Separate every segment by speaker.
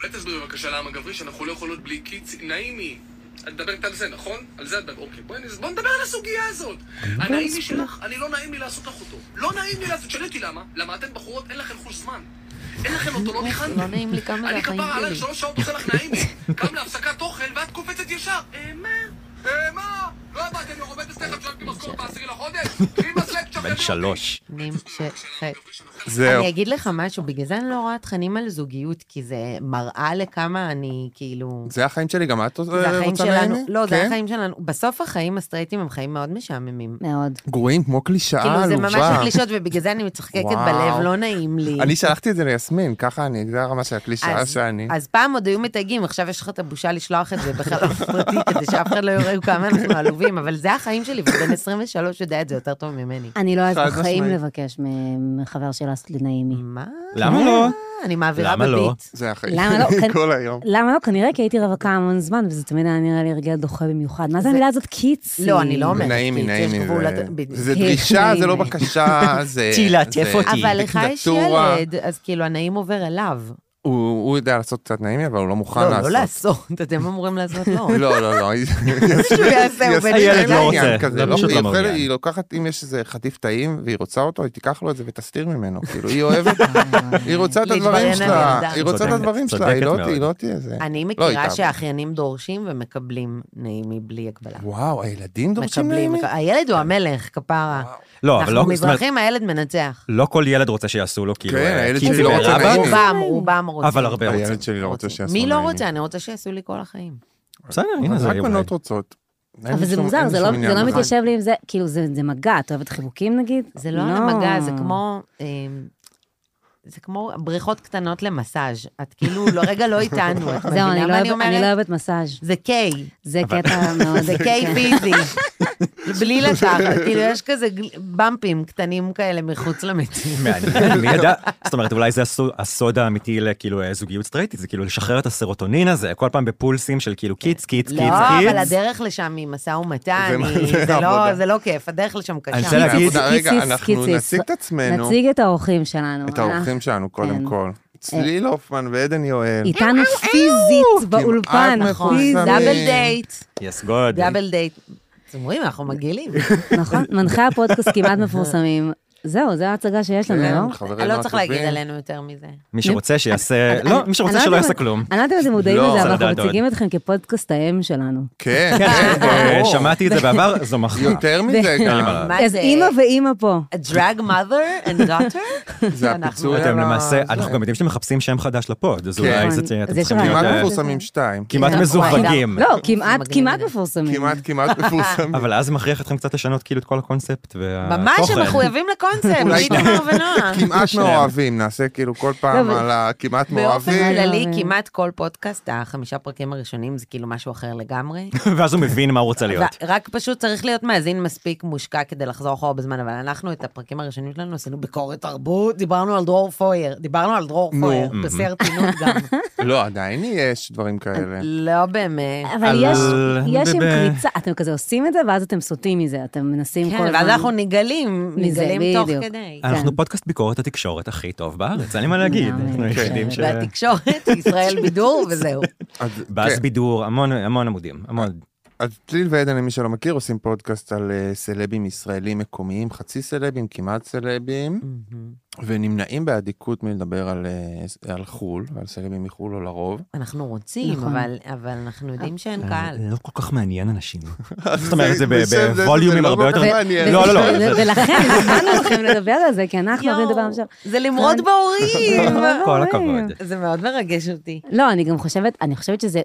Speaker 1: אולי תסבירי בבקשה לעם הגברי שאנחנו לא יכולות בלי קיץ נעימי. את מדברת על זה, נכון? על זה את מדברת. אוקיי, בואי נס- בוא נדבר על הסוגיה הזאת. הנעימי שלך, אני לא נעים לי לעשות לך אותו. לא נעים לי לעשות, שאלת אותי למה? למה אתם בחורות, אין לכם חוש זמן. אין לכם אוטונומי חנטי.
Speaker 2: לא נעים לי גם
Speaker 1: אני
Speaker 2: לחיים
Speaker 1: כפרה עלייך
Speaker 2: שלי.
Speaker 1: שלוש שעות עושה לך נעימי, קם להפסקת אוכל ואת קופצת ישר. אה, מה? אה, מה? לא באתם לרובד אצלכם שלחתי משכורת בעשירי לחודש? בלי מזלג תשחררי
Speaker 3: בן
Speaker 1: אותי.
Speaker 3: שלוש.
Speaker 2: תכנים ש...
Speaker 4: זהו.
Speaker 2: אני אגיד לך משהו, בגלל זה אני לא רואה תכנים על זוגיות, כי זה מראה לכמה אני כאילו...
Speaker 4: זה החיים שלי, גם את אה,
Speaker 2: זה
Speaker 4: רוצה
Speaker 2: החיים
Speaker 4: נעימי?
Speaker 2: שלנו. לא, זה
Speaker 4: כן?
Speaker 2: החיים שלנו. בסוף החיים הסטרייטים הם חיים מאוד משעממים.
Speaker 5: מאוד.
Speaker 4: גרועים כמו קלישאה
Speaker 2: כאילו,
Speaker 4: עלובה.
Speaker 2: זה ממש הקלישות, ובגלל זה אני מצחקקת
Speaker 4: אה, וואו.
Speaker 2: בלב, לא נעים לי.
Speaker 4: אני שלחתי את זה ליסמין, ככה אני, זה הרמה של הקלישאה שאני.
Speaker 2: אז פעם עוד היו מתייגים, עכשיו יש לך את הבושה לשלוח את זה בחלום פרטי, כדי שאף אחד לא יראה כמה אנחנו עלובים, אבל זה החיים שלי, ובן 23 יודע את זה יותר טוב ממני.
Speaker 5: אני לא אוהב
Speaker 4: חד
Speaker 5: בחיים
Speaker 4: משמעית.
Speaker 5: לבקש מ- מחבר של לעשות לי נעימי.
Speaker 2: מה?
Speaker 3: למה לא?
Speaker 2: אני מעבירה
Speaker 3: למה לא?
Speaker 2: בביט.
Speaker 4: זה החיים
Speaker 5: למה לא?
Speaker 4: שלי
Speaker 5: כן.
Speaker 4: כל היום.
Speaker 5: למה לא? כנראה כי הייתי רווקה המון זמן, וזה תמיד היה נראה לי הרגל דוחה במיוחד. מה זה
Speaker 2: זה-
Speaker 5: המילה הזאת? קיצי.
Speaker 2: לא, אני לא אומרת.
Speaker 4: נעימי,
Speaker 2: כי יש
Speaker 4: נעימי.
Speaker 2: גבול
Speaker 4: זה-
Speaker 2: לת- בדיוק. כן,
Speaker 4: זה דרישה, זה לא
Speaker 5: נעימי.
Speaker 4: בקשה, זה...
Speaker 3: צ'ילה,
Speaker 4: זה-
Speaker 3: תעיף אותי.
Speaker 2: אבל לך יש
Speaker 4: דיקטטורה.
Speaker 2: ילד, אז כאילו הנעים עובר אליו.
Speaker 4: הוא הוא יודע לעשות קצת נעימי, אבל הוא לא מוכן
Speaker 2: לא,
Speaker 4: לעשות.
Speaker 2: לא לעשות, אתם אמורים לעשות לא.
Speaker 4: לא, לא, לא.
Speaker 2: שהוא יעשה, הוא בן
Speaker 3: הילד לא רוצה,
Speaker 4: עניין כזה,
Speaker 3: זה
Speaker 4: לא,
Speaker 3: פשוט
Speaker 4: היא
Speaker 3: לא
Speaker 4: אוכלת-
Speaker 3: מעוניין.
Speaker 4: היא לוקחת, אם יש איזה חטיף טעים והיא רוצה אותו, היא תיקח לו את זה ותסתיר ממנו. כאילו, היא אוהבת,
Speaker 5: אה,
Speaker 4: היא רוצה את הדברים
Speaker 2: להתבריין על
Speaker 4: שלה,
Speaker 2: ילדה.
Speaker 4: היא רוצה את
Speaker 3: צודקת,
Speaker 4: הדברים שלה,
Speaker 3: צודקת
Speaker 4: היא לא
Speaker 3: מאוד.
Speaker 4: היא לא תהיה זה.
Speaker 2: אני
Speaker 4: לא, היא
Speaker 2: מכירה
Speaker 4: תעבוד.
Speaker 2: שהאחיינים דורשים ומקבלים נעימי בלי הגבלה.
Speaker 4: וואו, הילדים דורשים
Speaker 2: מקבלים,
Speaker 4: נעימי?
Speaker 2: מק- הילד הוא המלך, כפרה.
Speaker 3: לא, אבל לא,
Speaker 2: אנחנו
Speaker 3: זאת אומרת,
Speaker 2: מזרחים, הילד מנצח.
Speaker 3: לא כל ילד רוצה שיעשו לו, כאילו,
Speaker 4: כן,
Speaker 3: אה,
Speaker 4: הילד
Speaker 3: קיצי
Speaker 4: שלי לא רוצה
Speaker 3: ברבק,
Speaker 4: נעים. נעימי.
Speaker 2: רובם, רובם רוצים.
Speaker 3: אבל הרבה רוצים.
Speaker 4: הילד שלי לא רוצה שיעשו
Speaker 2: מי לא
Speaker 4: נעימי.
Speaker 2: רוצה? אני רוצה שיעשו לי כל החיים.
Speaker 3: בסדר, הנה זה
Speaker 4: אה, רק
Speaker 3: יהיה אולי.
Speaker 4: בנות רוצות. אין
Speaker 5: אבל
Speaker 4: לי
Speaker 5: זה
Speaker 4: שום- אין
Speaker 5: מוזר,
Speaker 4: לי
Speaker 5: זה
Speaker 4: שום
Speaker 5: לא-
Speaker 4: עניין
Speaker 5: זה לא
Speaker 4: בזה.
Speaker 5: מתיישב לי עם זה, כאילו זה זה מגע, את אוהבת חיבוקים נגיד?
Speaker 2: זה לא המגע, זה כמו... אמ, זה כמו בריכות קטנות למסאז'. את כאילו, לא- רגע לא איתנו, את
Speaker 5: זהו,
Speaker 2: מבינה
Speaker 5: אני לא
Speaker 2: מה אני
Speaker 5: אוהבת- אני לא
Speaker 2: אומרת?
Speaker 5: אוהבת מסאז'.
Speaker 2: זה קיי.
Speaker 5: זה קטע מאוד...
Speaker 2: זה
Speaker 4: כן.
Speaker 2: קיי פיזי. בלי לקחת, כאילו יש כזה גל- במפים קטנים כאלה מחוץ למציאות.
Speaker 3: מעניין, מי ידע? זאת אומרת, אולי זה הסו- הסוד האמיתי לכאילו אה, זוגיות סטרייטית, זה כאילו לשחרר את הסרוטונין הזה, כל פעם בפולסים של
Speaker 5: כן.
Speaker 3: כאילו קיץ, קיץ, קיץ,
Speaker 2: לא, אבל
Speaker 3: קיץ.
Speaker 2: הדרך לשם היא משא ומתן,
Speaker 4: זה-
Speaker 2: היא-
Speaker 4: זה
Speaker 2: זה לא-
Speaker 4: עבודה.
Speaker 2: זה לא כיף, הדרך לשם
Speaker 3: אני
Speaker 2: קשה.
Speaker 3: רוצה להגיד-
Speaker 5: קיציס,
Speaker 4: עבודה. רגע,
Speaker 5: קיציס,
Speaker 4: אנחנו
Speaker 5: קיציס.
Speaker 4: נציג את עצמנו,
Speaker 5: נציג את האורחים שלנו.
Speaker 4: את האורחים שלנו קודם
Speaker 5: כן. אה,
Speaker 4: כל. צליל הופמן ועדן יואל.
Speaker 5: איתנו פיזית באולפן,
Speaker 4: נכון,
Speaker 5: פיזית.
Speaker 4: מפורסמים.
Speaker 2: דאבל דייט,
Speaker 3: יס גוד.
Speaker 2: דאבל דייט. אתם רואים, אנחנו מגעילים.
Speaker 5: נכון, מנחי הפודקאסט כמעט מפורסמים. זהו, זו ההצגה שיש לנו,
Speaker 4: כן,
Speaker 5: לא?
Speaker 4: חברינו
Speaker 2: לא צריך להגיד
Speaker 4: הטובים.
Speaker 2: עלינו יותר מזה.
Speaker 3: מי שרוצה שיעשה, לא, מי
Speaker 5: אני
Speaker 3: שרוצה
Speaker 5: לא
Speaker 3: שלא
Speaker 5: יודעת
Speaker 3: יעשה
Speaker 5: אם-
Speaker 3: כלום.
Speaker 5: אני לא יודעת אם אתם מודעים
Speaker 4: לא,
Speaker 5: לזה,
Speaker 3: זה
Speaker 5: אבל אנחנו
Speaker 3: לדעת עוד.
Speaker 5: מציגים אתכם כפודקאסט האם שלנו.
Speaker 4: כן,
Speaker 3: כן,
Speaker 4: כן,
Speaker 3: אה,
Speaker 4: ברור.
Speaker 3: שמעתי את זה בעבר, זו מחמאה.
Speaker 5: אה,
Speaker 4: יותר מזה
Speaker 3: אין לי
Speaker 4: גם.
Speaker 3: מה לעשות.
Speaker 2: מה
Speaker 5: אז
Speaker 2: זה?
Speaker 5: אימא ואימא פה.
Speaker 2: A drag mother and daughter?
Speaker 4: זה
Speaker 2: אנחנו-
Speaker 4: הפיצוי
Speaker 3: אתם
Speaker 4: על ה-
Speaker 3: למעשה,
Speaker 5: כן.
Speaker 4: זה.
Speaker 3: אנחנו גם יודעים שאתם מחפשים שם חדש לפוד, אז
Speaker 4: כן.
Speaker 3: אולי
Speaker 5: נכון.
Speaker 3: זה תהיה, אתם
Speaker 5: אז יש
Speaker 3: צריכים
Speaker 5: רעיון.
Speaker 4: כמעט
Speaker 5: אה, אה,
Speaker 3: להיות אה,
Speaker 4: מפורסמים שתיים.
Speaker 3: כמעט
Speaker 2: וואי,
Speaker 3: מזווגים.
Speaker 5: כן. לא, כמעט,
Speaker 2: מפורסמים.
Speaker 5: כמעט מפורסמים.
Speaker 4: כמעט כמעט מפורסמים.
Speaker 5: אה,
Speaker 3: אבל אז מכריח אתכם קצת לשנות כאילו את כל הקונספט והתוכן.
Speaker 2: ממש, הם מחויבים לקונספט,
Speaker 4: אולי
Speaker 2: איתמר
Speaker 5: אה,
Speaker 2: ונועה.
Speaker 4: כמעט
Speaker 3: שניהם.
Speaker 4: מאוהבים, נעשה כאילו כל פעם
Speaker 5: לא, אבל-
Speaker 4: על הכמעט
Speaker 2: באופן
Speaker 4: מאוהבים.
Speaker 2: כללי,
Speaker 5: אוהבים.
Speaker 2: כמעט כל פודקאסט, החמישה פרקים הראשונים זה כאילו משהו אחר לגמרי.
Speaker 3: ואז הוא מבין מה הוא רוצה
Speaker 5: כן.
Speaker 3: להיות.
Speaker 2: רק פשוט צריך להיות מאזין מספיק מושקע כדי לחזור אחורה בזמן, אבל אנחנו את הפרקים הראשונים שלנו עשינו ביקורת תרבות, דיברנו על דרור פויר, דיברנו על דרור
Speaker 4: נו.
Speaker 2: פויר, בשיא הרצינות גם.
Speaker 4: לא, עדיין יש דברים כאלה.
Speaker 2: לא באמת.
Speaker 5: אבל יש,
Speaker 3: על-
Speaker 5: יש עם
Speaker 3: ב-
Speaker 5: קריצה, אתם כזה עושים את זה, ואז אתם סוטים מזה, אתם מנסים כל
Speaker 2: כן,
Speaker 5: הזמן.
Speaker 2: ואז אנחנו נגלים,
Speaker 5: מזה,
Speaker 2: נגלים תוך
Speaker 5: בדיוק.
Speaker 2: כדי.
Speaker 3: אנחנו פודקאסט ביקורת התקשורת הכי טוב בארץ, אין לי מה להגיד.
Speaker 5: לגמרי,
Speaker 3: אנחנו
Speaker 5: כן.
Speaker 3: היחידים ש...
Speaker 2: והתקשורת, ישראל בידור, וזהו.
Speaker 4: אז
Speaker 3: ואז
Speaker 4: כן,
Speaker 3: בידור, המון המון עמודים, המון.
Speaker 4: אז צליל ועדן, למי שלא מכיר, עושים פודקאסט על אה, סלבים ישראלים מקומיים, חצי סלבים, כמעט סלבים, ונמנעים באדיקות מלדבר על, אה, על חו"ל, ועל סלבים מחו"ל או לרוב.
Speaker 2: אנחנו רוצים,
Speaker 5: נכון.
Speaker 2: אבל אבל אנחנו יודעים שאין קהל.
Speaker 3: לא כל כך מעניין אנשים. זאת אומרת, זה ב-
Speaker 4: בשם זה- זה-
Speaker 3: בווליומים
Speaker 4: זה לא
Speaker 3: הרבה יותר...
Speaker 4: ממש
Speaker 5: ו-
Speaker 4: מעניין.
Speaker 3: לא, לא, לא.
Speaker 5: ו-
Speaker 3: זה-
Speaker 5: ולכן, נתנו לכם לדבר על זה, כי אנחנו אוהבים לדבר על זה.
Speaker 2: זה למרוד בהורים.
Speaker 3: כל הכבוד.
Speaker 5: אה.
Speaker 2: זה מאוד מרגש אותי.
Speaker 5: לא, אני גם חושבת, אני חושבת שזה,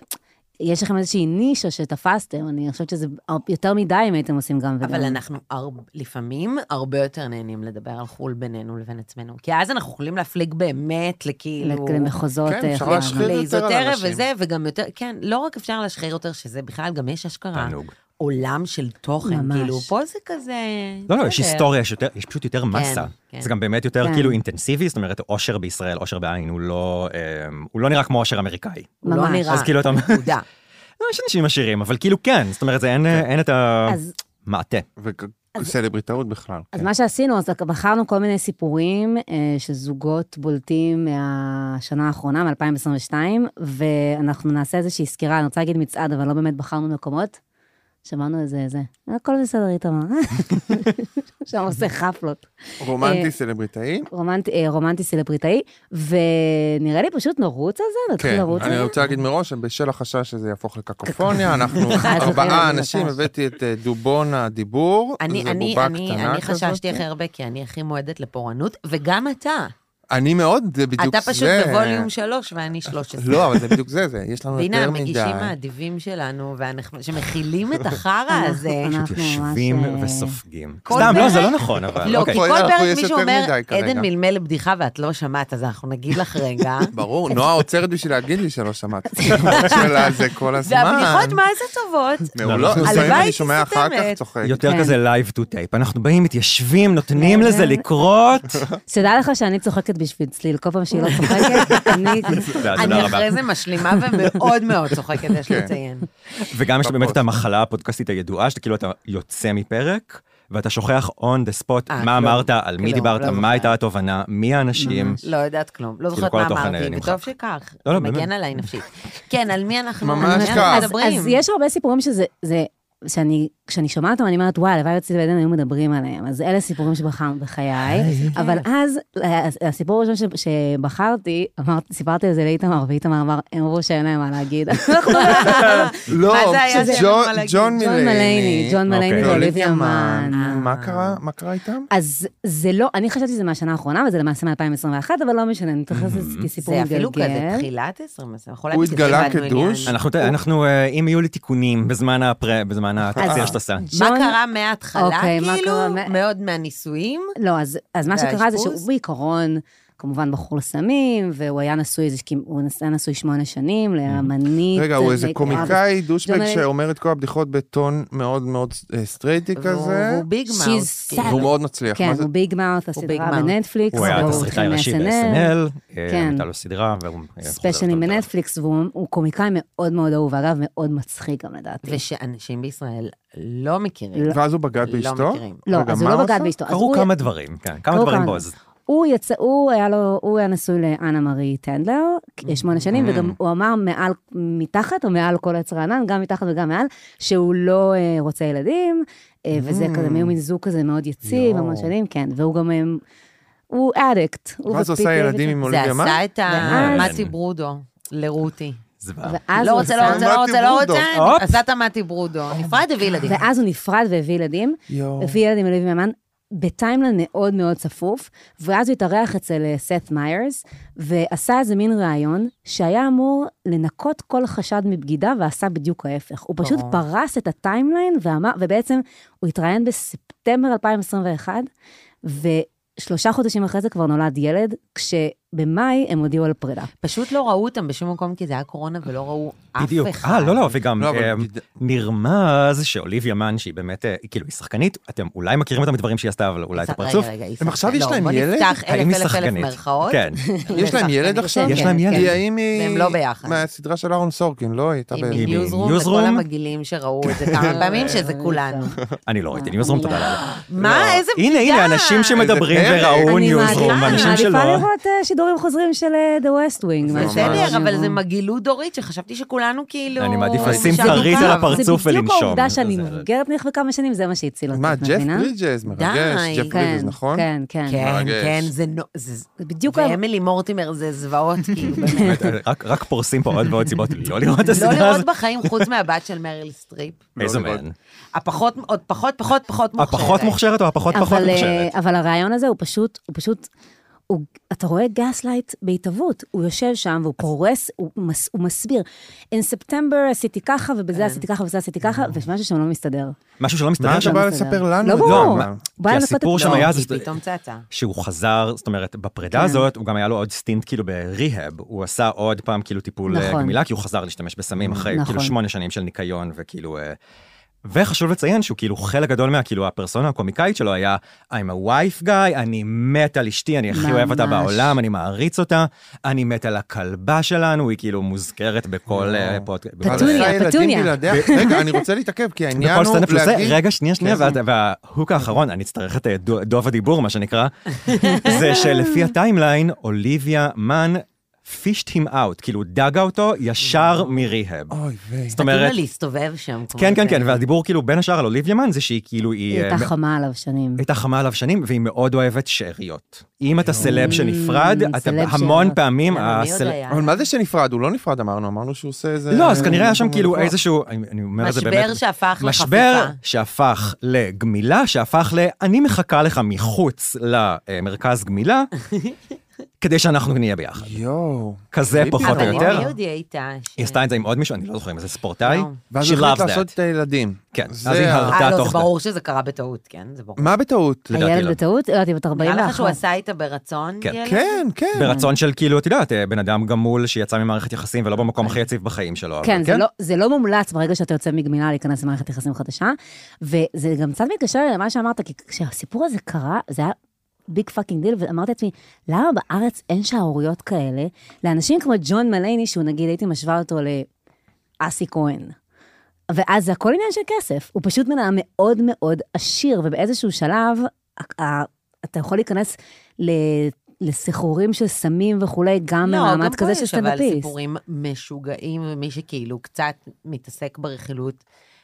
Speaker 5: יש לכם איזושהי נישה שתפסתם, אני חושבת שזה הר- יותר מדי אם הייתם עושים גם וגם.
Speaker 2: אבל אנחנו הר- לפעמים הרבה יותר נהנים לדבר על חו"ל בינינו לבין עצמנו. כי אז אנחנו יכולים להפליג באמת לכאילו...
Speaker 5: למחוזות.
Speaker 4: כן,
Speaker 5: אה,
Speaker 4: אפשר
Speaker 5: חו"ל.
Speaker 4: להשחיר. יותר על
Speaker 2: לאיזוטריה
Speaker 4: אנשים.
Speaker 2: וזה, וגם יותר, כן, לא רק אפשר להשחיר יותר, שזה בכלל, גם יש אשכרה.
Speaker 3: תענוג.
Speaker 2: עולם של תוכן,
Speaker 5: ממש.
Speaker 2: כאילו, פה זה כזה...
Speaker 3: לא, לא, יש
Speaker 2: בסדר.
Speaker 3: היסטוריה, יש יותר- יש פשוט יותר מסה.
Speaker 2: כן.
Speaker 3: זה גם באמת יותר
Speaker 5: כן.
Speaker 3: כאילו אינטנסיבי, זאת אומרת, עושר בישראל, עושר בעין, הוא לא אמ, הוא לא נראה כמו עושר אמריקאי.
Speaker 2: הוא לא
Speaker 5: ממש.
Speaker 2: נראה.
Speaker 3: אז כאילו אתה אומר,
Speaker 2: נקודה. כן.
Speaker 3: לא, יש אנשים עשירים, אבל כאילו כן, זאת אומרת, זה אין אין את
Speaker 5: אז-
Speaker 3: המעטה.
Speaker 4: וכ- סלבריטאות בכלל.
Speaker 5: אז
Speaker 4: אה, כן.
Speaker 5: מה שעשינו, אז בחרנו כל מיני סיפורים אה, של זוגות בולטים מהשנה האחרונה, מ-2022, ואנחנו נעשה איזושהי סקירה, אני רוצה להגיד מצעד, אבל לא באמת בחרנו מקומות. שמענו איזה, איזה, הכל בסדר, איתמר. שם עושה חפלות.
Speaker 4: רומנטי
Speaker 5: אה,
Speaker 4: סלבריטאי.
Speaker 5: רומנטי, אה, רומנטי סלבריטאי, ונראה לי פשוט נרוץ על זה, נתחיל
Speaker 4: כן,
Speaker 5: לרוץ על
Speaker 4: אני
Speaker 5: זה.
Speaker 4: רוצה להגיד מראש שבשל החשש שזה יהפוך לקקופוניה, אנחנו
Speaker 5: חס
Speaker 4: ארבעה
Speaker 5: וחלילה,
Speaker 4: אנשים,
Speaker 5: חשש.
Speaker 4: הבאתי את אה, דובון הדיבור,
Speaker 2: אני,
Speaker 4: זו
Speaker 2: אני,
Speaker 4: בובה
Speaker 2: אני,
Speaker 4: קטנה
Speaker 2: אני חששתי
Speaker 4: כזאת.
Speaker 2: הכי הרבה, כי אני הכי מועדת לפורענות, וגם אתה.
Speaker 4: אני מאוד, זה בדיוק
Speaker 2: אתה
Speaker 4: זה.
Speaker 2: פשוט בווליום שלוש ואני 13.
Speaker 4: לא, אבל זה בדיוק זה, זה, יש לנו
Speaker 2: והנה אה,
Speaker 4: יותר
Speaker 2: המגישים
Speaker 4: מדי.
Speaker 2: האדיבים שלנו, והנחמ- שמכילים את החרא הזה.
Speaker 5: אנחנו
Speaker 3: יושבים
Speaker 5: ממש, אה,
Speaker 3: וסופגים.
Speaker 2: כל
Speaker 3: סתם, לא,
Speaker 2: פרק-
Speaker 3: זה לא נכון, אבל
Speaker 2: לא, כי
Speaker 3: אוקיי.
Speaker 4: פה
Speaker 2: כל
Speaker 4: אנחנו-
Speaker 2: פרק
Speaker 4: יש
Speaker 2: מישהו
Speaker 4: יותר
Speaker 2: אומר,
Speaker 4: מדי כרגע.
Speaker 2: עדן מלמל בדיחה ואת לא שמעת, אז אנחנו נגיד לך רגע.
Speaker 4: ברור,
Speaker 2: כן.
Speaker 4: נועה עוצרת בשביל להגיד לי שלא שמעת. שלה זה כל הזמן.
Speaker 2: והבדיחות, מה זה טובות?
Speaker 4: מעולות,
Speaker 3: הלוואי
Speaker 4: לפעמים לא, אני
Speaker 2: הייתי
Speaker 4: שומע אחר כך
Speaker 2: סותמת.
Speaker 4: צוחק.
Speaker 3: יותר
Speaker 5: כן.
Speaker 3: כזה live to tape. אנחנו באים, מתיישבים, נותנים לזה לקרות.
Speaker 5: שתדע לך שאני צוחקת בשביל צליל, כל פעם שהיא לא צוחקת, אני...
Speaker 3: תודה,
Speaker 2: אני
Speaker 3: תודה רבה.
Speaker 2: אחרי זה משלימה ומאוד מאוד צוחקת, יש
Speaker 4: כן.
Speaker 2: לציין.
Speaker 3: וגם יש באמת
Speaker 4: בפוסט.
Speaker 3: את המחלה הפודקאסטית הידועה, שאתה כאילו, אתה יוצא מפרק, ואתה שוכח on the spot
Speaker 2: אה,
Speaker 3: מה
Speaker 2: כלום.
Speaker 3: אמרת, על מי
Speaker 2: כלום,
Speaker 3: דיברת,
Speaker 2: לא זוכרת.
Speaker 3: מה הייתה התובנה, מי האנשים.
Speaker 2: לא יודעת כלום. לא זוכרת
Speaker 3: כאילו כל
Speaker 2: מה
Speaker 3: התוכן
Speaker 2: אמרתי,
Speaker 3: נמחק.
Speaker 2: וטוב שכך.
Speaker 3: לא,
Speaker 2: זה
Speaker 3: לא,
Speaker 2: מגן
Speaker 3: באמת.
Speaker 2: עליי נפשית. כן, על מי אנחנו
Speaker 4: ממש
Speaker 2: על מי אנחנו
Speaker 4: כך.
Speaker 2: מדברים?
Speaker 5: אז יש הרבה סיפורים שזה, זה, שאני, כשאני שומעת אותם, אני אומרת, וואי, הלוואי יוצאי ועדן היו מדברים עליהם. אז אלה סיפורים שבחרנו בחיי. אבל אז, ה- הסיפור הראשון ש- שבחרתי, אמרתי- סיפרתי על זה לאיתמר, ואיתמר אמר, הם אמרו שאין להם מה להגיד. אנחנו לא
Speaker 4: לא,
Speaker 2: מה זה היה שאין
Speaker 4: ג'ון-
Speaker 2: מה להגיד?
Speaker 4: ג'ון
Speaker 5: ג'ון מלייני,
Speaker 4: מלייני.
Speaker 5: ג'ון מלייני
Speaker 3: אוקיי.
Speaker 5: ואוליביה מן.
Speaker 4: אה, מה קרה? מה קרה איתם?
Speaker 5: אז זה לא, אני חשבתי שזה מהשנה האחרונה, וזה למעשה מ-2021, אבל לא משנה, אני מתייחסת לזה כסיפור
Speaker 2: זה
Speaker 5: מגלגל.
Speaker 2: אפילו כזה תחילת 20, אז יכול
Speaker 4: הוא
Speaker 2: להגיד
Speaker 4: התגלה
Speaker 2: שקיבלנו
Speaker 4: כדוש?
Speaker 2: עניין.
Speaker 3: אנחנו, אנחנו, אה, אם יהיו לי תיקונים בזמן הפרה, בזמן התקציר שאתה עושה.
Speaker 2: מה
Speaker 5: ג'ון-
Speaker 2: קרה מההתחלה,
Speaker 5: אוקיי, מה
Speaker 2: כאילו?
Speaker 5: קרה מה-
Speaker 2: מאוד מהנישואים?
Speaker 5: לא, אז, אז מה שקרה זה
Speaker 2: והאשפוז?
Speaker 5: שהוא בעיקרון, כמובן בחור לסמים, והוא היה נשוי, איזה- הוא נס- היה נשוי שמונה שנים לאמנית.
Speaker 4: רגע, הוא איזה
Speaker 5: אה,
Speaker 4: קומיקאי דושבג
Speaker 5: מלייני.
Speaker 4: שאומר את כל הבדיחות בטון מאוד מאוד אה, סטרייטי כזה,
Speaker 2: והוא- והוא ביג
Speaker 5: She's
Speaker 2: מאוס. כאילו.
Speaker 5: sad.
Speaker 4: והוא מאוד מצליח.
Speaker 5: כן,
Speaker 4: מה זה-
Speaker 5: הוא ביג מאוט,
Speaker 2: ביג
Speaker 5: הסדרה
Speaker 2: מאוס.
Speaker 5: בנטפליקס.
Speaker 3: הוא היה
Speaker 5: והוא כן,
Speaker 3: התסריטאי
Speaker 5: התחיל
Speaker 3: הראשי
Speaker 5: מ-
Speaker 3: ב-SNL, אה,
Speaker 5: כן.
Speaker 3: הייתה לו סדרה, והוא... אה, חוזר
Speaker 5: ספיישלים
Speaker 3: אותו דבר.
Speaker 5: בנטפליקס, והוא הוא קומיקאי מאוד מאוד אהוב, ואגב, מאוד מצחיק גם לדעתי.
Speaker 2: ושאנשים בישראל לא מכירים.
Speaker 4: ואז הוא בגד
Speaker 2: לא
Speaker 4: באשתו?
Speaker 2: מכירים.
Speaker 5: לא,
Speaker 4: רגע,
Speaker 5: אז הוא
Speaker 4: מה
Speaker 5: לא
Speaker 4: עשה?
Speaker 5: בגד באשתו. אז
Speaker 3: קרו
Speaker 5: הוא-
Speaker 3: כמה דברים, כן, כמה
Speaker 5: קרו
Speaker 3: דברים
Speaker 5: כמה-
Speaker 3: בוז.
Speaker 5: לא הוא יצא, הוא היה לו, הוא היה נשוי לאנה מארי טנדלר,
Speaker 4: Mm-hmm.
Speaker 5: שמונה שנים, וגם הוא אמר מעל, מתחת או מעל כל עץ רענן, גם מתחת וגם מעל, שהוא לא אה, רוצה ילדים, אה, וזה
Speaker 4: Mm-hmm.
Speaker 5: כזה, מין מין זוג כזה מאוד יציב,
Speaker 4: יואו.
Speaker 5: המון שנים, כן, והוא גם, אה, הוא אדיקט.
Speaker 4: ואז הוא עושה ילדים עם
Speaker 2: זה
Speaker 4: אוליביה מה?
Speaker 2: עשה את
Speaker 3: ואז-
Speaker 2: המתי ברודו לרותי.
Speaker 3: זוועה.
Speaker 2: לא רוצה, לא רוצה, לא
Speaker 4: מתי
Speaker 2: רוצה, לא
Speaker 4: ברודו.
Speaker 2: רוצה,
Speaker 3: הופ.
Speaker 2: עשה את המתי ברודו. נפרד הביא ילדים.
Speaker 5: ואז הוא נפרד והביא ילדים,
Speaker 4: יואו.
Speaker 5: הביא ילד עם אלוהים ימן, בטיימלן מאוד מאוד צפוף, ואז הוא התארח אצל אה, סת מיירס, ועשה איזה מין ראיון שהיה אמור לנקות כל חשד מבגידה, ועשה בדיוק ההפך. הוא פשוט
Speaker 2: ברור.
Speaker 5: פרס את הטיימליין, ואמר, ובעצם הוא התראיין בספטמבר 2021, ושלושה חודשים אחרי זה כבר נולד ילד, כשבמאי הם הודיעו על פרידה.
Speaker 2: פשוט לא ראו אותם בשום מקום, כי זה היה קורונה ולא ראו אף אחד.
Speaker 3: בדיוק. אה, לא, לא, וגם
Speaker 4: לא, אבל
Speaker 3: אה,
Speaker 4: בגד-
Speaker 3: נרמז שאוליביה מן, שהיא באמת, אה, היא כאילו, היא שחקנית, אתם אולי מכירים אותה מדברים שהיא עתה, אבל אולי את
Speaker 2: רגע,
Speaker 3: הפרצוף.
Speaker 2: רגע, רגע,
Speaker 4: הם עכשיו יש
Speaker 2: לא,
Speaker 4: להם ילד?
Speaker 2: בוא נפתח
Speaker 3: האם
Speaker 2: אלף אלף
Speaker 3: היא
Speaker 2: אלף
Speaker 3: שחקנית?
Speaker 2: מרכאות.
Speaker 3: כן.
Speaker 4: יש להם ילד
Speaker 2: כן,
Speaker 4: עכשיו?
Speaker 2: כן,
Speaker 3: יש להם
Speaker 2: כן.
Speaker 3: ילד.
Speaker 4: היא האם היא...
Speaker 2: והם לא ביחד.
Speaker 4: מהסדרה של אהרון סורקין, לא? היא הייתה
Speaker 2: היא
Speaker 4: ב...
Speaker 3: היא
Speaker 2: מניוזרום, וכל
Speaker 3: מניוזרום.
Speaker 2: המגעילים שראו את זה כמה פעמים, שזה כולנו.
Speaker 3: אני לא ראיתי ניוזרום, תודה
Speaker 5: אה,
Speaker 3: לאל.
Speaker 5: אני-
Speaker 2: מה? איזה בגידה.
Speaker 3: לא. הנה, הנה, אנשים שמדברים
Speaker 4: איזה פרק.
Speaker 3: וראו
Speaker 5: אני
Speaker 3: ניוזרום,
Speaker 5: מעדיפה- לא אני
Speaker 3: אנשים
Speaker 5: מעדיפה
Speaker 3: שלא.
Speaker 5: לראות אה, שידורים חוזרים של אה, The West Wing.
Speaker 4: זה
Speaker 5: מאשר
Speaker 2: בסדר, אבל
Speaker 5: שידורים.
Speaker 2: זה מגעילות דורית, שחשבתי שכולנו כאילו...
Speaker 3: אני מעדיף
Speaker 4: לשים
Speaker 2: נשארנו
Speaker 3: כרית על
Speaker 2: קו.
Speaker 3: הפרצוף. פרצוף
Speaker 5: זה בדיוק
Speaker 3: ולנשום.
Speaker 5: העובדה שאני
Speaker 3: זה-
Speaker 5: מבוגרת ממך בכמה שנים, זה מה שהציל אותי,
Speaker 4: מה,
Speaker 5: את
Speaker 4: ג'ף
Speaker 5: מבינה?
Speaker 4: ברידג'ס, מרגש,
Speaker 2: לא די,
Speaker 4: ג'ף
Speaker 5: כן,
Speaker 4: ברידג'ס, נכון?
Speaker 5: כן, כן.
Speaker 2: כן,
Speaker 4: מרגש.
Speaker 2: כן, זה נו- זה...
Speaker 5: זה בדיוק... ה-
Speaker 2: ואמילי מורטימר זה זוועות, כאילו, באמת.
Speaker 3: באמת, אה, רק- רק פורסים פה עוד ועוד סיבות לא לראות את
Speaker 2: לא
Speaker 3: הסדרה
Speaker 2: לראות
Speaker 3: הזאת.
Speaker 2: בחיים חוץ מהבת של מריל סטריפ.
Speaker 3: איזה
Speaker 4: לא לראות.
Speaker 3: מן.
Speaker 2: הפחות, עוד פחות, פחות, פחות מוכשרת.
Speaker 3: הפחות מוכשרת או הפחות פחות
Speaker 5: אבל, אה,
Speaker 3: מוכשרת?
Speaker 5: אבל הרעיון הזה הוא פשוט, הוא פשוט, הוא, אתה רואה גסלייט בהתהוות, הוא יושב שם והוא פורס, הוא, מס, הוא מסביר. In September עשיתי ככה, ובזה עשיתי ככה, ובזה עשיתי ככה, ויש משהו שם לא מסתדר.
Speaker 3: משהו שלא מסתדר
Speaker 4: כן. Mm. מה אתה
Speaker 3: שם.
Speaker 4: בא
Speaker 5: לא מסתדר.
Speaker 4: לספר לנו?
Speaker 5: לא
Speaker 4: את זה?
Speaker 5: ברור.
Speaker 4: מה?
Speaker 5: בא
Speaker 3: כי
Speaker 5: לנסות את-
Speaker 3: הסיפור שם
Speaker 2: לא,
Speaker 3: היה
Speaker 2: היא
Speaker 3: זה-
Speaker 2: פתאום צצה.
Speaker 3: שהוא חזר, זאת אומרת,
Speaker 5: כן.
Speaker 3: בפרידה הזאת, הוא גם היה לו עוד סטינט כאילו בריהאב, הוא עשה עוד פעם כאילו טיפול אה,
Speaker 5: נכון.
Speaker 3: גמילה, כי הוא חזר להשתמש בסמים אחרי
Speaker 5: נכון.
Speaker 3: כאילו שמונה שנים של ניקיון וכאילו... אה, וחשוב לציין שהוא כאילו חלק גדול מה, כאילו הפרסונה הקומיקאית שלו היה I'm a wife guy, אני מת על אשתי, אני הכי אוהב אותה
Speaker 5: ממש.
Speaker 3: בעולם, אני מעריץ אותה, אני מת על הכלבה שלנו, היא כאילו מוזכרת בכל אה, פודקאסט. בכל-
Speaker 2: כן.
Speaker 5: פטוניה,
Speaker 4: חיי ילדים
Speaker 5: פטוניה.
Speaker 4: בלעדיה- רגע, אני רוצה להתעכב, כי העניין
Speaker 3: בכל
Speaker 4: הוא
Speaker 3: סטנדאפ שהוא עושה,
Speaker 4: להגיד...
Speaker 3: רגע, שנייה, שנייה,
Speaker 4: כן.
Speaker 3: וה- וההוק האחרון, אני אצטרך את אה, דו- דוב הדיבור, מה שנקרא, זה שלפי הטיימליין, אוליביה מן פישט him out, כאילו דגה אותו ישר מריהאב.
Speaker 4: אוי ויי.
Speaker 3: זאת
Speaker 2: אומרת...
Speaker 3: אומרת,
Speaker 2: נתנו לה להסתובב שם. כמו
Speaker 3: כן, כן,
Speaker 2: זה.
Speaker 3: כן, והדיבור כאילו בין השאר על אוליביה מן זה שהיא כאילו, היא
Speaker 5: היא
Speaker 3: אה,
Speaker 5: הייתה
Speaker 3: מא-
Speaker 5: חמה עליו שנים.
Speaker 3: הייתה חמה עליו שנים, והיא מאוד אוהבת שאריות. אם אתה סלב שנפרד,
Speaker 5: Mm,
Speaker 3: אתה
Speaker 5: סלב
Speaker 3: המון
Speaker 5: שאריות.
Speaker 3: פעמים...
Speaker 2: למה, כן, מי עוד
Speaker 3: הסל-
Speaker 2: היה?
Speaker 4: אבל מה זה שנפרד? הוא לא נפרד אמרנו, אמרנו שהוא עושה איזה...
Speaker 3: לא, אז כנראה היה שם כאילו איזשהו, אני אני אומר את זה באמת...
Speaker 2: משבר שהפך לחפיפה.
Speaker 3: משבר שהפך לגמילה, שהפך ל... אני מחכה לך מחוץ למרכז גמילה, כדי שאנחנו נהיה ביחד.
Speaker 4: יואו.
Speaker 3: כזה
Speaker 4: קריפי,
Speaker 3: פחות או
Speaker 2: אבל
Speaker 4: נורא.
Speaker 3: יותר.
Speaker 2: עם מי עוד היא הייתה? ש-
Speaker 3: היא עשתה את זה עם עוד מישהו, אני לא זוכר אם זה ספורטאי.
Speaker 4: ואז
Speaker 3: She
Speaker 4: הוא החליט
Speaker 3: loves
Speaker 4: לעשות
Speaker 3: that.
Speaker 4: את הילדים.
Speaker 3: כן,
Speaker 4: זה
Speaker 3: אז היא
Speaker 4: ה-
Speaker 3: הרתה
Speaker 2: אה, לא,
Speaker 3: תוך
Speaker 2: זה ברור שזה קרה בטעות, כן, זה ברור.
Speaker 4: מה בטעות?
Speaker 3: לדעתי
Speaker 5: הילד
Speaker 3: לא.
Speaker 5: בטעות? לא, היא בת
Speaker 2: נראה
Speaker 5: 41.
Speaker 2: לך שהוא עשה איתה ברצון? כאילו?
Speaker 3: כן.
Speaker 2: ילד?
Speaker 4: כן, כן.
Speaker 3: ברצון של כאילו, את יודעת, אה, בן אדם גמול שיצא ממערכת יחסים ולא במקום הכי יציב בחיים שלו. אבל
Speaker 5: כן, זה לא- זה לא מומלץ ברגע שאתה יוצא מגמילה להיכנס למערכת יחסים חדשה, וזה גם קצת מתקשר למה שאמרת, כי כשהסיפור הזה קרה, זה היה ביג פאקינג דיל, ואמרתי לעצמי, למה בארץ אין שערוריות כאלה לאנשים כמו ג'ון מלייני, שהוא נגיד, הייתי משווה אותו לאסי כהן. ואז זה הכל עניין של כסף, הוא פשוט מנהל מאוד מאוד עשיר, ובאיזשהו שלב, ה- ה- אתה יכול להיכנס ל... לסחרורים של סמים וכולי, גם
Speaker 2: לא, גם
Speaker 5: במעמד
Speaker 2: פה
Speaker 5: כזה של
Speaker 2: יש אבל
Speaker 5: סטנדאפיסט.
Speaker 2: סיפורים משוגעים, ומי שכאילו קצת מתעסק ברכילות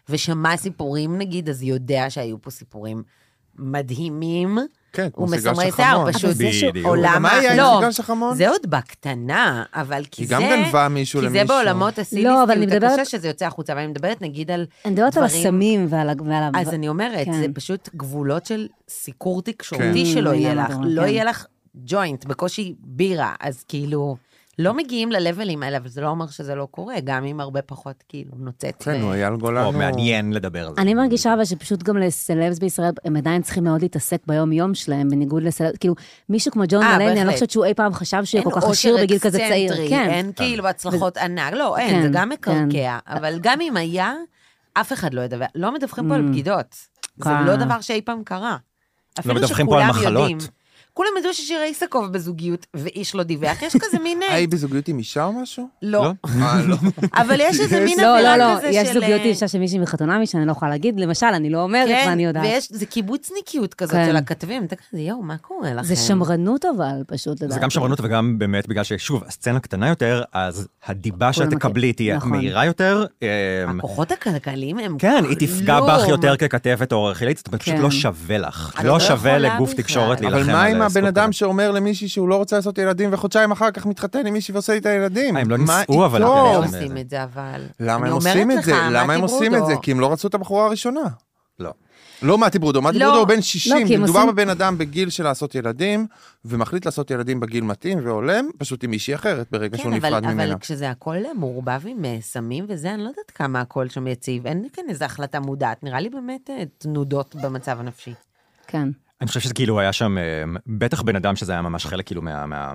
Speaker 2: ושמע סיפורים נגיד, אז יודע שהיו פה סיפורים מדהימים
Speaker 4: כן, כמו סיגל
Speaker 2: ומסמרי שיער,
Speaker 4: שחמון.
Speaker 2: פשוט
Speaker 3: זה בדיוק.
Speaker 2: עולם...
Speaker 4: מה
Speaker 2: ה-
Speaker 4: היה עם
Speaker 2: לא,
Speaker 4: סיגל שחמון?
Speaker 2: זה עוד בקטנה, אבל כי
Speaker 4: היא
Speaker 2: זה...
Speaker 4: גם גנבה מישהו
Speaker 2: כי
Speaker 4: למישהו.
Speaker 2: זה בעולמות
Speaker 5: לא, אבל אני
Speaker 2: הסיליסטיות
Speaker 5: מדברת-
Speaker 2: הקשה שזה יוצא החוצה, אבל אני מדברת נגיד על...
Speaker 5: אני מדברת על
Speaker 2: דברים-
Speaker 5: הסמים ועל ה... ועל ה-
Speaker 2: אז אני אומרת,
Speaker 5: כן.
Speaker 2: זה פשוט גבולות של סיקור
Speaker 5: כן.
Speaker 2: תקשורתי שלא יהיה
Speaker 5: לגמרי,
Speaker 2: לך.
Speaker 5: לגמרי,
Speaker 2: לא
Speaker 5: כן.
Speaker 2: יהיה לך ג'וינט, בקושי בירה, אז כאילו, לא מגיעים ללבלים האלה, אבל זה לא אומר שזה לא קורה, גם אם הרבה פחות כאילו נוצאת.
Speaker 4: כן,
Speaker 2: ו-
Speaker 4: הוא אייל גולן.
Speaker 3: או
Speaker 4: הוא-
Speaker 3: מעניין לדבר על זה.
Speaker 5: לא- אני מרגישה אבל שפשוט גם לסלבס בישראל, הם עדיין צריכים מאוד להתעסק ביום-יום שלהם, בניגוד לסלבס, כאילו, מישהו כמו ג'ון
Speaker 2: אה,
Speaker 5: מלייני, אני לא
Speaker 2: בהחלט.
Speaker 5: חושבת שהוא אי פעם חשב שהוא
Speaker 2: אין
Speaker 5: יהיה כל כך
Speaker 2: עושר
Speaker 5: עשיר בגיל כזה צעיר.
Speaker 2: אקסצנטרי,
Speaker 5: כן,
Speaker 2: אין כאילו הצלחות ענק, לא, אין,
Speaker 5: כן,
Speaker 2: זה גם
Speaker 5: כן.
Speaker 2: מקרקע, אבל גם אם היה, אף אחד לא ידווח, לא מדווחים פה על
Speaker 5: Mm.
Speaker 2: בגידות. זה
Speaker 5: כן.
Speaker 2: לא דבר שאי פעם קרה. אפילו
Speaker 3: לא מדווחים פה על
Speaker 2: שכולם
Speaker 3: מחלות.
Speaker 2: יודעים. כולם ידעו ששירה איסקוב בזוגיות, ואיש לא דיווח, יש כזה מין...
Speaker 4: אה, היא בזוגיות עם אישה או משהו?
Speaker 2: לא.
Speaker 4: אה, לא.
Speaker 2: אבל יש איזה מין
Speaker 5: לא,
Speaker 2: אווירה
Speaker 5: לא, לא,
Speaker 2: כזה של...
Speaker 5: יש זוגיות
Speaker 2: אה,
Speaker 5: עם אישה שמישהי מחתונה מישהי, אני לא יכולה להגיד, למשל, אני לא אומרת,
Speaker 2: כן,
Speaker 5: ואני יודעת.
Speaker 2: ויש, זה קיבוצניקיות כזאת
Speaker 5: כן.
Speaker 2: של הכתבים, אתה כזה, יואו, מה קורה לכם?
Speaker 5: זה שמרנות אבל, פשוט, לדעתי.
Speaker 3: זה גם שמרנות וגם באמת בגלל ששוב, הסצנה קטנה יותר, אז הדיבה שאת
Speaker 5: מכיר.
Speaker 3: תקבלי תהיה
Speaker 5: נכון.
Speaker 3: מהירה יותר. אמ,
Speaker 2: הכוחות הכלכליים הם
Speaker 3: כן, היא תפגע בך
Speaker 2: כלום.
Speaker 3: יותר ככתבת או ערכילית, זאת אומרת, פשוט
Speaker 5: כן.
Speaker 3: לא שווה לך.
Speaker 2: לא, אני
Speaker 3: לא
Speaker 2: לא
Speaker 3: שווה
Speaker 2: יכולה
Speaker 3: לגוף
Speaker 2: בכלל.
Speaker 3: תקשורת
Speaker 2: אבל
Speaker 3: להילחם על
Speaker 4: אבל מה עם
Speaker 3: סקופ
Speaker 4: הבן אדם
Speaker 3: כזה.
Speaker 4: שאומר למישהי שהוא לא רוצה לעשות ילדים וחודשיים אחר כך מתחתן עם מישהי ועושה איתה ילדים?
Speaker 3: אה, הם לא
Speaker 4: מה
Speaker 3: נישאו, אבל
Speaker 4: איתו?
Speaker 3: הם
Speaker 2: לא
Speaker 3: יש להם
Speaker 2: עושים
Speaker 3: איזה.
Speaker 2: את זה, אבל...
Speaker 4: למה
Speaker 2: אני
Speaker 4: הם
Speaker 2: אומרת
Speaker 4: עושים את זה?
Speaker 2: לך,
Speaker 4: למה הם
Speaker 2: מתי
Speaker 4: עושים את זה?
Speaker 2: ברודו?
Speaker 4: כי הם לא רצו את הבחורה הראשונה.
Speaker 3: לא.
Speaker 4: לא מתי ברודו, מתי
Speaker 2: לא.
Speaker 4: ברודו הוא בן
Speaker 5: לא,
Speaker 4: 60,
Speaker 5: כי הם
Speaker 4: מדובר
Speaker 5: עושים-
Speaker 4: בבן אדם בגיל של לעשות ילדים, ומחליט לעשות ילדים בגיל מתאים והולם, פשוט עם מישהי אחרת ברגע שהוא
Speaker 2: כן, אבל,
Speaker 4: נפרד ממנה.
Speaker 2: אבל כשזה הכל מעורבב עם אה, סמים וזה, אני לא יודעת כמה הכל שם יציב. אין כאן איזו החלטה מודעת. נראה לי באמת אה, תנודות במצב הנפשי.
Speaker 5: כן.
Speaker 3: אני חושב שזה כאילו היה שם, אמ, בטח בן אדם שזה היה ממש חלק כאילו מה... מה...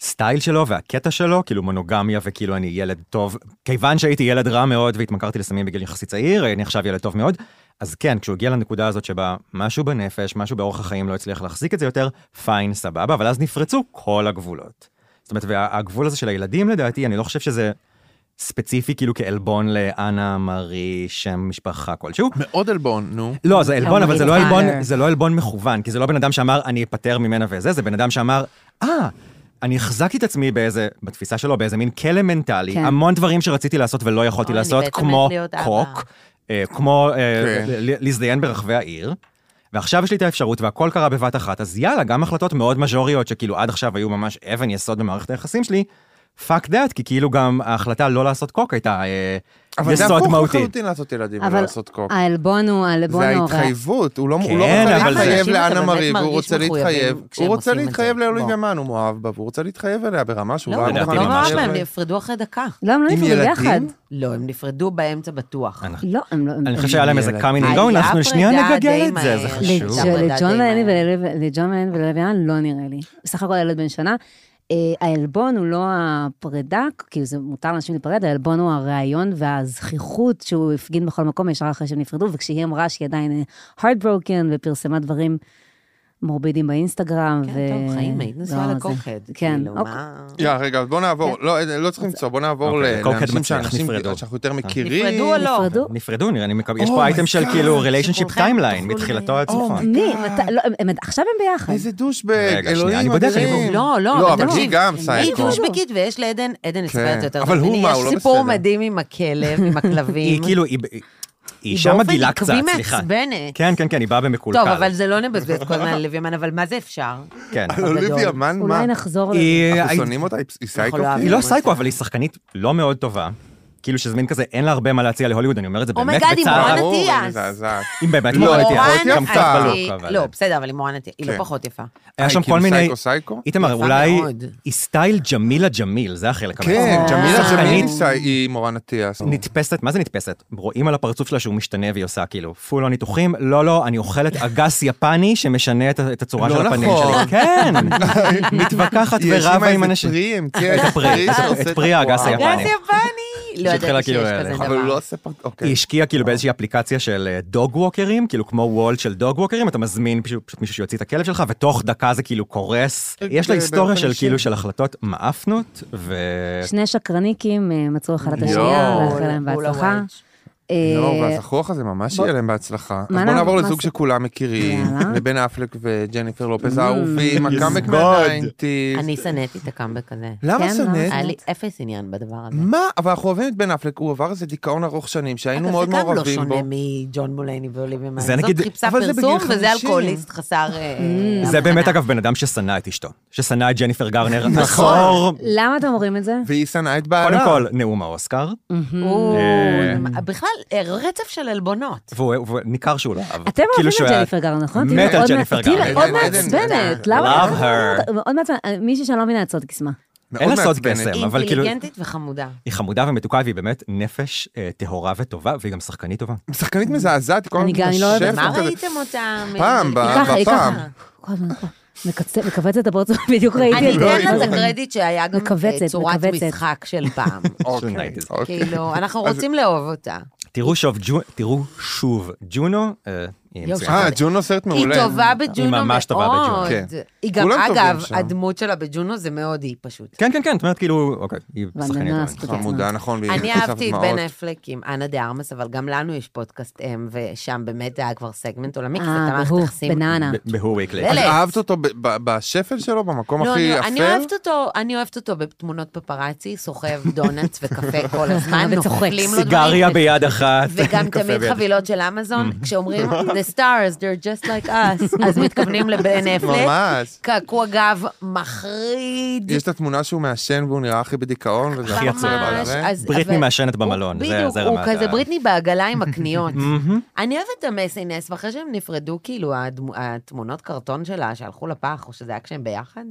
Speaker 3: סטייל שלו והקטע שלו, כאילו מונוגמיה וכאילו אני ילד טוב. כיוון שהייתי ילד רע מאוד והתמכרתי לסמים בגיל יחסית צעיר, אני עכשיו ילד טוב מאוד. אז כן, כשהוא הגיע לנקודה הזאת שבה משהו בנפש, משהו באורח החיים לא הצליח להחזיק את זה יותר, פיין, סבבה, אבל אז נפרצו כל הגבולות. זאת אומרת, והגבול הזה של הילדים לדעתי, אני לא חושב שזה ספציפי כאילו כעלבון לאנה, מארי, שם משפחה כלשהו.
Speaker 4: מאוד עלבון, נו.
Speaker 3: לא, זה עלבון, אבל זה לא
Speaker 5: אמריקאי.
Speaker 3: עלבון, זה לא עלבון מכוון, כי זה לא בן אדם שאמר, אני אפטר ממנה וזה, זה בן אדם שאמר, אה, אני החזקתי את עצמי באיזה, בתפיסה שלו, באיזה מין כלא מנטלי,
Speaker 5: כן.
Speaker 3: המון דברים שרציתי לעשות ולא יכולתי
Speaker 2: אוי, אני
Speaker 3: לעשות,
Speaker 2: בעצם
Speaker 3: כמו
Speaker 2: מת להיות אבא.
Speaker 3: קוק, אה, כמו אה,
Speaker 4: כן.
Speaker 3: ל- להזדיין ברחבי העיר. ועכשיו יש לי את האפשרות והכל קרה בבת אחת, אז יאללה, גם החלטות מאוד מז'וריות שכאילו עד עכשיו היו ממש אבן יסוד במערכת היחסים שלי, פאק דאט, כי כאילו גם ההחלטה לא לעשות קוק הייתה אה,
Speaker 4: אבל זה
Speaker 3: יסוד
Speaker 4: הפוך
Speaker 3: מהותי.
Speaker 4: לחלוטין לעשות ילדים
Speaker 5: אבל
Speaker 4: ולא לעשות קוק.
Speaker 5: העלבון הוא העלבון
Speaker 4: זה
Speaker 5: הוא הרע.
Speaker 4: ההתחייבות, הוא לא הוא לא
Speaker 3: כן,
Speaker 4: רוצה
Speaker 3: אבל זה-
Speaker 4: להתחייב
Speaker 2: אנשים, אתה
Speaker 4: לאנה
Speaker 2: באמת
Speaker 4: מרי, והוא
Speaker 2: מרגיש
Speaker 4: רוצה
Speaker 2: מחויבים
Speaker 4: להתחייב, הוא
Speaker 2: כשהם
Speaker 4: רוצה
Speaker 2: עושים את
Speaker 4: להתחייב
Speaker 2: זה.
Speaker 4: לאלוהים
Speaker 2: בוא.
Speaker 4: ימן, הוא מאוהב בה, והוא רוצה להתחייב אליה ברמה שהוא
Speaker 2: לא,
Speaker 4: היה
Speaker 2: הם
Speaker 3: לדעתי
Speaker 2: לא
Speaker 4: מוכן
Speaker 3: ממש
Speaker 2: ממש
Speaker 4: להתחייב
Speaker 2: הם
Speaker 4: אליה.
Speaker 2: נפרדו אחרי דקה.
Speaker 5: לא, הם לא
Speaker 4: עם
Speaker 5: נפרדו
Speaker 4: ילדים?
Speaker 5: ביחד.
Speaker 2: לא, הם נפרדו באמצע בטוח.
Speaker 3: אנחנו-
Speaker 5: לא, הם לא...
Speaker 3: אני
Speaker 5: הם-
Speaker 3: חושב שהיה להם איזה
Speaker 4: היה
Speaker 3: coming and going,
Speaker 2: פרידה
Speaker 3: אנחנו שנייה
Speaker 2: די
Speaker 3: נגגל את זה, זה
Speaker 2: מהר.
Speaker 3: חשוב.
Speaker 2: לג'ון-
Speaker 5: לג'ון
Speaker 2: די
Speaker 5: מלאני
Speaker 2: מהר.
Speaker 5: ולג'ון מלאני וללוויאן לא נראה לי. בסך הכל ילד בן שנה. אה, העלבון הוא לא הפרידה, כאילו זה מותר לאנשים להיפרד, העלבון הוא הרעיון והזכיחות שהוא הפגין בכל מקום ישר אחרי שהם נפרדו, וכשהיא אמרה שהיא עדיין אה, heartbroken ופרסמה דברים מורבידים באינסטגרם.
Speaker 2: כן, טוב, חיים, היית נשואה
Speaker 5: לא,
Speaker 2: לקוקד.
Speaker 5: זה- כן,
Speaker 2: כאילו,
Speaker 5: אוקיי.
Speaker 2: מה...
Speaker 4: יא, רגע, בוא נעבור, לא, אה, לא צריך למצוא, בוא נעבור
Speaker 3: אוקיי,
Speaker 4: ל-
Speaker 3: קוקד
Speaker 4: לאנשים
Speaker 3: מצליח,
Speaker 4: שאנשים-
Speaker 3: נפרדו.
Speaker 4: שאנחנו יותר מכירים.
Speaker 2: נפרדו או לא?
Speaker 5: נפרדו?
Speaker 3: נפרדו, נראה לי, מקו- יש
Speaker 4: Oh
Speaker 3: פה אייטם
Speaker 4: my
Speaker 3: של
Speaker 4: God.
Speaker 3: כאילו ריליישנשיפ
Speaker 2: שכולכם
Speaker 3: טיימליין,
Speaker 2: תוכלו
Speaker 3: מתחילתו עד
Speaker 2: לנהל.
Speaker 3: סופו.
Speaker 4: Oh my
Speaker 5: מי?
Speaker 4: God.
Speaker 5: מתי? לא, הם- הם- עכשיו הם ביחד.
Speaker 4: איזה דושבג,
Speaker 3: רגע, שנייה, אני
Speaker 4: אלוהים
Speaker 3: בודק, אני
Speaker 4: אדירים.
Speaker 3: בודק.
Speaker 2: לא, לא,
Speaker 4: לא,
Speaker 2: אבל
Speaker 4: אבל היא
Speaker 2: תקשיב,
Speaker 4: גם
Speaker 2: היא
Speaker 4: סייקו.
Speaker 2: דושבקית ויש לעדן, עדן הספר את זה יותר.
Speaker 4: אבל
Speaker 2: טוב
Speaker 4: הוא
Speaker 2: ממני,
Speaker 4: מה, הוא לא
Speaker 2: יש סיפור
Speaker 4: בסדר.
Speaker 2: מדהים עם הכלב, עם הכלבים.
Speaker 3: היא כאילו, היא היא אישה
Speaker 2: באופן
Speaker 3: מגעילה
Speaker 2: עקבי
Speaker 3: קצת, סליחה.
Speaker 2: מעצבנת.
Speaker 3: כן, כן, כן, היא באה במקולקל.
Speaker 2: טוב, אבל זה לא נבזבז כל הזמן על לווימן, אבל מה זה אפשר?
Speaker 3: כן.
Speaker 4: על אוליביה מן, מה?
Speaker 5: אולי נחזור לזה.
Speaker 3: היא-
Speaker 4: אנחנו
Speaker 3: היא-
Speaker 4: שונאים אותה? היא- היא סייקו?
Speaker 2: לא
Speaker 4: כאילו?
Speaker 2: אוהבים.
Speaker 3: אה, היא לא סייקו, אבל היא שחקנית לא מאוד טובה. כאילו שזה מין כזה, אין לה הרבה מה להציע להוליווד, אני אומר את זה באמת
Speaker 2: אומייגאד, Oh היא
Speaker 3: בצער.
Speaker 2: מורן
Speaker 4: ברור,
Speaker 2: אטיאס.
Speaker 4: היא מזעזעת.
Speaker 3: אם באמת
Speaker 4: לא,
Speaker 3: מורן
Speaker 4: היא
Speaker 3: אטיאס,
Speaker 4: פחות
Speaker 3: גם
Speaker 4: יפה.
Speaker 3: קצת
Speaker 2: היא-
Speaker 3: בלוק, אבל...
Speaker 2: לא, בסדר, אבל היא מורן אטיאס, היא לא
Speaker 4: כן.
Speaker 2: פחות יפה.
Speaker 3: היה
Speaker 4: אה,
Speaker 3: שם
Speaker 4: כאילו
Speaker 3: כל מיני...
Speaker 4: סייקו, סייקו?
Speaker 3: איתמר,
Speaker 2: יפה
Speaker 3: אולי
Speaker 2: מאוד.
Speaker 3: היא סטייל ג'מילה ג'מיל, זה החלק
Speaker 2: לא
Speaker 4: כן,
Speaker 3: המעצבן.
Speaker 4: ג'מילה
Speaker 3: שחקנית
Speaker 4: ג'מיל סי- היא מורן אטיאס.
Speaker 3: נתפסת, מה זה נתפסת? רואים על הפרצוף שלה שהוא משתנה והיא עושה כאילו פול לא ניתוחים, לא לא, אני אוכלת אגס יפני שמשנה את, את הצורה
Speaker 4: לא
Speaker 3: של הפנים
Speaker 4: נכון.
Speaker 3: שלי. כן, מתווכחת
Speaker 4: היא
Speaker 3: ורבה
Speaker 4: האשימה
Speaker 3: עם
Speaker 4: איזה
Speaker 3: אנשים.
Speaker 4: פרי, המציאה
Speaker 3: את הפרי, את
Speaker 4: שעושה
Speaker 3: הפרי,
Speaker 4: את
Speaker 3: את פרי
Speaker 4: הפועל.
Speaker 3: האגס היפני.
Speaker 2: גס יפני! לא
Speaker 3: שהתחילה
Speaker 2: ידעתי שיש
Speaker 3: כאילו
Speaker 2: כזה
Speaker 3: ללכת.
Speaker 2: דבר.
Speaker 4: אבל הוא לא עושה פרט... אוקיי.
Speaker 3: היא השקיעה כאילו באיזושהי אפליקציה של דוג ווקרים, כאילו כמו וולט של דוג ווקרים, אתה מזמין פשוט פשוט מישהו שיוציא את הכלב שלך, ותוך דקה זה כאילו קורס.
Speaker 4: אה,
Speaker 3: יש לה
Speaker 4: ב-
Speaker 3: היסטוריה
Speaker 4: באופן
Speaker 3: של
Speaker 4: אישי.
Speaker 3: כאילו של החלטות מעפנות, ו...
Speaker 5: שני שקרניקים אה, מצאו אחד את
Speaker 4: יואו.
Speaker 5: השנייה, לאחל להם
Speaker 2: לא
Speaker 5: בהצלחה. אה,
Speaker 4: לא, ואז החוח הזה ממש
Speaker 5: בוא-
Speaker 4: יהיה להם בהצלחה. אז
Speaker 5: מה
Speaker 4: בואו
Speaker 5: נע-
Speaker 4: נעבור
Speaker 5: מה
Speaker 4: לזוג
Speaker 5: זה?
Speaker 4: שכולם מכירים,
Speaker 5: יאללה.
Speaker 4: לבן אפלק וג'ניפר לופז
Speaker 5: Mm.
Speaker 4: האהובים, הקאמבק
Speaker 3: יסגוד.
Speaker 4: מהניינטיז.
Speaker 2: אני שנאתי את הקאמבק הזה.
Speaker 4: למה
Speaker 5: כן,
Speaker 4: שונאת?
Speaker 5: למה?
Speaker 2: היה לי אפס עניין בדבר הזה.
Speaker 4: מה? אבל אנחנו אוהבים את בן אפלק, הוא עבר איזה דיכאון ארוך שנים, שהיינו מאוד
Speaker 2: אבל זה
Speaker 4: מעורבים
Speaker 2: גם לא
Speaker 4: בו.
Speaker 2: שונה מג'ון מולייני ואוליבי מן.
Speaker 3: זה
Speaker 2: זאת
Speaker 3: נגיד-
Speaker 2: חיפשה
Speaker 4: אבל זה בגיל
Speaker 2: פרסום, וזה
Speaker 4: 50.
Speaker 2: אלכוהוליסט חסר... אה,
Speaker 3: זה
Speaker 2: הבחנה.
Speaker 3: באמת אגב בן אדם ששנא את אשתו, ששנא את ג'ניפר גרנר,
Speaker 4: נכון.
Speaker 3: עשור,
Speaker 5: למה אתם אומרים את זה?
Speaker 4: והיא שנאה את בעלה.
Speaker 3: קודם כל נאום האוסקר,
Speaker 2: הוא-
Speaker 3: אה.
Speaker 2: בכלל, אה, רצף של עלבונות.
Speaker 3: והוא והוא- ניכר שהוא לא אהב.
Speaker 5: אתם אוהבים
Speaker 3: כאילו שהוא
Speaker 5: את
Speaker 3: היה-
Speaker 5: ג'ניפר גרנר, נכון?
Speaker 3: מת על ג'ניפר גרנר.
Speaker 5: היא מאוד
Speaker 4: עדן, עדן,
Speaker 5: מעצבנת,
Speaker 2: עדן.
Speaker 5: למה?
Speaker 3: Love her.
Speaker 5: מאוד מעצבנת, מישהי שאני לא מבינה את סוד קסמה.
Speaker 4: מאוד
Speaker 3: אין לה סוד
Speaker 4: מעצבנת.
Speaker 3: קסם,
Speaker 2: היא
Speaker 3: אבל כאילו,
Speaker 2: אינטליגנטית וחמודה.
Speaker 3: היא חמודה ומתוקה, והיא באמת נפש אה, טהורה וטובה, והיא גם שחקנית טובה.
Speaker 4: שחקנית מזעזעת, היא כל
Speaker 5: אני גם- אני לא אוהבת
Speaker 4: מתנשפת
Speaker 2: מה
Speaker 4: כזה.
Speaker 2: ראיתם אותם?
Speaker 4: פעם, ב-
Speaker 5: היא
Speaker 4: אה,
Speaker 5: ככה, היא
Speaker 4: בפעם.
Speaker 5: ככה. כל הזמן, מקצ- מקבצת את הפרצוף, בדיוק ראיתי
Speaker 2: אני
Speaker 5: את זה.
Speaker 2: אתן לה את הקרדיט שהיה גם
Speaker 5: מכווצת,
Speaker 2: אה, צורת
Speaker 5: מכווצת.
Speaker 2: משחק של פעם.
Speaker 4: אוקיי,
Speaker 3: שונאית.
Speaker 4: אוקיי.
Speaker 2: כאילו, אנחנו רוצים לאהוב אותה.
Speaker 3: תראו שוב, ג'ו- תראו שוב, ג'ונו, אה, היא
Speaker 2: יופי.
Speaker 3: מצוינת.
Speaker 4: אה, ג'ונו סרט
Speaker 2: היא
Speaker 4: מעולה.
Speaker 2: טובה בג'ונו
Speaker 3: ממש טובה בג'ונו.
Speaker 2: מאוד.
Speaker 4: כן.
Speaker 2: היא גם,
Speaker 4: כולם טובים
Speaker 2: אגב,
Speaker 4: שם.
Speaker 2: הדמות שלה בג'ונו זה מאוד היא פשוט.
Speaker 3: כן, כן, כן, זאת אומרת, כאילו, אוקיי, היא
Speaker 5: ואני
Speaker 3: שחקנית
Speaker 5: לא
Speaker 3: טובה.
Speaker 5: אספיק.
Speaker 4: חמודה, נכון. והיא
Speaker 2: אני
Speaker 4: חוטפת
Speaker 2: אהבתי את
Speaker 4: דמעות.
Speaker 2: בן אפלק עם אנה דה ארמס, אבל גם לנו יש פודקאסט אם, ושם באמת היה כבר סגמנט עולמי, כי זה
Speaker 5: אה,
Speaker 2: מערכת
Speaker 5: בהוא,
Speaker 2: יחסים.
Speaker 5: בננה.
Speaker 3: ב- ב-Who Weekly.
Speaker 2: אלה.
Speaker 4: אז
Speaker 2: פלט.
Speaker 4: אהבת אותו ב- ב- בשפל שלו, במקום
Speaker 2: לא,
Speaker 4: הכי
Speaker 2: אני-
Speaker 4: אפל?
Speaker 2: אני אוהבת אותו, אני אוהבת אותו בתמונות פפראצי, סוחב דונלדס וקפה כל הזמן,
Speaker 5: וצוחק.
Speaker 2: נופלים לו
Speaker 3: סיגריה
Speaker 2: דברים,
Speaker 3: ביד אחת.
Speaker 2: וגם
Speaker 3: קפה
Speaker 2: תמיד
Speaker 3: ביד-
Speaker 2: חבילות של אמזון, כשאומרים The stars, they're just like us, אז מתכוונים לבן אפלק.
Speaker 4: ממש.
Speaker 2: קעקוע גב מחריד.
Speaker 4: יש את התמונה שהוא מעשן והוא נראה הכי בדיכאון, וזה
Speaker 3: הכי עצוב.
Speaker 4: ממש.
Speaker 2: אז-
Speaker 3: בריטני
Speaker 2: אבל-
Speaker 3: מעשנת
Speaker 2: הוא-
Speaker 3: במלון, זה-
Speaker 2: בדיוק,
Speaker 3: זה
Speaker 2: הוא
Speaker 3: רמת
Speaker 2: כזה
Speaker 3: ה-
Speaker 2: בריטני בעגלה עם הקניות.
Speaker 3: מהמם.
Speaker 2: אני אוהבת את המסינס, ואחרי שהם נפרדו, כאילו, הדמו- התמונות קרטון שלה שהלכו לפח, או שזה היה כשהם ביחד?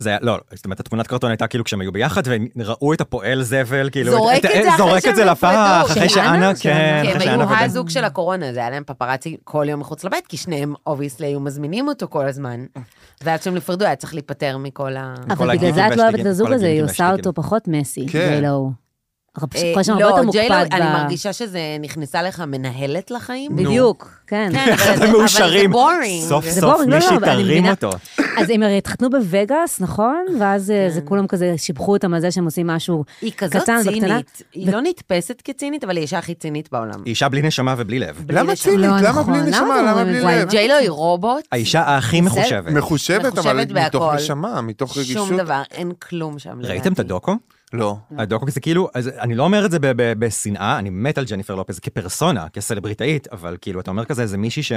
Speaker 3: זה היה, לא, זאת אומרת, התמונת קרטון הייתה כאילו כשהם היו ביחד, והם ראו את הפועל זבל, כאילו...
Speaker 2: זורק את זה אחרי
Speaker 3: זורק
Speaker 2: שהם
Speaker 3: את זה לפח,
Speaker 2: נפרדו.
Speaker 3: אחרי
Speaker 2: של אנה?
Speaker 3: שאנה,
Speaker 5: של אנה.
Speaker 3: כן,
Speaker 2: כי
Speaker 3: אחרי
Speaker 2: הם
Speaker 3: שאנה
Speaker 2: היו
Speaker 3: ודן.
Speaker 2: הזוג של הקורונה, זה היה להם פפראצי כל יום מחוץ לבית, כי שניהם אובייסלי היו מזמינים אותו כל הזמן. ועד שהם נפרדו, היה צריך להיפטר מכל ה...
Speaker 3: כל
Speaker 5: אבל בגלל
Speaker 3: הגילים
Speaker 5: זה את לא אוהבת את
Speaker 3: והשתיקים,
Speaker 5: הזוג
Speaker 3: כל
Speaker 5: הזה, היא
Speaker 3: הגילים
Speaker 5: עושה
Speaker 3: והשתיקים.
Speaker 5: אותו פחות מסי,
Speaker 4: כן.
Speaker 5: ג'יילו.
Speaker 2: אה,
Speaker 5: פשוט הרבה יותר
Speaker 2: ג'יילו,
Speaker 5: מוקפד.
Speaker 2: אני
Speaker 5: ב-
Speaker 2: מרגישה שזה נכנסה לך מנהלת לחיים.
Speaker 5: בדיוק, כן.
Speaker 2: כן, אבל
Speaker 3: איך
Speaker 2: זה-
Speaker 3: הם מאושרים.
Speaker 2: אבל זה boring.
Speaker 3: סוף
Speaker 5: זה
Speaker 3: סוף
Speaker 5: boring, לא, לא,
Speaker 3: מישהי
Speaker 5: אבל אני
Speaker 3: תרים
Speaker 5: מבינה.
Speaker 3: אותו.
Speaker 5: אז הם הרי התחתנו בווגאס, נכון? ואז אה,
Speaker 2: כן.
Speaker 5: זה כולם כזה שיבחו אותם על זה שהם עושים משהו.
Speaker 2: היא כזאת
Speaker 5: קטן ובקטנה.
Speaker 2: צינית. היא לא נתפסת כצינית, אבל היא האישה הכי צינית בעולם.
Speaker 3: היא אישה בלי נשמה ובלי לב.
Speaker 2: בלי
Speaker 4: למה
Speaker 2: לשון.
Speaker 4: צינית?
Speaker 5: לא,
Speaker 4: למה
Speaker 5: נכון.
Speaker 4: בלי
Speaker 5: למה
Speaker 4: נשמה?
Speaker 5: אתם
Speaker 4: למה
Speaker 5: אומרים
Speaker 4: בלי
Speaker 5: את זה?
Speaker 2: וואי,
Speaker 4: לב?
Speaker 2: לא, ג'יילו היא רובוט,
Speaker 3: האישה הכי מחושבת.
Speaker 4: מחושבת, אבל
Speaker 2: מחושבת
Speaker 4: מתוך
Speaker 2: בהכל.
Speaker 4: נשמה, מתוך רגישות.
Speaker 2: שום דבר, אין כלום שם.
Speaker 3: ראיתם
Speaker 2: לדעתי.
Speaker 3: את הדוקו?
Speaker 4: לא.
Speaker 2: כן.
Speaker 3: הדוקו זה כאילו, אז אני לא אומר את זה ב- ב- בשנאה, אני מת על ג'ניפר לופז כפרסונה, כסלבריטאית, אבל כאילו, אתה אומר כזה, זה מישי ש...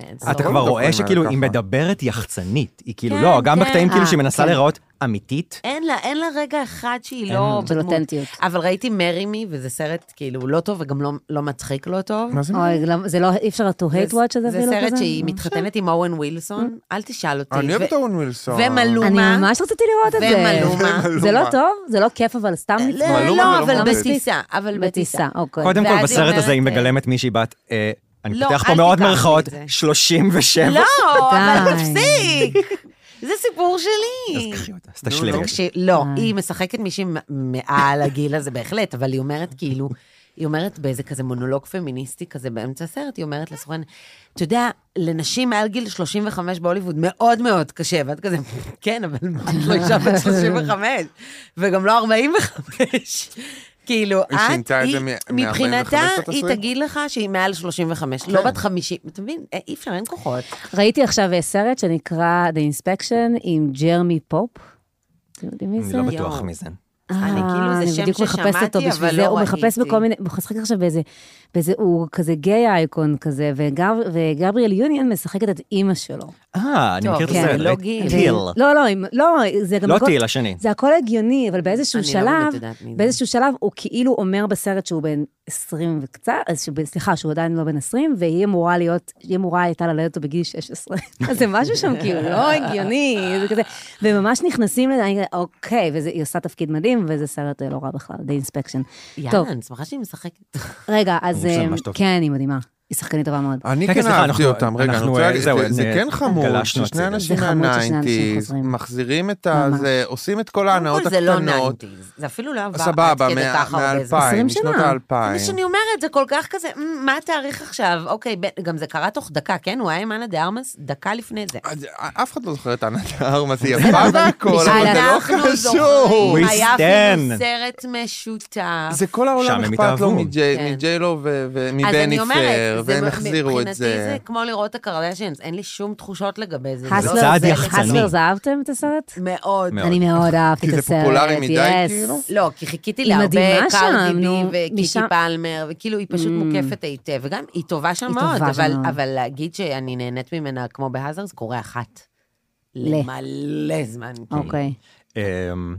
Speaker 2: אין,
Speaker 3: אתה
Speaker 2: זו-
Speaker 3: כבר
Speaker 4: מדברים
Speaker 3: רואה
Speaker 4: עליה
Speaker 3: שכאילו
Speaker 4: ככה.
Speaker 3: היא מדברת יחצנית, היא כאילו
Speaker 2: כן,
Speaker 3: לא, גם
Speaker 2: כן,
Speaker 3: בקטעים כאילו
Speaker 2: אה,
Speaker 3: שהיא מנסה
Speaker 2: כן.
Speaker 3: להיראות אמיתית.
Speaker 2: אין לה, אין לה רגע אחד שהיא לא...
Speaker 5: של
Speaker 2: בדמות.
Speaker 5: אותנטיות.
Speaker 2: אבל ראיתי מרי מי, וזה סרט כאילו לא טוב וגם לא- לא מצחיק לא טוב.
Speaker 4: מה זה?
Speaker 5: אוי, למה- זה לא, אי אפשר to hate
Speaker 2: זה-
Speaker 5: watch הזה
Speaker 2: זה
Speaker 5: אפילו לא כזה? Mm.
Speaker 2: סרט שהיא מתחתנת עם אורן ווילסון, אל תשאל אותי.
Speaker 4: אני
Speaker 2: ו-
Speaker 4: אוהב את אורן ווילסון.
Speaker 2: ומלום.
Speaker 5: אני
Speaker 2: מלומה.
Speaker 5: ממש רציתי לראות את זה.
Speaker 2: ומלומה.
Speaker 5: זה לא טוב? זה לא כיף, אבל סתם
Speaker 2: לא,
Speaker 4: מלום,
Speaker 2: לא,
Speaker 4: מלום,
Speaker 2: אבל
Speaker 4: מלום.
Speaker 2: בטיסה, אבל
Speaker 5: בטיסה,
Speaker 2: בטיסה.
Speaker 5: אוקיי.
Speaker 3: קודם
Speaker 2: ואז
Speaker 3: כל
Speaker 2: היא
Speaker 3: בסרט הזה היא
Speaker 2: אומרת,
Speaker 3: מגלמת מישהי בת, אה, אני
Speaker 2: לא,
Speaker 3: פותח
Speaker 2: אל
Speaker 3: פה מאוד
Speaker 2: תיקח לי לא.
Speaker 3: מירכאות,
Speaker 2: את זה.
Speaker 3: 37.
Speaker 2: לא, אבל
Speaker 5: די.
Speaker 2: תפסיק. זה סיפור שלי.
Speaker 3: אז קחי אותה, אז תשלימי.
Speaker 4: נו, נו.
Speaker 2: תקשיב, לא,
Speaker 5: אה.
Speaker 2: היא משחקת מישהי מ- מעל הגיל הזה בהחלט, אבל היא אומרת כאילו, היא אומרת באיזה כזה מונולוג פמיניסטי כזה באמצע הסרט, היא אומרת לסוכן, אתה יודע, לנשים מעל גיל 35 בהוליווד מאוד מאוד קשה, ואת כזה, כן, אבל מה, את לא אישה בת 35, וגם לא 45. כאילו,
Speaker 4: היא
Speaker 2: את,
Speaker 4: שינתה את
Speaker 2: היא,
Speaker 4: זה מ- מ-
Speaker 2: מבחינתה,
Speaker 4: 45 לתסריט?
Speaker 2: היא תגיד לך שהיא מעל 35, לא
Speaker 4: כן.
Speaker 2: בת 50, אתה מבין? אה, אי אפשר, אין כוחות.
Speaker 5: ראיתי עכשיו אה, סרט שנקרא The Inspection עם ג'רמי פופ. אתם יודעים מי
Speaker 3: אני
Speaker 5: זה?
Speaker 3: לא בטוח מי זה.
Speaker 2: אני
Speaker 5: אה,
Speaker 2: כאילו, זה שם
Speaker 5: בדיוק מחפשת
Speaker 2: ששמעתי,
Speaker 5: אותו
Speaker 2: אבל
Speaker 5: בשביל
Speaker 2: לא
Speaker 5: זה, הוא
Speaker 2: ראיתי.
Speaker 5: מחפש בכל מיני, הוא משחק עכשיו באיזה, באיזה, הוא כזה גיי אייקון כזה, וגב- וגבריאל יוניאן משחקת את אימא שלו.
Speaker 3: אה, אני
Speaker 2: טוב,
Speaker 3: מכיר את
Speaker 2: כן,
Speaker 3: הסרט.
Speaker 2: לא
Speaker 3: ראיתי.
Speaker 2: גיל.
Speaker 3: טיל.
Speaker 5: לא, לא, אם- לא, זה גם...
Speaker 3: לא
Speaker 5: הכל-
Speaker 3: טיל, השני.
Speaker 5: זה הכל הגיוני, אבל באיזשהו
Speaker 2: אני לא באמת
Speaker 5: שלב,
Speaker 2: יודעת מי זה.
Speaker 5: באיזשהו שלב הוא כאילו אומר בסרט שהוא בן 20 וקצת, אז שב- סליחה, שהוא עדיין לא בן 20, והיא אמורה להיות, היא אמורה הייתה ללדת אותו בגיל 16. אז זה משהו שם כאילו לא הגיוני, זה כזה. והם ממש נכנסים לזה, אני כזה, אוקיי, והיא עושה תפקיד מדהים, וזה סרט אה, לא רע בכלל, The Inspection.
Speaker 2: יאללה,
Speaker 5: טוב,
Speaker 2: אני שמחה שהיא משחקת.
Speaker 5: רגע, אז
Speaker 3: הוא עושה
Speaker 5: אה,
Speaker 3: ממש טוב.
Speaker 5: כן, היא מדהימה. היא שחקנית טובה מאוד.
Speaker 4: אני
Speaker 3: כן,
Speaker 4: כן
Speaker 3: סליחה,
Speaker 4: אהבתי
Speaker 3: אנחנו-
Speaker 4: אותם, רגע, אני
Speaker 3: אנחנו,
Speaker 4: רוצה
Speaker 3: אה,
Speaker 4: להגיד,
Speaker 3: זהו,
Speaker 4: זה- זה
Speaker 3: נ-
Speaker 4: כן חמוד,
Speaker 3: גלשנו
Speaker 4: ששני
Speaker 3: הצידה.
Speaker 4: אנשים
Speaker 5: זה חמוד ששני אנשים
Speaker 4: מהניינטיז,
Speaker 5: חוזרים.
Speaker 4: מחזירים את
Speaker 5: ממש.
Speaker 4: הזה, עושים את כל ההנאות
Speaker 2: קודם כל, זה לא
Speaker 4: הקטנות,
Speaker 2: 90's, זה אפילו לא עבר
Speaker 4: סבבה,
Speaker 2: עד כדי
Speaker 4: מה-
Speaker 2: כך הרבה זמן.
Speaker 4: מהאלפיים,
Speaker 5: 20
Speaker 4: משנות
Speaker 5: שנה.
Speaker 2: מה
Speaker 4: האלפיים.
Speaker 2: שאני אומרת, זה כל כך כזה, "מ, מה התאריך עכשיו? אוקיי, ב- גם זה קרה תוך דקה, כן? הוא היה עם אנה דה ארמס דקה לפני זה.
Speaker 4: אז אף אחד לא זוכר את ענת הארמס, היא יפה והכל, אבל זה לא
Speaker 2: אנחנו
Speaker 4: קשור.
Speaker 2: זוכרים,
Speaker 3: We
Speaker 2: היה אפילו
Speaker 3: stand.
Speaker 2: סרט משותף.
Speaker 4: זה כל העולם
Speaker 3: שם הם
Speaker 4: אכפת לו
Speaker 3: התאהבו.
Speaker 4: מג'יי
Speaker 2: כן.
Speaker 4: מג'יילו ו-
Speaker 2: אז אני
Speaker 4: ומבני
Speaker 2: אומרת,
Speaker 4: פר,
Speaker 2: זה
Speaker 4: והם
Speaker 2: מ-
Speaker 4: החזירו את זה.
Speaker 2: מבחינתי זה כמו לראות את הקרדשיאנס, אין לי שום תחושות לגבי זה. זה לא
Speaker 5: הסלר,
Speaker 3: צעד
Speaker 2: זה
Speaker 3: יחצני.
Speaker 5: הסלר, זה אה, אהבתם את הסרט?
Speaker 2: מאוד.
Speaker 3: מאוד.
Speaker 5: אני מאוד אהבתי
Speaker 4: כי
Speaker 5: את
Speaker 4: זה
Speaker 5: הסרט.
Speaker 4: פופולרי מדי,
Speaker 5: yes.
Speaker 4: כאילו?
Speaker 2: לא, כי חיכיתי
Speaker 5: היא
Speaker 2: להרבה
Speaker 5: מדהימה
Speaker 2: קרדי
Speaker 5: שם,
Speaker 2: בי
Speaker 5: נו,
Speaker 2: וקיטי
Speaker 5: משם-
Speaker 2: פלמר, וכאילו, היא פשוט
Speaker 5: Mm.
Speaker 2: מוקפת היטב, וגם היא טובה שם
Speaker 5: היא טובה
Speaker 2: מאוד,
Speaker 5: שם
Speaker 2: אבל-
Speaker 5: מאוד.
Speaker 2: אבל להגיד שאני נהנית ממנה כמו בהאזר, זה קורה אחת.
Speaker 5: ל.
Speaker 2: למלא זמן. כאילו.
Speaker 5: אוקיי.
Speaker 3: אמ,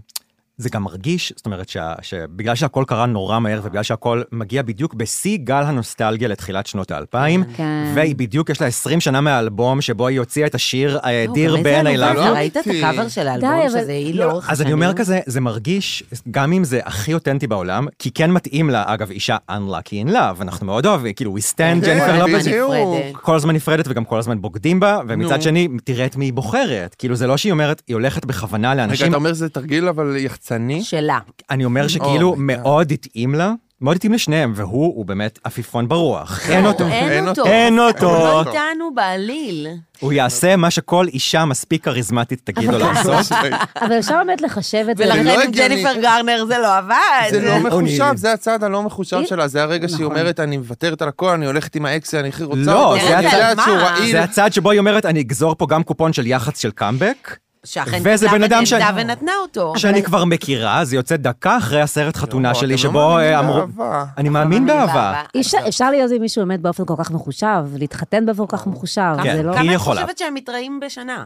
Speaker 3: זה גם מרגיש, זאת אומרת, שה, שבגלל שהכל קרה נורא מהר ובגלל שהכל מגיע בדיוק בשיא גל הנוסטלגיה לתחילת שנות האלפיים,
Speaker 5: כן.
Speaker 3: והיא בדיוק, יש לה 20 שנה מהאלבום שבו היא הוציאה את השיר
Speaker 2: לא,
Speaker 3: "דיר
Speaker 2: גם איזה
Speaker 3: בן I
Speaker 2: עלובה,
Speaker 3: Love You".
Speaker 4: לא?
Speaker 2: ראית את
Speaker 4: ראיתי.
Speaker 2: הקאבר של האלבום,
Speaker 5: אבל-
Speaker 2: שזה היא לאורך השנים?
Speaker 3: אוקיי. אז אני אומר כזה, זה מרגיש, גם אם זה הכי אותנטי בעולם, כי כן מתאים לה, אגב, אישה unlucky in love, אנחנו מאוד אוהבים, כאילו, we stand
Speaker 5: אוקיי.
Speaker 4: כן,
Speaker 3: ג'ניפר
Speaker 2: בדיוק.
Speaker 3: לופס,
Speaker 2: נפרדת.
Speaker 3: כל הזמן נפרדת וגם כל הזמן בוגדים בה, ומצד
Speaker 4: נו.
Speaker 3: שני, תראה את מי היא בוחרת. כאילו, זה לא שהיא אומרת, היא הולכת בכוונה
Speaker 4: רגע,
Speaker 3: לאנשים,
Speaker 4: אתה אומר שזה תרגיל אבל יחצני?
Speaker 2: שלה.
Speaker 3: אני
Speaker 4: Oh
Speaker 3: אומר שכאילו,
Speaker 4: אומייגאד.
Speaker 3: מאוד התאים לה, מאוד התאים לשניהם, והוא, הוא באמת עפיפון ברוח.
Speaker 5: כן.
Speaker 3: אין אותו.
Speaker 2: אין
Speaker 4: אין
Speaker 2: אותו.
Speaker 4: אותו.
Speaker 3: אין
Speaker 2: הוא לא
Speaker 3: אותו.
Speaker 2: איתנו בעליל.
Speaker 3: הוא יעשה מה שכל אישה מספיק כריזמטית תגיד לו
Speaker 5: אבל-
Speaker 3: לעשות.
Speaker 5: אבל אפשר באמת לחשב את זה.
Speaker 2: ולכן
Speaker 4: לא
Speaker 2: עם
Speaker 4: הגיוני.
Speaker 2: ג'ניפר גרנר זה לא עבד.
Speaker 4: זה לא
Speaker 3: הוא
Speaker 4: מחושב,
Speaker 3: נהנה.
Speaker 4: זה הצעד הלא מחושב
Speaker 5: אם-
Speaker 4: שלה, זה הרגע שהיא
Speaker 5: נכון.
Speaker 4: אומרת, אני מוותרת על הכל, אני הולכת עם האקס, אני הכי רוצה
Speaker 3: לא,
Speaker 4: אותו,
Speaker 3: זה
Speaker 4: אני
Speaker 3: הצעד-
Speaker 4: יודעת שהוא
Speaker 2: מה?
Speaker 4: רעיל.
Speaker 3: זה הצעד שבו היא אומרת, אני אגזור פה גם קופון של יח"צ של קאמבק,
Speaker 2: שאכן
Speaker 3: וזה בן אדם
Speaker 2: ש...
Speaker 3: שאני-
Speaker 2: ונתנה אותו.
Speaker 5: אוקיי.
Speaker 3: שאני כבר מכירה, זה יוצא דקה אחרי הסרט חתונה
Speaker 4: יואו,
Speaker 3: שלי,
Speaker 4: אתם לא
Speaker 3: שבו
Speaker 4: מאמינים
Speaker 3: אה, אמרו...
Speaker 4: באהבה.
Speaker 3: אני מאמין
Speaker 5: לא
Speaker 3: באהבה.
Speaker 5: אי אפשר- אפשר להיות עם מישהו באמת באופן כל כך מחושב, להתחתן באופן כל כך מחושב,
Speaker 3: כן.
Speaker 5: זה לא...
Speaker 3: היא
Speaker 2: כמה את
Speaker 3: יכולה.
Speaker 2: חושבת שהם מתראים בשנה?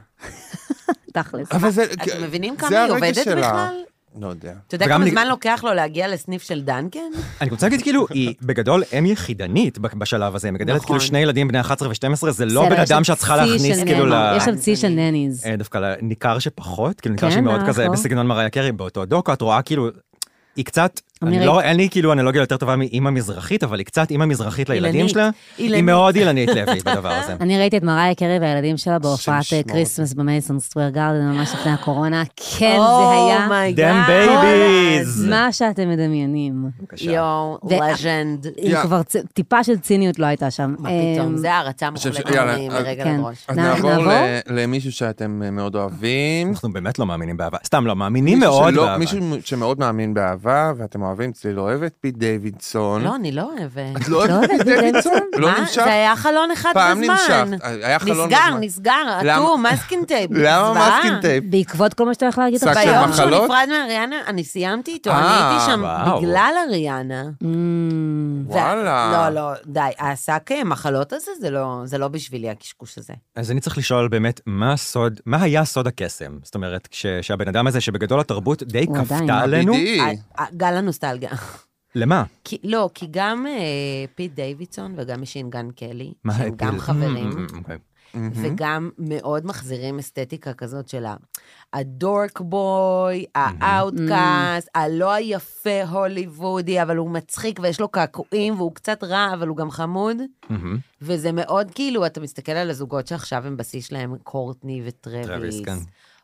Speaker 5: תכלס.
Speaker 4: אבל זה...
Speaker 2: אתם מבינים
Speaker 4: כן, זה
Speaker 2: כמה היא
Speaker 4: הרגע
Speaker 2: עובדת
Speaker 4: שלה.
Speaker 2: בכלל?
Speaker 4: לא יודע.
Speaker 2: אתה יודע
Speaker 3: וגם
Speaker 2: כמה
Speaker 3: אני-
Speaker 2: זמן לוקח לו להגיע לסניף של דנקן?
Speaker 3: אני רוצה להגיד, כאילו, היא בגדול אם יחידנית ב- בשלב הזה, היא מגדלת
Speaker 2: נכון.
Speaker 3: כאילו שני ילדים בני 11 ו-12, זה לא
Speaker 5: בסדר,
Speaker 3: בן
Speaker 5: יש שם
Speaker 3: אדם שאת צריכה
Speaker 5: צי
Speaker 3: להכניס
Speaker 5: של
Speaker 3: כאילו ל...
Speaker 5: נניז. יש שם צי של נניז.
Speaker 3: אה, דווקא ל- ניכר שפחות, כאילו ניכר
Speaker 5: כן,
Speaker 3: שהיא מאוד
Speaker 5: אה,
Speaker 3: כזה
Speaker 5: נכון.
Speaker 3: בסגנון מריה קרי באותו דוקו, את רואה כאילו, היא קצת, אני
Speaker 5: אמירית.
Speaker 3: לא, אין לי כאילו אנלוגיה יותר טובה מאימא מזרחית, אבל היא קצת אימא מזרחית לילדים
Speaker 2: אילנית.
Speaker 3: שלה, היא
Speaker 2: אילנית.
Speaker 3: מאוד אילנית לוי בדבר הזה.
Speaker 5: אני ראיתי את מריה קרי והילדים שלה בהופעת
Speaker 4: ישמור אותי.
Speaker 5: כריסמס במייסון סטוור גארדן ממש לפני הקורונה.
Speaker 3: Oh
Speaker 5: כן,
Speaker 2: Oh
Speaker 5: זה היה
Speaker 3: Damn babies!
Speaker 5: מה שאתם מדמיינים.
Speaker 3: בבקשה.
Speaker 2: יואו,
Speaker 5: ו-
Speaker 2: לג'נד.
Speaker 5: אם
Speaker 4: יא.
Speaker 5: כבר צ- טיפה של ציניות לא הייתה שם.
Speaker 2: מה
Speaker 5: אה,
Speaker 2: פתאום, זה הערצה
Speaker 4: חושב ש-
Speaker 2: מוחלטת
Speaker 4: יאללה, אה,
Speaker 2: מ-
Speaker 4: אז-
Speaker 2: מרגע
Speaker 5: כן.
Speaker 2: לדרוש.
Speaker 4: אז
Speaker 5: נע-
Speaker 4: נעבור
Speaker 5: נעבור?
Speaker 4: ל- למישהו שאתם אה, מאוד אוהבים.
Speaker 3: אנחנו באמת לא מאמינים באהבה, סתם לא, מאמינים
Speaker 4: מישהו
Speaker 3: מאוד
Speaker 4: שלא-
Speaker 3: באהבה.
Speaker 4: מישהו שמאוד מאמין באהבה, ואתם אוהבים, צליל אוהבת, פיט דיווידסון.
Speaker 2: לא, אני לא אוהבת.
Speaker 4: את לא אוהבת
Speaker 5: אוהבת
Speaker 4: את
Speaker 5: פיט
Speaker 4: דיווידסון? אה, לא
Speaker 2: מה?
Speaker 4: נמשך?
Speaker 2: זה היה חלון אחד
Speaker 4: פעם
Speaker 2: בזמן.
Speaker 4: נמשכת, היה חלון
Speaker 2: נסגר,
Speaker 4: בזמן.
Speaker 2: נסגר,
Speaker 4: למה-
Speaker 2: אטום, מסקינג טייפ.
Speaker 4: למה
Speaker 2: זוועה.
Speaker 4: מאסקינג טייפ?
Speaker 5: בעקבות כל מה שאתה הולך להגיד
Speaker 4: שק של
Speaker 2: ביום שהוא
Speaker 4: מחלות?
Speaker 2: נפרד מאריאנה, אני סיימתי איתו, אני
Speaker 4: אה,
Speaker 2: הייתי שם
Speaker 3: וואו.
Speaker 2: בגלל אריאנה.
Speaker 5: Mm,
Speaker 2: ו-
Speaker 4: וואלה.
Speaker 2: לא, לא, די, השק מחלות הזה, זה לא- זה לא בשבילי הקשקוש הזה.
Speaker 3: אז אני צריך לשאול באמת, מה הסוד, מה היה סוד הקסם? זאת אומרת, כש- שהבן אדם הזה, שבגדול התרבות די
Speaker 5: הוא עדיין.
Speaker 3: כפתה עלינו,
Speaker 4: BD.
Speaker 2: ה- ה- אה, גל הנוסטלגיה.
Speaker 3: למה?
Speaker 2: כי- לא, כי גם אה, פיט דיווידסון וגם משינגן קלי,
Speaker 3: מה
Speaker 2: שהם
Speaker 3: ההפיל?
Speaker 2: גם חברים,
Speaker 3: Mm, אוקיי.
Speaker 4: מהמם.
Speaker 2: וגם מאוד מחזירים אסתטיקה כזאת של ה- הדורק בוי,
Speaker 3: Mm-hmm.
Speaker 2: האאוטקאסט, הלא היפה הוליוודי, אבל הוא מצחיק ויש לו קעקועים והוא קצת רע, אבל הוא גם חמוד.
Speaker 3: מהמם.
Speaker 2: וזה מאוד כאילו, אתה מסתכל על הזוגות שעכשיו הם בשיא שלהם, קורטני וטרוויס.
Speaker 3: טרוויס, כן.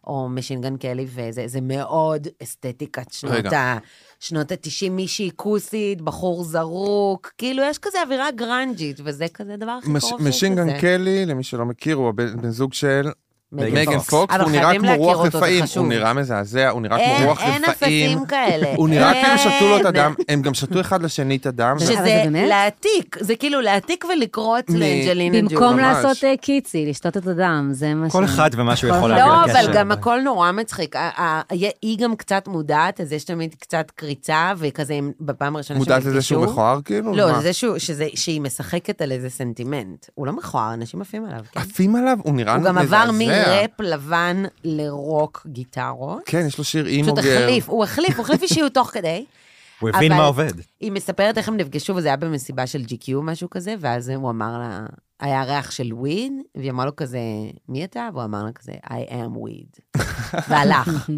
Speaker 2: או משינגן קלי, וזה זה מאוד אסתטיקת שנות,
Speaker 4: רגע.
Speaker 2: ה, שנות ה-90, מישהי כוסית, בחור זרוק, כאילו יש כזה אווירה גרנג'ית, וזה כזה דבר הכי
Speaker 4: מש-
Speaker 2: קרוב שיש לזה.
Speaker 4: משינגן קלי, למי שלא מכיר, הוא הבן בן זוג של
Speaker 3: מגן
Speaker 4: מגן
Speaker 3: פוקס.
Speaker 4: פוקס,
Speaker 2: אבל
Speaker 4: הוא נראה
Speaker 2: חייבים
Speaker 4: כמו
Speaker 2: להכיר
Speaker 4: רוח
Speaker 2: אותו, זה
Speaker 4: רפאים, הוא
Speaker 2: חשוב.
Speaker 4: נראה מזעזע, הוא נראה
Speaker 2: אין-
Speaker 4: כמו רוח
Speaker 2: אין
Speaker 4: רפאים,
Speaker 2: אפסים כאלה.
Speaker 4: הוא נראה
Speaker 2: אין.
Speaker 4: כאילו שתו לו את הדם, הם גם שתו אחד לשני את הדם, ו-
Speaker 5: אבל
Speaker 2: שזה
Speaker 5: זה באמת?
Speaker 2: להעתיק, זה כאילו להעתיק ולקרות
Speaker 4: מ-
Speaker 2: לאנג'לינה ג'ולי.
Speaker 5: במקום
Speaker 4: ממש.
Speaker 5: לעשות אה, קיצי, לשתות את הדם, זה מה ש...
Speaker 3: כל אחד ומה שהוא יכול להביא
Speaker 2: לא,
Speaker 3: לקשר.
Speaker 2: אבל גם הכל נורא מצחיק. ה- ה- ה- היא גם קצת מודעת, אז יש תמיד קצת קריצה, וכזה הם בפעם הראשונה
Speaker 4: מודעת לזה שהוא מכוער כאילו?
Speaker 2: לא,
Speaker 4: מה?
Speaker 2: זה שהוא- שזה- שהיא משחקת על איזה סנטימנט. הוא לא מכוער, אנשים עפים עליו. כן.
Speaker 4: עפים עליו, הוא נראה
Speaker 2: הוא
Speaker 4: מזעזע.
Speaker 2: גם עבר מראפ לבן לרוק גיטרות.
Speaker 4: כן, יש לו שיר
Speaker 2: פשוט
Speaker 4: אימוגר.
Speaker 2: החליף, הוא החליף, הוא החליף אישיות תוך כדי.
Speaker 3: הוא הבין
Speaker 2: אבל-
Speaker 3: מה עובד.
Speaker 2: היא מספרת איך הם נפגשו, וזה היה במסיבה של GQ, משהו כזה, ואז הוא אמר לה, היה ריח של וויד, והיא אמרה לו כזה, מי אתה? והוא אמר לה כזה, I am weed. והלך,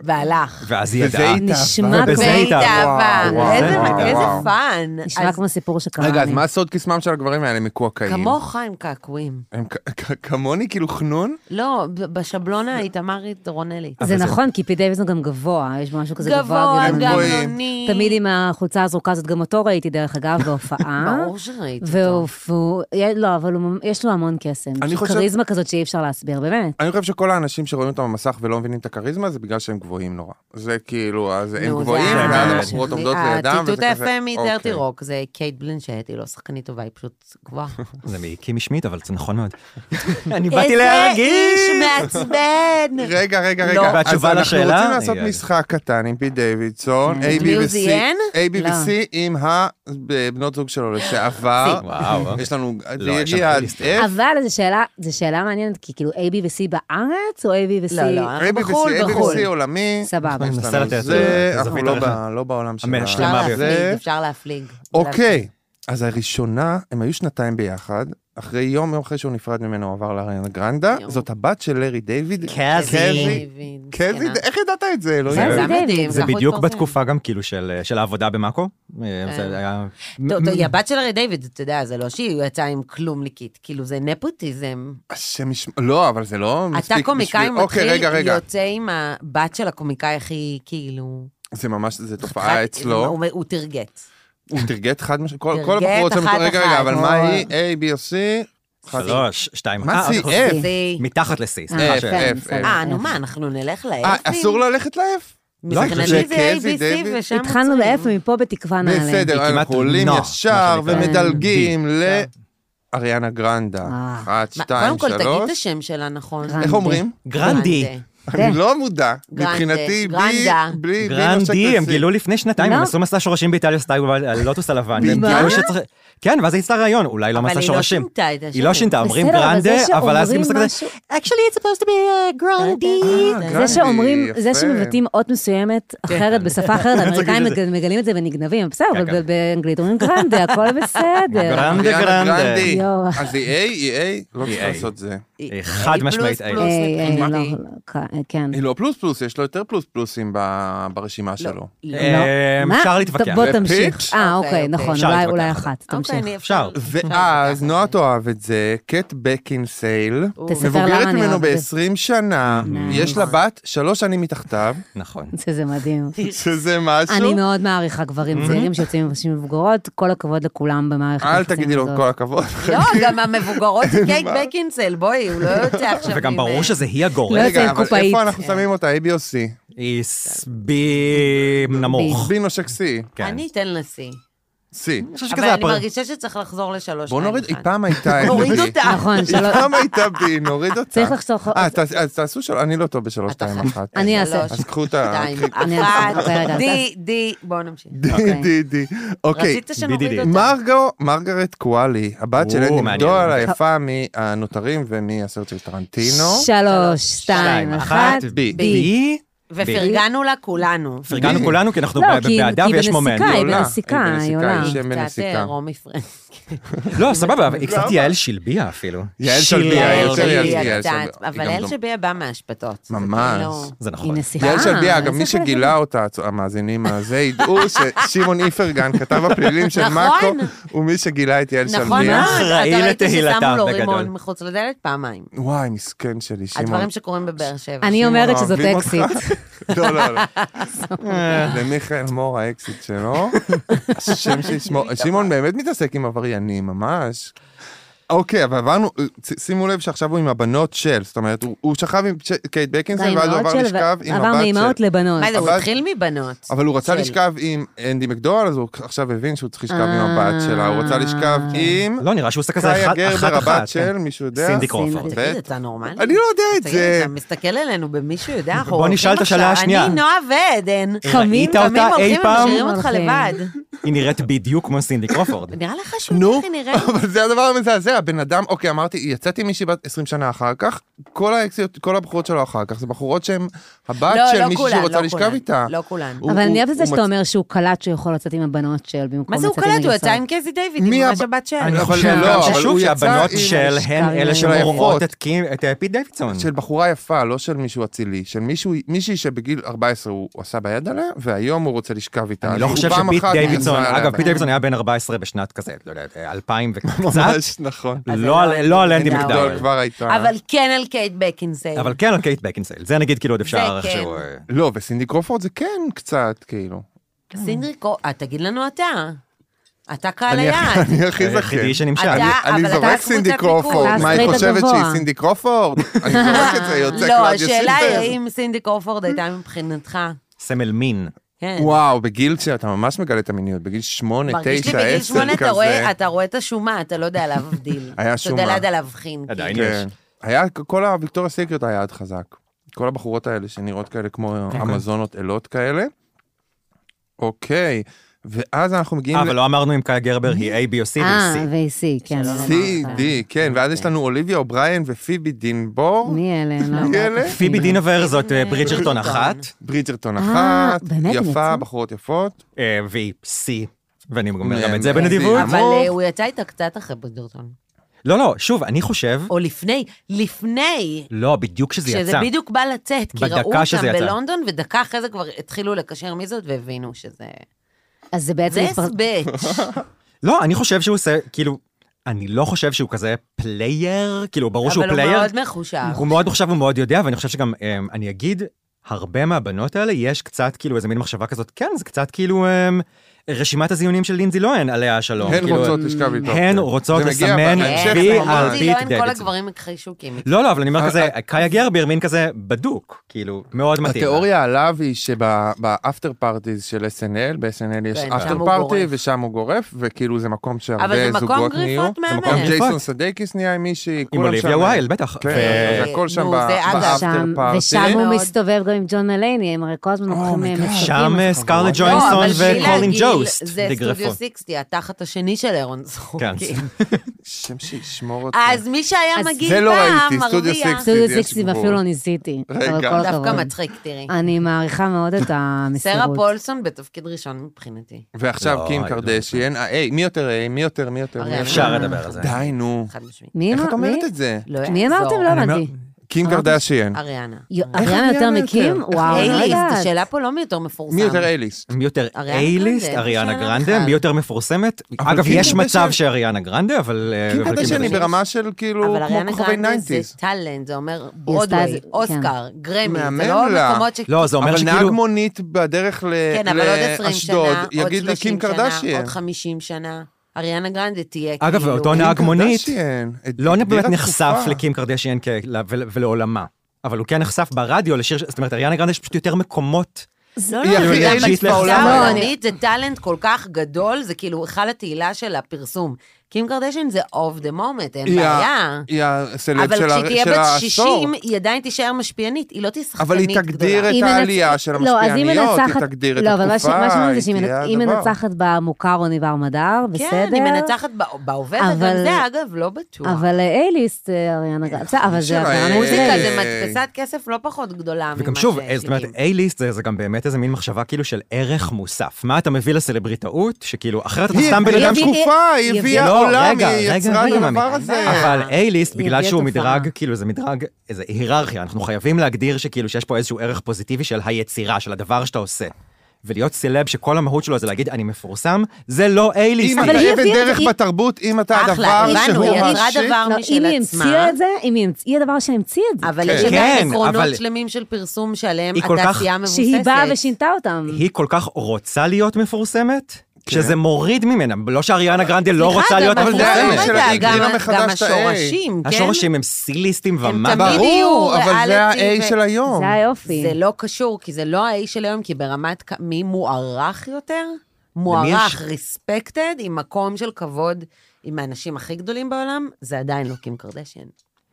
Speaker 2: והלך.
Speaker 3: ואז היא
Speaker 4: וזה
Speaker 3: ידעה.
Speaker 4: התאהבה.
Speaker 5: נשמע
Speaker 3: ובזה
Speaker 5: כמו-
Speaker 2: והיא
Speaker 3: היא
Speaker 2: התאהבה.
Speaker 4: וואו, וואו,
Speaker 2: איזה-
Speaker 3: וואו,
Speaker 2: איזה
Speaker 4: וואו.
Speaker 2: פאן.
Speaker 5: נשמע
Speaker 2: אז
Speaker 5: כמו סיפור שקרה לי.
Speaker 4: רגע, אז מה סוד קסמם של הגברים האלה מקועקעים?
Speaker 2: כמוך עם קעקועים.
Speaker 4: הם כ- כ- כמוני, כאילו חנון?
Speaker 2: לא, ב- בשבלונה האיתמרית רונלית.
Speaker 5: זה נכון, כי פי דיווידסון גם גבוה, יש משהו כזה גבוה.
Speaker 2: גבוה,
Speaker 5: גבוה,
Speaker 4: גבוה.
Speaker 2: גבלוני.
Speaker 5: תמיד עם החולצה הזרוקה הזאת, גם אותו ראיתי, דרך אגב, בהופעה.
Speaker 2: ברור שראית אותו.
Speaker 5: אה? והוא, והוא- לא, אבל הוא- יש לו המון קסם.
Speaker 4: אני
Speaker 5: יש לו
Speaker 4: חושב-
Speaker 5: כריזמה כזאת שאי אפשר להסביר, באמת.
Speaker 4: אני חושב שכל האנשים שרואים אותם במסך ולא מבינים את הכריזמה, זה בגלל שהם גבוהים נורא. זה כאילו, אז
Speaker 2: נו,
Speaker 4: הם
Speaker 2: זה
Speaker 4: גבוהים,
Speaker 2: ה-
Speaker 4: ואז
Speaker 3: זה-
Speaker 4: הבחורות עומדות לידם,
Speaker 2: אה, הציטוט
Speaker 4: וזה כזה...
Speaker 2: היפה מדרטי
Speaker 4: אוקיי.
Speaker 2: רוק זה קייט בלינשט, היא לא שחקנית טובה, היא פשוט גבוהה.
Speaker 3: זה מקים משמית, אבל זה נכון מאוד. אני באתי
Speaker 2: איזה איש
Speaker 3: להרגיל!
Speaker 2: מעצבן!
Speaker 4: רגע, רגע,
Speaker 2: לא.
Speaker 4: רגע.
Speaker 3: והתשובה
Speaker 4: אז
Speaker 3: לשאלה?
Speaker 4: אנחנו רוצים לעשות
Speaker 3: יאללה.
Speaker 4: משחק קטן עם פי דיווידסון,
Speaker 5: כן.
Speaker 4: A, B
Speaker 2: Mm. מי הוא
Speaker 4: ו-C.
Speaker 2: זיין?
Speaker 4: A, B
Speaker 5: לא.
Speaker 4: ו-C עם הבנות זוג שלו לשעבר.
Speaker 3: וואו. לא,
Speaker 4: יש לנו... זה
Speaker 3: יש שם
Speaker 4: יגיע עד
Speaker 3: פלייליסט.
Speaker 4: F.
Speaker 5: אבל זו שאלה, זו שאלה מעניינת, כי כאילו A, B ו-C בארץ, או A, B ו-C...
Speaker 2: לא, לא,
Speaker 4: A, B
Speaker 2: אנחנו
Speaker 4: ו-C,
Speaker 2: בחו"ל,
Speaker 4: A, B
Speaker 2: בחו"ל.
Speaker 4: ו-C עולמי.
Speaker 5: סבבה.
Speaker 4: יש
Speaker 3: ננסה
Speaker 4: לנו
Speaker 3: לתת
Speaker 4: זה,
Speaker 3: את
Speaker 4: אנחנו
Speaker 3: הזווית
Speaker 4: לא
Speaker 3: הרחבה.
Speaker 4: ב- לא בעולם שלנו.
Speaker 3: המאה
Speaker 2: אפשר
Speaker 3: השלמה שלמה
Speaker 2: להפליג, אפשר להפליג.
Speaker 4: אוקיי, אז הראשונה, הם היו שנתיים ביחד, אחרי יום, יום אחרי שהוא נפרד ממנו, הוא עבר לאריאנה גרנדה,
Speaker 2: יואו.
Speaker 4: זאת הבת של לארי דיוויד.
Speaker 3: קזי.
Speaker 4: קזי. קזי,
Speaker 2: מסכנה.
Speaker 4: איך ידעת את זה, אלוהים?
Speaker 5: זה
Speaker 2: זה
Speaker 5: דיוויד.
Speaker 2: מדהים,
Speaker 3: זה
Speaker 2: ככה הוא
Speaker 3: בדיוק
Speaker 2: התפרסם.
Speaker 3: בתקופה גם כאילו של של העבודה במאקו. אה, זה היה...
Speaker 2: טוב, טוב, היא הבת של הרי דיוויד, אתה יודע, זה לא שהיא יצאה עם כלומניקית, כאילו זה נפוטיזם.
Speaker 4: השם ישמע, לא, אבל זה לא מספיק
Speaker 2: אתה קומיקאי
Speaker 4: בשביל- אוקיי,
Speaker 2: מתחיל,
Speaker 4: רגע, רגע,
Speaker 2: יוצא עם הבת של הקומיקאי הכי, כאילו...
Speaker 4: זה ממש, זה תופעה
Speaker 2: חתיכת-
Speaker 4: אצלו.
Speaker 2: הוא- הוא תרגט.
Speaker 4: הוא תרגט חד משמעית, כל
Speaker 2: תרגט
Speaker 4: כל הבחורות שם,
Speaker 2: אחת
Speaker 4: רגע,
Speaker 2: אחת,
Speaker 4: רגע, אבל מה
Speaker 5: או-
Speaker 2: לא.
Speaker 4: היא? A, B או C? חד-
Speaker 3: שלוש, שתיים,
Speaker 4: מה
Speaker 3: אה,
Speaker 4: זה?
Speaker 3: אנחנו-
Speaker 4: אה, F.
Speaker 2: זה-
Speaker 3: מתחת לשיא,
Speaker 4: אה,
Speaker 3: סליחה. ש-
Speaker 4: יפה.
Speaker 5: כן,
Speaker 4: F,
Speaker 5: בסדר.
Speaker 2: אה, נו מה, אנחנו נלך
Speaker 4: אה,
Speaker 2: לאפי?
Speaker 4: אסור ללכת ל-F?
Speaker 3: לא, אני חושב
Speaker 2: מבחינתי זה
Speaker 4: שקזי,
Speaker 2: ABC
Speaker 4: דיוויד-
Speaker 2: ושם
Speaker 5: התחלנו
Speaker 2: עוצרים.
Speaker 5: לאפ ומפה בתקווה נעלה.
Speaker 4: בסדר,
Speaker 3: היא כמעט לא,
Speaker 4: אנחנו עולים
Speaker 3: נוח,
Speaker 4: ישר
Speaker 3: מה שנקרא.
Speaker 4: ומדלגים
Speaker 3: די.
Speaker 4: ל... אריאנה גרנדה.
Speaker 5: כן. אה.
Speaker 4: אחת,
Speaker 2: מה, קודם
Speaker 4: שתיים,
Speaker 2: כל, תגיד את
Speaker 4: שלוש.
Speaker 2: השם שלה נכון.
Speaker 5: גרנדה.
Speaker 4: איך אומרים?
Speaker 3: גרנדי.
Speaker 5: כן.
Speaker 4: אני לא מודע.
Speaker 2: גרנדה,
Speaker 4: מבחינתי, בלי...
Speaker 2: גרנדה.
Speaker 4: בלי... בלי נושק
Speaker 3: גרנדי, הם
Speaker 4: לסי.
Speaker 3: גילו לפני שנתיים, הם
Speaker 5: לא.
Speaker 3: עשו מסע שורשים באיטליה סטייל על לוטוס הלבן. הם
Speaker 4: מה?
Speaker 3: גילו שצריך... כן, ואז יצא רעיון, אולי לא
Speaker 2: אבל
Speaker 3: מסע
Speaker 2: היא לא
Speaker 3: שורשים.
Speaker 2: שינתה את השם.
Speaker 3: היא לא שינתה, אומרים
Speaker 5: בסדר, אבל זה
Speaker 3: גרנדה, אבל אז היא
Speaker 5: שאומרים
Speaker 3: מסתכלת
Speaker 5: משהו-
Speaker 3: Actually, it's supposed to be uh, grandi.
Speaker 4: אה,
Speaker 5: זה
Speaker 4: גרנדי,
Speaker 5: שאומרים,
Speaker 4: יפה.
Speaker 5: זה שמבטאים אות מסוימת אחרת בשפה אחרת, האמריקאים מגלים את זה ונגנבים, בסדר, אבל
Speaker 3: כן.
Speaker 5: ב- באנגלית אומרים גרנדה, הכל בסדר.
Speaker 3: גרנדה,
Speaker 4: אריאנה
Speaker 3: גרנדה.
Speaker 5: יואו.
Speaker 4: אז היא A, היא A, לא צריך
Speaker 3: A.
Speaker 4: לעשות זה.
Speaker 2: היא-
Speaker 3: אה,
Speaker 2: היא
Speaker 3: חד
Speaker 2: פלוס
Speaker 3: משמעית,
Speaker 2: פלוס
Speaker 5: אה, אה,
Speaker 2: מבחינתי.
Speaker 5: לא, לא, כ- כן.
Speaker 4: היא לא פלוס פלוס, יש לו יותר פלוס פלוסים ב- ברשימה שלו.
Speaker 2: לא.
Speaker 3: אה,
Speaker 5: מה?
Speaker 3: אפשר
Speaker 5: טוב,
Speaker 3: להתווכח.
Speaker 5: בוא
Speaker 4: זה
Speaker 5: תמשיך.
Speaker 4: פיץ'?
Speaker 5: אה,
Speaker 2: אוקיי,
Speaker 5: אוקיי,
Speaker 2: אוקיי.
Speaker 5: נכון,
Speaker 3: אפשר
Speaker 5: אולי-
Speaker 3: להתווכח
Speaker 5: אולי
Speaker 3: על זה.
Speaker 5: אחת,
Speaker 2: אוקיי,
Speaker 5: תמשיך.
Speaker 2: אני
Speaker 3: אפשר.
Speaker 4: ואז נועה תאהב את זה, קט בקינסייל,
Speaker 5: תספר
Speaker 4: מבוגרת
Speaker 5: למה אני
Speaker 4: ממנו
Speaker 5: אוהבת את
Speaker 4: ב-20 שנה,
Speaker 5: Nice.
Speaker 4: יש לה בת שלוש שנים מתחתיו,
Speaker 3: נכון.
Speaker 5: זה- זה מדהים.
Speaker 4: שזה משהו.
Speaker 5: אני מאוד מעריכה גברים צעירים שיוצאים עם נשים מבוגרות, כל הכבוד לכולם במערכת
Speaker 4: אל
Speaker 5: היחסים
Speaker 4: תגידי לו
Speaker 5: הזאת.
Speaker 4: כל הכבוד.
Speaker 2: לא, גם המבוגרות זה קייק בקינסל, בואי, הוא לא יוצא עכשיו.
Speaker 3: וגם
Speaker 2: עם,
Speaker 3: ברור
Speaker 2: אה,
Speaker 3: שזה היא הגורם.
Speaker 5: לא יוצא
Speaker 4: רגע,
Speaker 5: עם
Speaker 4: אבל
Speaker 5: קופאית.
Speaker 4: איפה אנחנו שמים אותה? A, B או C?
Speaker 3: היא ס- בי נמוך.
Speaker 4: B נושק C.
Speaker 3: כן.
Speaker 2: אני אתן לה שיא.
Speaker 4: C.
Speaker 3: אני חושב
Speaker 2: אבל
Speaker 3: שכזה
Speaker 2: אני
Speaker 3: הפר...
Speaker 2: מרגישה שצריך לחזור לשלוש.
Speaker 4: בוא
Speaker 2: שתיים,
Speaker 4: נוריד, היא
Speaker 2: אחת.
Speaker 4: פעם הייתה...
Speaker 2: נוריד
Speaker 4: B.
Speaker 2: אותה.
Speaker 5: נכון,
Speaker 4: היא
Speaker 5: שלא...
Speaker 4: פעם הייתה בי, נוריד אותה.
Speaker 5: צריך לחסוך...
Speaker 4: אה, אז תעש- אז תעשו שלוש, אני לא טוב בשלוש,
Speaker 2: אתה
Speaker 4: שתיים,
Speaker 2: חי-
Speaker 4: אחת. כן.
Speaker 5: אני אעשה.
Speaker 2: שלוש,
Speaker 4: אז קחו את ה...
Speaker 2: שתיים,
Speaker 5: אני אעשה.
Speaker 2: אחת,
Speaker 5: רגע,
Speaker 2: די, די, בואו נמשיך.
Speaker 4: די, די, די. אוקיי,
Speaker 2: רצית שנוריד
Speaker 3: די, די.
Speaker 2: אותה.
Speaker 4: מרגו, מרגרט קואלי, הבת של
Speaker 3: או,
Speaker 4: אנדי
Speaker 3: מעניין.
Speaker 4: דואל היפה מהנותרים ומהסרט של טרנטינו.
Speaker 5: שלוש, שתיים, אחת.
Speaker 3: בי.
Speaker 2: בי. ופרגנו לה כולנו.
Speaker 3: פרגנו כולנו, כי אנחנו
Speaker 5: לא,
Speaker 3: ב-
Speaker 5: כי-
Speaker 3: בעדה
Speaker 5: כי
Speaker 3: ויש
Speaker 5: בנסיקה
Speaker 3: מומנט.
Speaker 5: היא
Speaker 4: היא עולה,
Speaker 5: בנסיקה,
Speaker 4: היא
Speaker 5: היא
Speaker 4: בנסיקה,
Speaker 5: עולה.
Speaker 4: היא שם
Speaker 2: קצת אה,
Speaker 4: בנסיקה.
Speaker 2: רומי פרנק.
Speaker 3: לא, סבבה, אבל היא קצת יעל שלביה אפילו.
Speaker 4: יעל
Speaker 2: לא,
Speaker 4: שלביה,
Speaker 3: שילה.
Speaker 4: יעל יותר שלביה.
Speaker 2: היא
Speaker 4: יעל
Speaker 2: קצת,
Speaker 4: שלביה.
Speaker 2: אבל
Speaker 4: היא גם
Speaker 2: אל
Speaker 4: דומ-
Speaker 2: שביה בא מהאשפתות. זה
Speaker 4: ממש.
Speaker 2: כאילו-
Speaker 3: זה
Speaker 5: היא
Speaker 3: נכון.
Speaker 5: נסיכה.
Speaker 4: יעל שלביה,
Speaker 5: אה, איזה
Speaker 4: גם מי
Speaker 5: כיף.
Speaker 4: שגילה אותה, הצ- המאזינים הזה, ידעו ששמעון איפרגן, כתב הפלילים של
Speaker 2: נכון.
Speaker 4: מאקו, הוא מי שגילה את יעל
Speaker 2: נכון,
Speaker 4: שלביה.
Speaker 2: מאוד.
Speaker 3: אחראי
Speaker 2: אתה ראית
Speaker 3: לתהילתה,
Speaker 2: ששמו לו
Speaker 3: אה, בגדול.
Speaker 2: רימון מחוץ לדלת פעמיים.
Speaker 4: וואי, מסכן שלי, שמעון.
Speaker 2: הדברים שקורים בבאר שבע.
Speaker 5: אני אומרת שזאת
Speaker 4: אוהבים אותך.
Speaker 5: אקסיט.
Speaker 4: לא, לא, לא. למיכאל מור האקסיט שלו. שם שישמו, שמעון באמת מתעסק עם עבריינים, ממש. אוקיי, אבל עברנו, ש- שימו לב שעכשיו הוא עם הבנות של, זאת אומרת, הוא- הוא שכב עם צ'- קייט בקינזון, ואז הוא עבר לשכב עם
Speaker 5: עבר
Speaker 4: הבת של.
Speaker 5: מאימהות לבנות.
Speaker 2: מה זה, הוא
Speaker 4: אבל-
Speaker 2: התחיל מבנות.
Speaker 4: אבל הוא רצה
Speaker 2: של.
Speaker 4: לשכב עם אנדי מקדואל, אז הוא עכשיו הבין שהוא צריך לשכב עם
Speaker 2: אה,
Speaker 4: הבת שלה, הוא רצה לשכב
Speaker 2: כן.
Speaker 4: עם
Speaker 3: לא, נראה שהוא עושה כזה
Speaker 4: קאיה
Speaker 3: אחת-
Speaker 4: גרבר,
Speaker 3: אחת
Speaker 4: הבת
Speaker 3: אחת. כן.
Speaker 4: של, מישהו יודע?
Speaker 3: סינדי קרופורד.
Speaker 5: סינדי.
Speaker 2: תגיד,
Speaker 4: בטח.
Speaker 2: אתה נורמלי?
Speaker 4: אני לא יודע את
Speaker 2: תגיד,
Speaker 4: זה.
Speaker 2: אתה מסתכל עלינו במישהו יודע, אנחנו
Speaker 3: בוא
Speaker 2: הולכים
Speaker 3: נשאל את
Speaker 2: עכשיו.
Speaker 3: השאלה השנייה.
Speaker 2: אני, נועה ועדן.
Speaker 5: חמים?
Speaker 3: ראית אותה אי
Speaker 2: הולכים
Speaker 3: פעם?
Speaker 2: ומשאירים אותך
Speaker 5: הולכים.
Speaker 2: לבד.
Speaker 3: היא נראית בדיוק כמו סינדי קרופורד.
Speaker 2: נראה לך שהוא
Speaker 4: נו,
Speaker 2: איך היא נראית?
Speaker 4: אבל זה הדבר המזעזע, הבן אדם, אוקיי, אמרתי, יצאתי עם מישהי בת 20 שנה אחר כך, כל האקסיות, כל הבחורות שלו אחר כך, זה בחורות שהן הבת
Speaker 2: לא,
Speaker 4: של
Speaker 2: לא
Speaker 4: מישהי
Speaker 2: כולן,
Speaker 4: שהוא רוצה
Speaker 2: לא
Speaker 4: לשכב
Speaker 2: כולן.
Speaker 4: איתה.
Speaker 2: לא כולן.
Speaker 4: הוא-
Speaker 5: אבל
Speaker 4: הוא-
Speaker 5: אני אוהבת את זה
Speaker 4: הוא
Speaker 5: שאתה
Speaker 4: מצ-
Speaker 5: אומר שהוא קלט שהוא יכול לצאת עם הבנות של, במקום
Speaker 2: מה זה
Speaker 5: לצאת
Speaker 2: הוא
Speaker 5: עם
Speaker 2: קלט? הוא יצא
Speaker 5: הגרסאות.
Speaker 2: עם קזי דיוויד,
Speaker 4: מי
Speaker 2: עם ממש
Speaker 4: הב-
Speaker 2: הבת שלה.
Speaker 3: אני
Speaker 4: אבל
Speaker 3: חושב
Speaker 4: לא,
Speaker 3: גם
Speaker 4: אבל
Speaker 3: ששוב
Speaker 4: הוא יצא
Speaker 3: שהבנות
Speaker 4: עם
Speaker 3: של הן
Speaker 5: משקל
Speaker 3: אלה
Speaker 5: עם
Speaker 3: שמוראות
Speaker 4: היפות.
Speaker 3: את קים- את אה, פיט דיווידסון.
Speaker 4: של בחורה יפה, לא של מישהו אצילי, של מישהו, מישהי שבגיל 14 הוא עשה ביד עליה, והיום הוא רוצה לשכב איתה.
Speaker 3: אני
Speaker 4: אז
Speaker 3: לא
Speaker 4: הוא
Speaker 3: חושב
Speaker 4: פעם
Speaker 3: שפיט
Speaker 4: אחת
Speaker 3: דיווידסון,
Speaker 4: נעזר עליה.
Speaker 3: אגב, פיט דיווידסון היה בן 14 בשנת כזה, לא יודע, אה, 2000 וקצת.
Speaker 4: ממש נכון.
Speaker 2: אז
Speaker 3: לא על-
Speaker 2: אני
Speaker 3: לא על
Speaker 2: יודעת.
Speaker 3: אנדי
Speaker 2: אני
Speaker 3: מקדאוול.
Speaker 4: גדול כבר הייתה.
Speaker 2: אבל כן על קייט בקינסייל.
Speaker 3: אבל כן על קייט בקינסייל, זה נגיד כאילו עוד אפשר
Speaker 2: זה כן.
Speaker 3: איכשהו... אה,
Speaker 4: לא, וסינדי קרופורד זה כן קצת, כאילו.
Speaker 2: סינדרי קו... אה, תגיד לנו אתה. אתה קהל
Speaker 4: אני הכי-
Speaker 2: היעד.
Speaker 4: אני הכי זכיר.
Speaker 3: היחידי שנמשל.
Speaker 2: אתה- אה, אבל
Speaker 4: אני
Speaker 2: אתה
Speaker 4: זורק
Speaker 2: קבוצת
Speaker 4: סינדי
Speaker 2: מיקוד.
Speaker 4: קרופורד, מה, היא
Speaker 5: הסטרייט
Speaker 4: חושבת
Speaker 5: הגבוה.
Speaker 4: שהיא סינדי קרופורד? אני זורק את זה, יוצא
Speaker 2: לא,
Speaker 4: קלאודיה
Speaker 2: השאלה
Speaker 4: סילבר.
Speaker 2: היא אם סינדי קרופורד הייתה מבחינתך.
Speaker 3: סמל מין.
Speaker 2: כן.
Speaker 4: וואו, בגיל שאתה ממש מגלה את המיניות, בגיל שמונה,
Speaker 2: מרגיש לי
Speaker 4: תשע,
Speaker 2: בגיל
Speaker 4: עשר
Speaker 2: שמונה אתה
Speaker 4: כזה.
Speaker 2: רואה- אתה רואה את השומה, אתה לא יודע להבדיל.
Speaker 4: היה
Speaker 2: אתה יודע
Speaker 4: שומה.
Speaker 2: יודע להבחין.
Speaker 3: עדיין.
Speaker 2: כאילו.
Speaker 4: כן. היה, כל הוויקטוריה סיקרט היה יד חזק. כל הבחורות האלה שנראות כאלה כמו
Speaker 2: כן.
Speaker 4: אמזונות אלות כאלה. אוקיי, ואז אנחנו מגיעים
Speaker 3: אה,
Speaker 4: ל-
Speaker 3: אבל לא אמרנו אם קאיה גרבר היא A, B או C
Speaker 5: אה,
Speaker 3: והיא C.
Speaker 5: ו-C, כן. לא אמרת.
Speaker 4: CD, כן, ואז
Speaker 2: אוקיי.
Speaker 4: יש לנו אוליביה אובריין ופיבי דינבור.
Speaker 5: מי אלה? אני לא
Speaker 4: מי
Speaker 5: יודעת.
Speaker 4: אלה?
Speaker 3: פיבי דינובר זאת אה, ברידג'רטון אחת,
Speaker 4: ברידג'רטון
Speaker 5: אה,
Speaker 4: אחת,
Speaker 5: באמת, הם
Speaker 4: יפה,
Speaker 5: יצאו?
Speaker 4: בחורות יפות.
Speaker 3: אה, והיא C, ואני אומר גם
Speaker 4: מ-
Speaker 3: את זה
Speaker 4: מ-
Speaker 3: בנדיבות.
Speaker 2: אבל
Speaker 4: אמור.
Speaker 2: אה, הוא יצא איתה קצת אחרי בודרטון.
Speaker 3: לא, לא, שוב, אני חושב,
Speaker 2: או לפני, לפני.
Speaker 3: לא, בדיוק כשזה
Speaker 2: שזה
Speaker 3: יצא.
Speaker 2: בדיוק בא לצאת, כי
Speaker 3: בדקה
Speaker 2: ראו אותם
Speaker 3: שזה יצא.
Speaker 2: בלונדון, ודקה אחרי זה כבר התחילו לקשר מי זאת, והבינו שזה...
Speaker 5: אז זה בעצם...
Speaker 2: זה
Speaker 5: התפר-
Speaker 2: ביץ'.
Speaker 3: לא, אני חושב שהוא עושה, כאילו, אני לא חושב שהוא כזה פלייר, כאילו, ברור שהוא
Speaker 2: אבל הוא
Speaker 3: פלייר.
Speaker 2: מאוד מחושב.
Speaker 3: הוא מאוד מחושב, הוא מאוד יודע, ואני חושב שגם, אמ, אני אגיד, הרבה מהבנות האלה, יש קצת כאילו איזה מין מחשבה כזאת, כן, זה קצת כאילו אמ, רשימת הזיונים של לינזי לוהן, עליה השלום.
Speaker 4: הן
Speaker 3: כאילו,
Speaker 4: רוצות לשכב איתו.
Speaker 3: הן
Speaker 4: כן.
Speaker 3: רוצות
Speaker 4: זה מגיע
Speaker 3: לסמן
Speaker 4: בהמשך
Speaker 2: כן,
Speaker 3: וי
Speaker 4: זה
Speaker 2: אבל
Speaker 4: ממש.
Speaker 3: על
Speaker 2: לינזי
Speaker 3: ביט
Speaker 2: לוהן, כל
Speaker 3: דייווידסון.
Speaker 2: הגברים מכחישוקים.
Speaker 3: לא, לא, אבל אני אומר
Speaker 4: אה,
Speaker 3: כזה, קאיה גרבר מין כזה בדוק, כאילו, מאוד מתאים. לה.
Speaker 4: התיאוריה עליו היא שבאפטר פארטיז של SNL, ב-SNL יש
Speaker 2: כן, שם
Speaker 4: אפטר
Speaker 2: הוא
Speaker 4: פארטי
Speaker 2: גורף.
Speaker 4: ושם הוא גורף, וכאילו זה מקום
Speaker 2: אבל זה
Speaker 4: שהרבה
Speaker 2: מקום
Speaker 4: זוגות
Speaker 2: גריפות
Speaker 4: נהיו.
Speaker 2: מהמם.
Speaker 3: גריפות.
Speaker 4: ג'ייסון סדייקיס נהיה עם מישהי,
Speaker 3: עם
Speaker 4: כולם
Speaker 3: אוליביה
Speaker 4: שם.
Speaker 3: ווייל, בטח.
Speaker 4: כן,
Speaker 3: ו-
Speaker 4: אז הכל שם
Speaker 2: נו,
Speaker 4: ב-
Speaker 2: זה עד
Speaker 4: באפטר
Speaker 5: שם-
Speaker 4: פארטי.
Speaker 5: ושם
Speaker 2: מאוד.
Speaker 5: הוא מסתובב גם עם ג'ון מלייני, הם הרי כל
Speaker 2: Oh
Speaker 5: הזמן הולכים
Speaker 4: אומייגאד.
Speaker 5: משחקים.
Speaker 3: שם אה, סקארלט
Speaker 4: לא,
Speaker 3: ג'וינסון
Speaker 2: אבל בלי
Speaker 3: וקולין
Speaker 2: להגעיל,
Speaker 3: ג'וסט.
Speaker 2: זה
Speaker 3: נגרפו.
Speaker 2: סטודיו 60, התחת השני של אירון זרוק.
Speaker 3: כן.
Speaker 4: שם שישמור אותי.
Speaker 2: אז מי שהיה
Speaker 5: אז-
Speaker 2: מגעיל
Speaker 4: זה לא
Speaker 2: פעם,
Speaker 4: ראיתי, סטודיו
Speaker 2: מרוויח.
Speaker 4: סיקס.
Speaker 5: סטודיו
Speaker 4: יש
Speaker 5: סיקסטים
Speaker 4: גבול.
Speaker 5: אפילו לא ניסיתי.
Speaker 4: רגע.
Speaker 5: אבל כל
Speaker 2: דווקא
Speaker 5: הכבוד.
Speaker 2: מצחיק, תראי.
Speaker 5: אני מעריכה מאוד את
Speaker 2: סרה
Speaker 5: המסירות.
Speaker 2: פולסון בתפקיד ראשון מבחינתי.
Speaker 4: ועכשיו
Speaker 3: לא,
Speaker 4: קים
Speaker 3: I don't
Speaker 4: קרדשיין, אה, היי, מי יותר, היי, מי יותר, מי יותר. מי
Speaker 2: אריאנה.
Speaker 3: אפשר
Speaker 4: יותר?
Speaker 3: לדבר על זה.
Speaker 4: די, נו.
Speaker 2: חד משמעית.
Speaker 5: מי
Speaker 4: איך
Speaker 5: אמר-
Speaker 4: את אומרת
Speaker 5: מי?
Speaker 4: את זה?
Speaker 2: לא
Speaker 5: מי
Speaker 2: יעזור.
Speaker 5: אמרתם? לא הבנתי.
Speaker 4: קים
Speaker 5: אמרתי-
Speaker 4: קרדשיין.
Speaker 2: אריאנה.
Speaker 5: יו, אריאנה יותר מקים? וואו, אני אה, לא
Speaker 2: אייליסט,
Speaker 5: יודעת.
Speaker 2: השאלה פה לא מי יותר מפורסם.
Speaker 4: מי יותר אה, אייליסט?
Speaker 3: מי יותר
Speaker 2: אריאנה
Speaker 3: אייליסט,
Speaker 2: גרנדה,
Speaker 3: אריאנה
Speaker 2: שאלה
Speaker 3: גרנדה,
Speaker 2: אחת.
Speaker 3: מי יותר מפורסמת.
Speaker 4: אבל
Speaker 3: אגב,
Speaker 4: קים
Speaker 3: יש
Speaker 4: קרדשיין-
Speaker 3: מצב שאריאנה גרנדה, אבל... אה,
Speaker 4: קים
Speaker 3: אבל
Speaker 4: קרדשיין היא
Speaker 3: קרדשיין.
Speaker 4: ברמה של כאילו,
Speaker 2: אבל
Speaker 4: כמו
Speaker 2: אריאנה
Speaker 4: כוכבי
Speaker 2: גרנדה זה
Speaker 4: 90's.
Speaker 2: טאלנט, זה אומר
Speaker 5: את
Speaker 2: ברודווי,
Speaker 5: זה,
Speaker 2: אוסקר, גרמי, זה
Speaker 4: מהמם
Speaker 2: לא
Speaker 4: לה.
Speaker 2: מקומות ש...
Speaker 3: לא, זה אומר
Speaker 4: אבל נהג
Speaker 3: שכאילו...
Speaker 4: מונית בדרך ל-
Speaker 2: כן, אבל עוד 20 שנה,
Speaker 4: לאשדוד,
Speaker 2: עוד
Speaker 4: אה, יגיד לה
Speaker 2: 30
Speaker 4: קים
Speaker 2: שנה,
Speaker 4: קרדשיין.
Speaker 2: עוד 50 שנה, אריאנה גרנדה תהיה כאילו...
Speaker 3: אגב, ואותו נהג
Speaker 4: קים
Speaker 3: מונית,
Speaker 4: קרדשיין, את-
Speaker 3: לא
Speaker 4: הגדירה
Speaker 3: באמת
Speaker 4: תקופה.
Speaker 3: נחשף לקים קרדשיין כ- ל- ול- ולעולמה. אבל הוא כן נחשף ברדיו לשיר, ש- זאת אומרת, אריאנה גרנדה יש פשוט יותר מקומות.
Speaker 2: לא,
Speaker 4: היא
Speaker 2: לא,
Speaker 4: הכי
Speaker 2: זה
Speaker 3: אליט
Speaker 2: אבל
Speaker 3: בעולם
Speaker 2: גם
Speaker 5: היום.
Speaker 2: עולמית זה טאלנט כל כך גדול, זה כאילו היכל התהילה של הפרסום. קים קרדשן זה אוף דה מומנט, אין
Speaker 4: היא ה-
Speaker 2: בעיה.
Speaker 4: היא הסלב של
Speaker 2: אבל
Speaker 4: ה-
Speaker 2: כשהיא תהיה
Speaker 4: של
Speaker 2: בת
Speaker 4: העשור.
Speaker 2: 60, היא עדיין תישאר משפיענית, היא לא תהיה שחקנית
Speaker 4: אבל
Speaker 2: גדולה.
Speaker 4: היא תגדיר את
Speaker 5: היא מנצ-
Speaker 4: העלייה של
Speaker 5: לא, אז היא
Speaker 4: המשפיעניות, היא
Speaker 5: מנצחת-
Speaker 4: תגדיר את
Speaker 5: לא, אבל מה ש- מה
Speaker 4: התקופה,
Speaker 5: שאומרים זה
Speaker 4: היא
Speaker 5: שהיא מנ-
Speaker 4: תהיה
Speaker 5: היא
Speaker 4: הדבר.
Speaker 5: מנצחת במוכר או ניבר מדר, בסדר?
Speaker 2: כן, היא מנצחת בע- בעובדת,
Speaker 5: אבל-
Speaker 2: גם זה אגב לא בטוח.
Speaker 5: אבל אה, אייליסט, אה, אריאנה גרנד, בסדר, אבל זה
Speaker 4: שלהם.
Speaker 5: אריאנה
Speaker 2: מוזיקה
Speaker 5: גרנד.
Speaker 2: זה
Speaker 4: אה,
Speaker 2: מדפסת כסף לא פחות גדולה ממה
Speaker 3: וגם שוב, אה, זאת אומרת,
Speaker 2: שהקימו.
Speaker 3: A-ליסט זה, זה גם באמת איזה מין מחשבה כאילו של ערך מוסף. מה אתה מביא לסלבריטאות, שכאילו, אחרת אתה
Speaker 4: היא
Speaker 3: סתם בן
Speaker 4: הביאה
Speaker 3: אדם
Speaker 2: הביא-
Speaker 3: שהוא...
Speaker 4: תקופה, היא
Speaker 2: היא
Speaker 4: הביאה
Speaker 3: הביאה- לא,
Speaker 4: עולם,
Speaker 3: רגע,
Speaker 4: היא
Speaker 3: רגע,
Speaker 4: יצרה את
Speaker 3: רגע,
Speaker 4: הדבר
Speaker 3: ממי.
Speaker 4: הזה.
Speaker 3: אבל A-ליסט,
Speaker 5: היא
Speaker 3: בגלל
Speaker 5: הביאה
Speaker 3: שהוא
Speaker 5: תופעה.
Speaker 3: מדרג, כאילו זה מדרג, איזה היררכיה, אנחנו חייבים להגדיר שכאילו שיש פה איזשהו ערך פוזיטיבי של היצירה, של הדבר שאתה עושה. ולהיות סלב שכל המהות שלו זה להגיד, אני מפורסם, זה לא A-ליסט.
Speaker 4: אם אתה
Speaker 5: אבל היא
Speaker 4: אבן
Speaker 5: הביאה את
Speaker 4: דרך
Speaker 5: זה- היא-
Speaker 4: בתרבות, אם אתה
Speaker 2: אחלה,
Speaker 4: הדבר
Speaker 2: הבנו,
Speaker 4: שהוא
Speaker 2: היא יצרה
Speaker 4: ראשי,
Speaker 2: דבר
Speaker 5: לא,
Speaker 2: משל
Speaker 5: אם היא
Speaker 2: עצמה.
Speaker 5: המציאה את זה, אם היא המציאה, היא הדבר שהמציאה את זה.
Speaker 2: אבל
Speaker 4: כן.
Speaker 2: יש לך
Speaker 3: כן,
Speaker 2: עקרונות
Speaker 3: אבל-
Speaker 2: שלמים של פרסום שעליהם
Speaker 3: היא כל כך-
Speaker 2: התעשייה מבוססת.
Speaker 5: שהיא באה ושינתה אותם.
Speaker 3: היא כל כך רוצה להיות מפורסמת,
Speaker 4: כן.
Speaker 3: שזה מוריד ממנה. לא שאריאנה גרנדה לא רוצה להיות
Speaker 4: אבל זה הערך
Speaker 3: מפורסמת.
Speaker 4: שלה, היא
Speaker 2: גם
Speaker 4: הגדירה
Speaker 2: גם
Speaker 4: מחדש את ה-A.
Speaker 2: השורשים, כן?
Speaker 3: השורשים הם סיליסטים ומטה.
Speaker 2: תמיד
Speaker 4: ברור,
Speaker 2: בדיוק,
Speaker 4: אבל זה
Speaker 2: ריאליטי
Speaker 4: ה-A
Speaker 2: ו-
Speaker 4: של היום.
Speaker 5: זה היופי.
Speaker 2: זה לא קשור, כי זה לא האיש של היום, כי ברמת כ- מי מוערך יותר,
Speaker 3: יש-
Speaker 2: מוערך, ריספקטד, עם מקום של כבוד, עם האנשים הכי גדולים בעולם, זה עדיין לא קים קרדשן.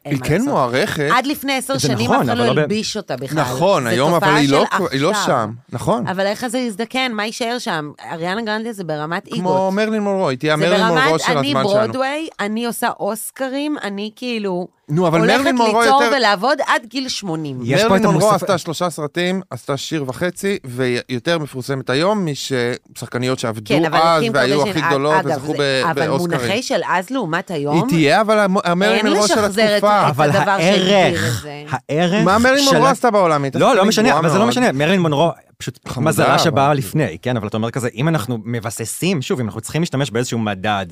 Speaker 2: אין
Speaker 4: היא
Speaker 2: מה
Speaker 4: כן
Speaker 2: לעשות.
Speaker 4: מוערכת.
Speaker 2: עד לפני עשר
Speaker 3: זה
Speaker 2: שנים
Speaker 3: נכון,
Speaker 2: אף אחד
Speaker 3: אבל
Speaker 2: לא
Speaker 3: לא ב-
Speaker 2: הלביש אותה בכלל.
Speaker 4: נכון,
Speaker 2: זה
Speaker 4: היום, אבל
Speaker 2: תופעה
Speaker 4: היא לא-
Speaker 2: של
Speaker 4: היא לא
Speaker 2: עכשיו.
Speaker 4: שם. נכון.
Speaker 2: אבל איך זה יזדקן? מה יישאר שם? אריאנה גרנדה זה ברמת איגות.
Speaker 4: כמו מרלין מונרו, היא תהיה
Speaker 2: זה
Speaker 4: מרלין מונרו
Speaker 2: ברמת
Speaker 4: של
Speaker 2: אני
Speaker 4: הזמן שלנו.
Speaker 2: ברודוויי, אני עושה אוסקרים, אני כאילו...
Speaker 4: נו, אבל מרלין מונרו
Speaker 2: הולכת ליצור
Speaker 4: יותר-
Speaker 2: ולעבוד עד גיל 80.
Speaker 3: יש פה את
Speaker 4: מרלין מונרו
Speaker 3: המוסף-
Speaker 4: עשתה שלושה סרטים, עשתה שיר וחצי, והיא יותר מפורסמת היום מששחקניות שעבדו
Speaker 2: כן, אבל
Speaker 4: אז
Speaker 2: קים
Speaker 4: והיו
Speaker 2: קרדשן,
Speaker 4: הכי
Speaker 2: אג-
Speaker 4: גדולות
Speaker 2: אגב,
Speaker 4: וזכו
Speaker 2: זה-
Speaker 4: ב-
Speaker 2: אבל
Speaker 4: באוסקרים.
Speaker 2: מונחי של אז לעומת
Speaker 4: היא
Speaker 2: היום,
Speaker 4: תהיה, אבל המ- המרלין
Speaker 2: אין
Speaker 4: מונרו של
Speaker 2: לשחזר את
Speaker 4: התקופה.
Speaker 3: אבל
Speaker 2: הדבר שהגדיר את
Speaker 3: הערך,
Speaker 2: זה.
Speaker 3: הערך...
Speaker 4: מה מרלין
Speaker 3: של
Speaker 4: מונרו
Speaker 3: ה-
Speaker 4: עשתה בעולם? היא
Speaker 3: לא,
Speaker 4: הייתה
Speaker 3: לא
Speaker 4: גבוהה
Speaker 3: משנה, אבל זה לא
Speaker 4: מאוד.
Speaker 3: משנה, מרלין מונרו, פשוט
Speaker 4: חמודה,
Speaker 3: מזלה
Speaker 4: אבל-
Speaker 3: שבאה לפני, כן, אבל אתה אומר כזה, אם אנחנו מבססים, שוב, אם אנחנו צריכים להשתמש באיזשהו מדד,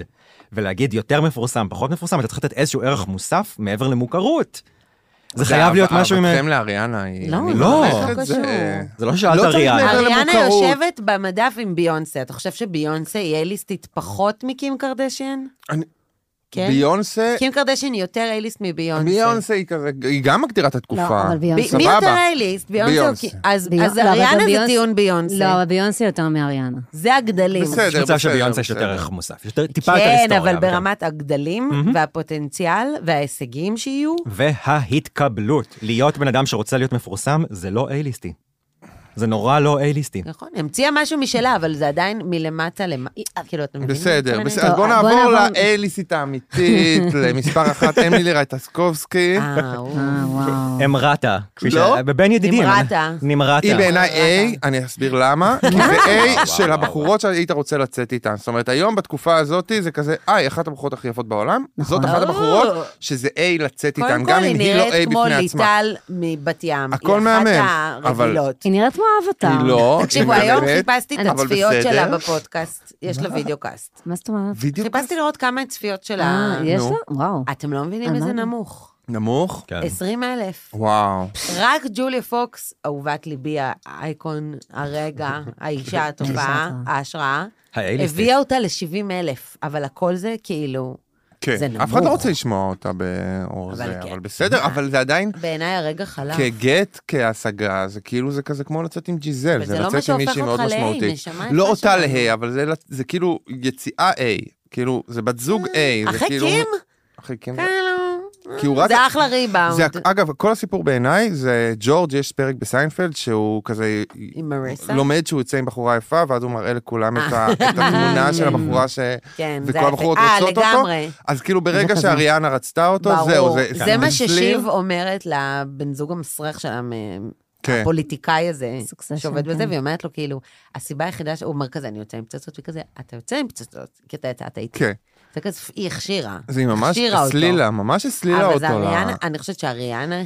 Speaker 3: ולהגיד יותר מפורסם, פחות מפורסם, אתה צריך לתת איזשהו ערך מוסף מעבר למוכרות. זה חייב להיות משהו עם...
Speaker 4: אהבתכם לאריאנה היא...
Speaker 2: לא,
Speaker 4: אני
Speaker 3: לא,
Speaker 4: מעריך
Speaker 2: לא
Speaker 4: את זה.
Speaker 2: קשור.
Speaker 3: זה לא ששאלת
Speaker 4: לא צריך
Speaker 3: אריאנה.
Speaker 4: מעבר
Speaker 2: אריאנה
Speaker 4: למוכרות.
Speaker 2: יושבת במדף עם ביונסה. אתה חושב שביונסה היא אייליסטית פחות מקים קרדשן?
Speaker 4: אני-
Speaker 2: כן?
Speaker 4: ביונסה,
Speaker 2: קים קרדשן היא יותר אייליסט מביונסה.
Speaker 4: ביונסה היא כזה, היא גם מגדירה את התקופה.
Speaker 5: אבל
Speaker 2: ב- לא,
Speaker 5: ביונסה-
Speaker 2: מי
Speaker 4: סבבה.
Speaker 2: יותר אייליסט? ביונסה. או
Speaker 4: ביונסה.
Speaker 2: קי- אז
Speaker 5: ביונ-
Speaker 2: אז
Speaker 5: לא, אבל
Speaker 2: אריאנה זה
Speaker 5: ביונס-
Speaker 2: טיעון ביונסה.
Speaker 5: לא, אבל ביונסה יותר מאריאנה.
Speaker 2: זה הגדלים.
Speaker 4: בסדר.
Speaker 3: יש מצב
Speaker 4: בסדר,
Speaker 3: שביונסה יש יותר
Speaker 4: בסדר.
Speaker 3: ערך מוסף, יש יותר- טיפה יותר
Speaker 2: כן,
Speaker 3: היסטוריה.
Speaker 2: אבל
Speaker 3: אבל-
Speaker 2: ברמת הגדלים והפוטנציאל וההישגים שיהיו,
Speaker 3: וההתקבלות, להיות בן אדם שרוצה להיות מפורסם, זה לא A-ליסטי. זה נורא לא A-ליסטי.
Speaker 2: נכון, המציאה משהו משלה, אבל זה עדיין מלמטה למטה. כאילו, אתה מבין?
Speaker 4: בסדר, בסדר, אז
Speaker 5: טוב,
Speaker 4: בואו
Speaker 5: בוא
Speaker 4: נעבור
Speaker 5: נעבור-
Speaker 4: לאליסית האמיתית, למספר אחת, אמילי רייטסקובסקי.
Speaker 2: אה, הוא-
Speaker 5: אה, וואו.
Speaker 3: אמרתה. כפי
Speaker 4: לא?
Speaker 3: ש- בבין ידידים.
Speaker 2: נמרתה.
Speaker 3: נמרתה.
Speaker 4: היא בעיניי A, אני אסביר למה, כי זה A של
Speaker 3: וואו,
Speaker 4: הבחורות שהיית רוצה לצאת איתן. זאת אומרת, היום בתקופה הזאת זה כזה, אה, היא אחת הבחורות הכי יפות בעולם, זאת אחת
Speaker 2: נכון. או.
Speaker 4: הבחורות שזה A לצאת איתן,
Speaker 2: קודם כל,
Speaker 4: גם אם
Speaker 2: היא
Speaker 4: היא לא
Speaker 2: נראית
Speaker 4: A
Speaker 2: כמו
Speaker 4: בפני עצמה.
Speaker 2: ליטל מבת ים.
Speaker 4: הכל מהמם,
Speaker 2: היא אחת
Speaker 4: אבל-
Speaker 2: הרגילות.
Speaker 5: היא נראית כמו אבטאר.
Speaker 4: היא לא,
Speaker 2: תקשיבו,
Speaker 4: היא
Speaker 2: היום
Speaker 4: באמת,
Speaker 2: חיפשתי את
Speaker 4: אבל
Speaker 2: הצפיות
Speaker 4: בסדר.
Speaker 2: שלה בפודקאסט, יש לה וידאו קאסט.
Speaker 5: מה זאת אומרת?
Speaker 4: בדיוק
Speaker 2: חיפשתי לראות כמה הצפיות שלה.
Speaker 5: אה, יש
Speaker 4: נו.
Speaker 5: לה? וואו.
Speaker 2: אתם לא מבינים
Speaker 5: אה,
Speaker 2: איזה
Speaker 5: לא.
Speaker 2: נמוך.
Speaker 4: נמוך.
Speaker 3: כן.
Speaker 2: 20 אלף.
Speaker 4: וואו.
Speaker 2: רק ג'וליה פוקס, אהובת ליבי, האייקון, הרגע, האישה הטובה,
Speaker 5: הטובה.
Speaker 2: ההשראה,
Speaker 3: האייליסטית.
Speaker 2: הביאה אותה ל-70 אלף, אבל הכל זה כאילו, זה
Speaker 4: כן,
Speaker 2: נמוך.
Speaker 4: אף אחד לא רוצה לשמוע אותה באור
Speaker 2: אבל
Speaker 4: זה,
Speaker 2: כן.
Speaker 4: אבל בסדר, אבל זה עדיין
Speaker 2: בעיניי הרגע חלף.
Speaker 4: כן, כגט, כהשגה, זה כאילו, זה כזה כמו לצאת עם ג'יזל,
Speaker 2: וזה
Speaker 4: זה
Speaker 2: לא מה
Speaker 4: לצאת עם
Speaker 2: שהופך
Speaker 4: מישהי מאוד
Speaker 2: אותך ל-A,
Speaker 4: משמעותית.
Speaker 2: נשמה יפה
Speaker 4: לא אותה
Speaker 2: שלנו.
Speaker 4: ל-A, אבל זה לת- זה כאילו יציאה A. כאילו, זה בת זוג A. זה
Speaker 2: אה, אחרי
Speaker 4: כאילו-
Speaker 2: קים?
Speaker 4: אחרי קים.
Speaker 2: כאילו,
Speaker 4: כי הוא רק-
Speaker 2: זה אחלה
Speaker 4: זה,
Speaker 2: ריבאונד.
Speaker 4: אגב, כל הסיפור בעיניי זה ג'ורג', יש פרק בסיינפלד שהוא כזה
Speaker 2: עם מריסה?
Speaker 4: לומד שהוא יוצא עם בחורה יפה, ואז הוא מראה לכולם את ה- את התמונה של הבחורה ש...
Speaker 2: אה. כן, זה
Speaker 4: וכל
Speaker 2: היה-
Speaker 4: הבחורות
Speaker 2: אה,
Speaker 4: רוצות אותו.
Speaker 2: לגמרי.
Speaker 4: אז כאילו ברגע
Speaker 5: כזה.
Speaker 4: שאריאנה רצתה אותו, לא, זהו,
Speaker 2: ברור. זה מה
Speaker 4: הצליח.
Speaker 2: ששיב אומרת לבן זוג המסריח שלה, מ-
Speaker 4: כן.
Speaker 2: הפוליטיקאי הזה,
Speaker 5: Succession,
Speaker 2: שעובד בזה,
Speaker 5: כן.
Speaker 2: והיא אומרת לו, כאילו, הסיבה היחידה, שהוא אומר כזה, אני יוצא עם פצצות, וכזה, אתה יוצא עם פצצות, כי אתה יצאת איתי.
Speaker 4: כן.
Speaker 2: זה כזה, היא הכשירה.
Speaker 4: אז היא ממש
Speaker 2: הכשירה אותו.
Speaker 4: הסלילה, ממש הסלילה
Speaker 2: אבל
Speaker 4: אותו.
Speaker 2: זה אריאנה,
Speaker 4: ל-
Speaker 2: אני חושבת שאריאנה... אה,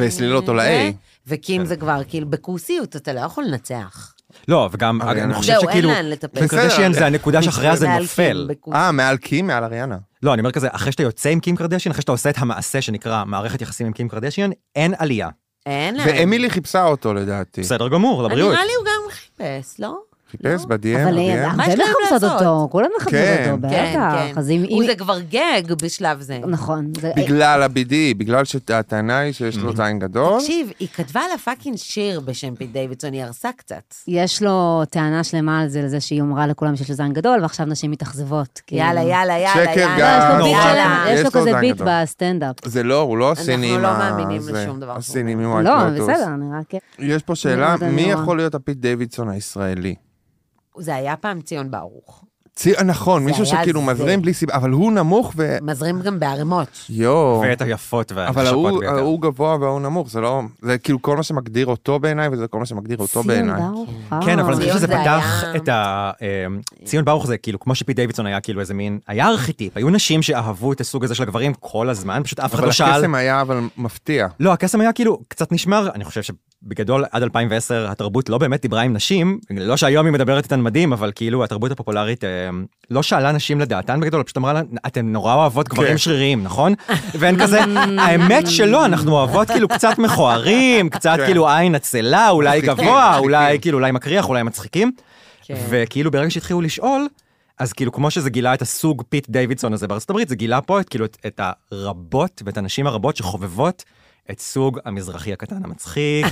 Speaker 4: והסלילה אותו
Speaker 2: זה,
Speaker 4: ל-A. כן.
Speaker 2: וקים זה כבר, כאילו, בכוסיות, אתה לא יכול לנצח.
Speaker 3: לא, וגם, אגב,
Speaker 4: אריאנה.
Speaker 3: אני חושב
Speaker 2: זהו, אין
Speaker 3: שכאילו,
Speaker 2: לאן לטפל.
Speaker 3: קים קרדשיאן
Speaker 4: אה, בסדר.
Speaker 3: זה הנקודה שאחריה זה
Speaker 2: מעל קים,
Speaker 3: נופל.
Speaker 2: בכוסיות.
Speaker 4: אה, מעל קים, מעל אריאנה.
Speaker 3: לא, אני אומר כזה, אחרי שאתה יוצא עם קים קרדשיאן, אחרי שאתה עושה את המעשה שנקרא מערכת יחסים עם קים קרדשיאן, אין עלייה.
Speaker 4: אוקיי.
Speaker 2: אין לאן.
Speaker 4: ואמילי חיפשה אותו לדעתי.
Speaker 3: בסדר גמור, לבריאות.
Speaker 2: נראה לי הוא גם חיפש, לא?
Speaker 4: חיפש ב-DM,
Speaker 5: אבל אה,
Speaker 4: ב-DM.
Speaker 2: מה
Speaker 5: הרבה
Speaker 2: יש להם
Speaker 5: מחפשות
Speaker 2: לעשות?
Speaker 5: אותו, כולם מחפשות
Speaker 4: כן,
Speaker 5: אותו,
Speaker 2: כן,
Speaker 5: בטח.
Speaker 2: כן.
Speaker 5: אז אם...
Speaker 2: הוא
Speaker 5: אם-
Speaker 2: זה כבר גג בשלב זה.
Speaker 5: נכון. זה-
Speaker 4: בגלל ה-BD, בגלל שהטענה היא שיש לו זין
Speaker 3: נכון?
Speaker 4: גדול.
Speaker 2: תקשיב, היא כתבה לה פאקינג שיר בשם פיט דיווידסון, היא הרסה קצת.
Speaker 5: יש לו טענה שלמה על זה, לזה שהיא אמרה לכולם שיש לו זין גדול, ועכשיו נשים מתאכזבות.
Speaker 3: כן.
Speaker 5: כאילו.
Speaker 2: יאללה, יאללה, יאללה,
Speaker 4: שקר
Speaker 2: יאללה.
Speaker 4: גס.
Speaker 5: לא, יש לו ביט
Speaker 4: נורא,
Speaker 5: שלה,
Speaker 4: יש
Speaker 5: יש לו
Speaker 4: לו
Speaker 5: כזה
Speaker 4: זין
Speaker 5: ביט
Speaker 4: גדול.
Speaker 5: בסטנדאפ.
Speaker 4: זה לא, הוא לא הסיני עם
Speaker 2: לא
Speaker 4: ה-
Speaker 2: מאמינים
Speaker 4: זה.
Speaker 2: לשום דבר שהוא
Speaker 4: הסיני
Speaker 2: אומר.
Speaker 4: עם ה-White
Speaker 5: לא,
Speaker 4: Lotus.
Speaker 5: בסדר, נראה כן.
Speaker 4: יש פה שאלה,
Speaker 5: זה
Speaker 4: מי
Speaker 5: נורא.
Speaker 4: יכול להיות הפיט דיווידסון הישראלי?
Speaker 2: זה היה פעם ציון ברוך.
Speaker 4: צי- נכון,
Speaker 2: זה
Speaker 4: מישהו
Speaker 2: היה
Speaker 4: שכאילו
Speaker 2: זה.
Speaker 4: מזרים בלי סיבה, אבל הוא נמוך ו...
Speaker 2: מזרים גם בערימות.
Speaker 4: יואו.
Speaker 3: ואת היפות
Speaker 4: אבל
Speaker 3: והנשוקות
Speaker 4: ההוא
Speaker 3: ביותר.
Speaker 4: ההוא גבוה וההוא נמוך, זה לא... זה כאילו כל מה שמגדיר אותו בעיניי, וזה כל מה שמגדיר אותו
Speaker 5: ציון
Speaker 4: בעיניי.
Speaker 5: ברוך,
Speaker 3: כן, אבל אני
Speaker 2: ציון
Speaker 3: חושב שזה
Speaker 2: זה
Speaker 3: פתח
Speaker 2: היה-
Speaker 3: את ה... אמ, ציון ברוך זה כאילו, כמו שפי דיווידסון היה כאילו איזה מין, היה ארכיטיפ, היו נשים שאהבו את הסוג הזה של הגברים כל הזמן, פשוט אף אחד
Speaker 4: אבל
Speaker 3: לא שאל.
Speaker 4: הקסם היה אבל מפתיע.
Speaker 3: לא, הקסם היה כאילו קצת נשמר, אני חושב שבגדול עד 2010 התרבות לא באמת דיברה עם נשים, לא שהיום היא מדברת איתן מדהים, אבל כאילו התרבות הפופולרית אה, לא שאלה נשים לדעתן בגדול, פשוט אמרה להן, אתן נורא אוהבות גברים
Speaker 4: כן.
Speaker 3: שריריים, נכון? והן כזה, האמת שלא, אנחנו אוהבות כאילו קצת מכוערים, קצת
Speaker 4: כן.
Speaker 3: כאילו עין עצלה, אולי
Speaker 4: מצחיקים,
Speaker 3: גבוה, אולי
Speaker 4: מצחיקים.
Speaker 3: כאילו אולי מקריח, אולי מצחיקים,
Speaker 2: כן.
Speaker 3: וכאילו ברגע שהתחילו לשאול, אז כאילו כמו שזה גילה את הסוג פיט דיווידסון הזה בארצות הברית, זה גילה פה את, כאילו את, את הרבות ואת הנשים הרבות שחובבות את סוג המזרחי הקטן המצחיק,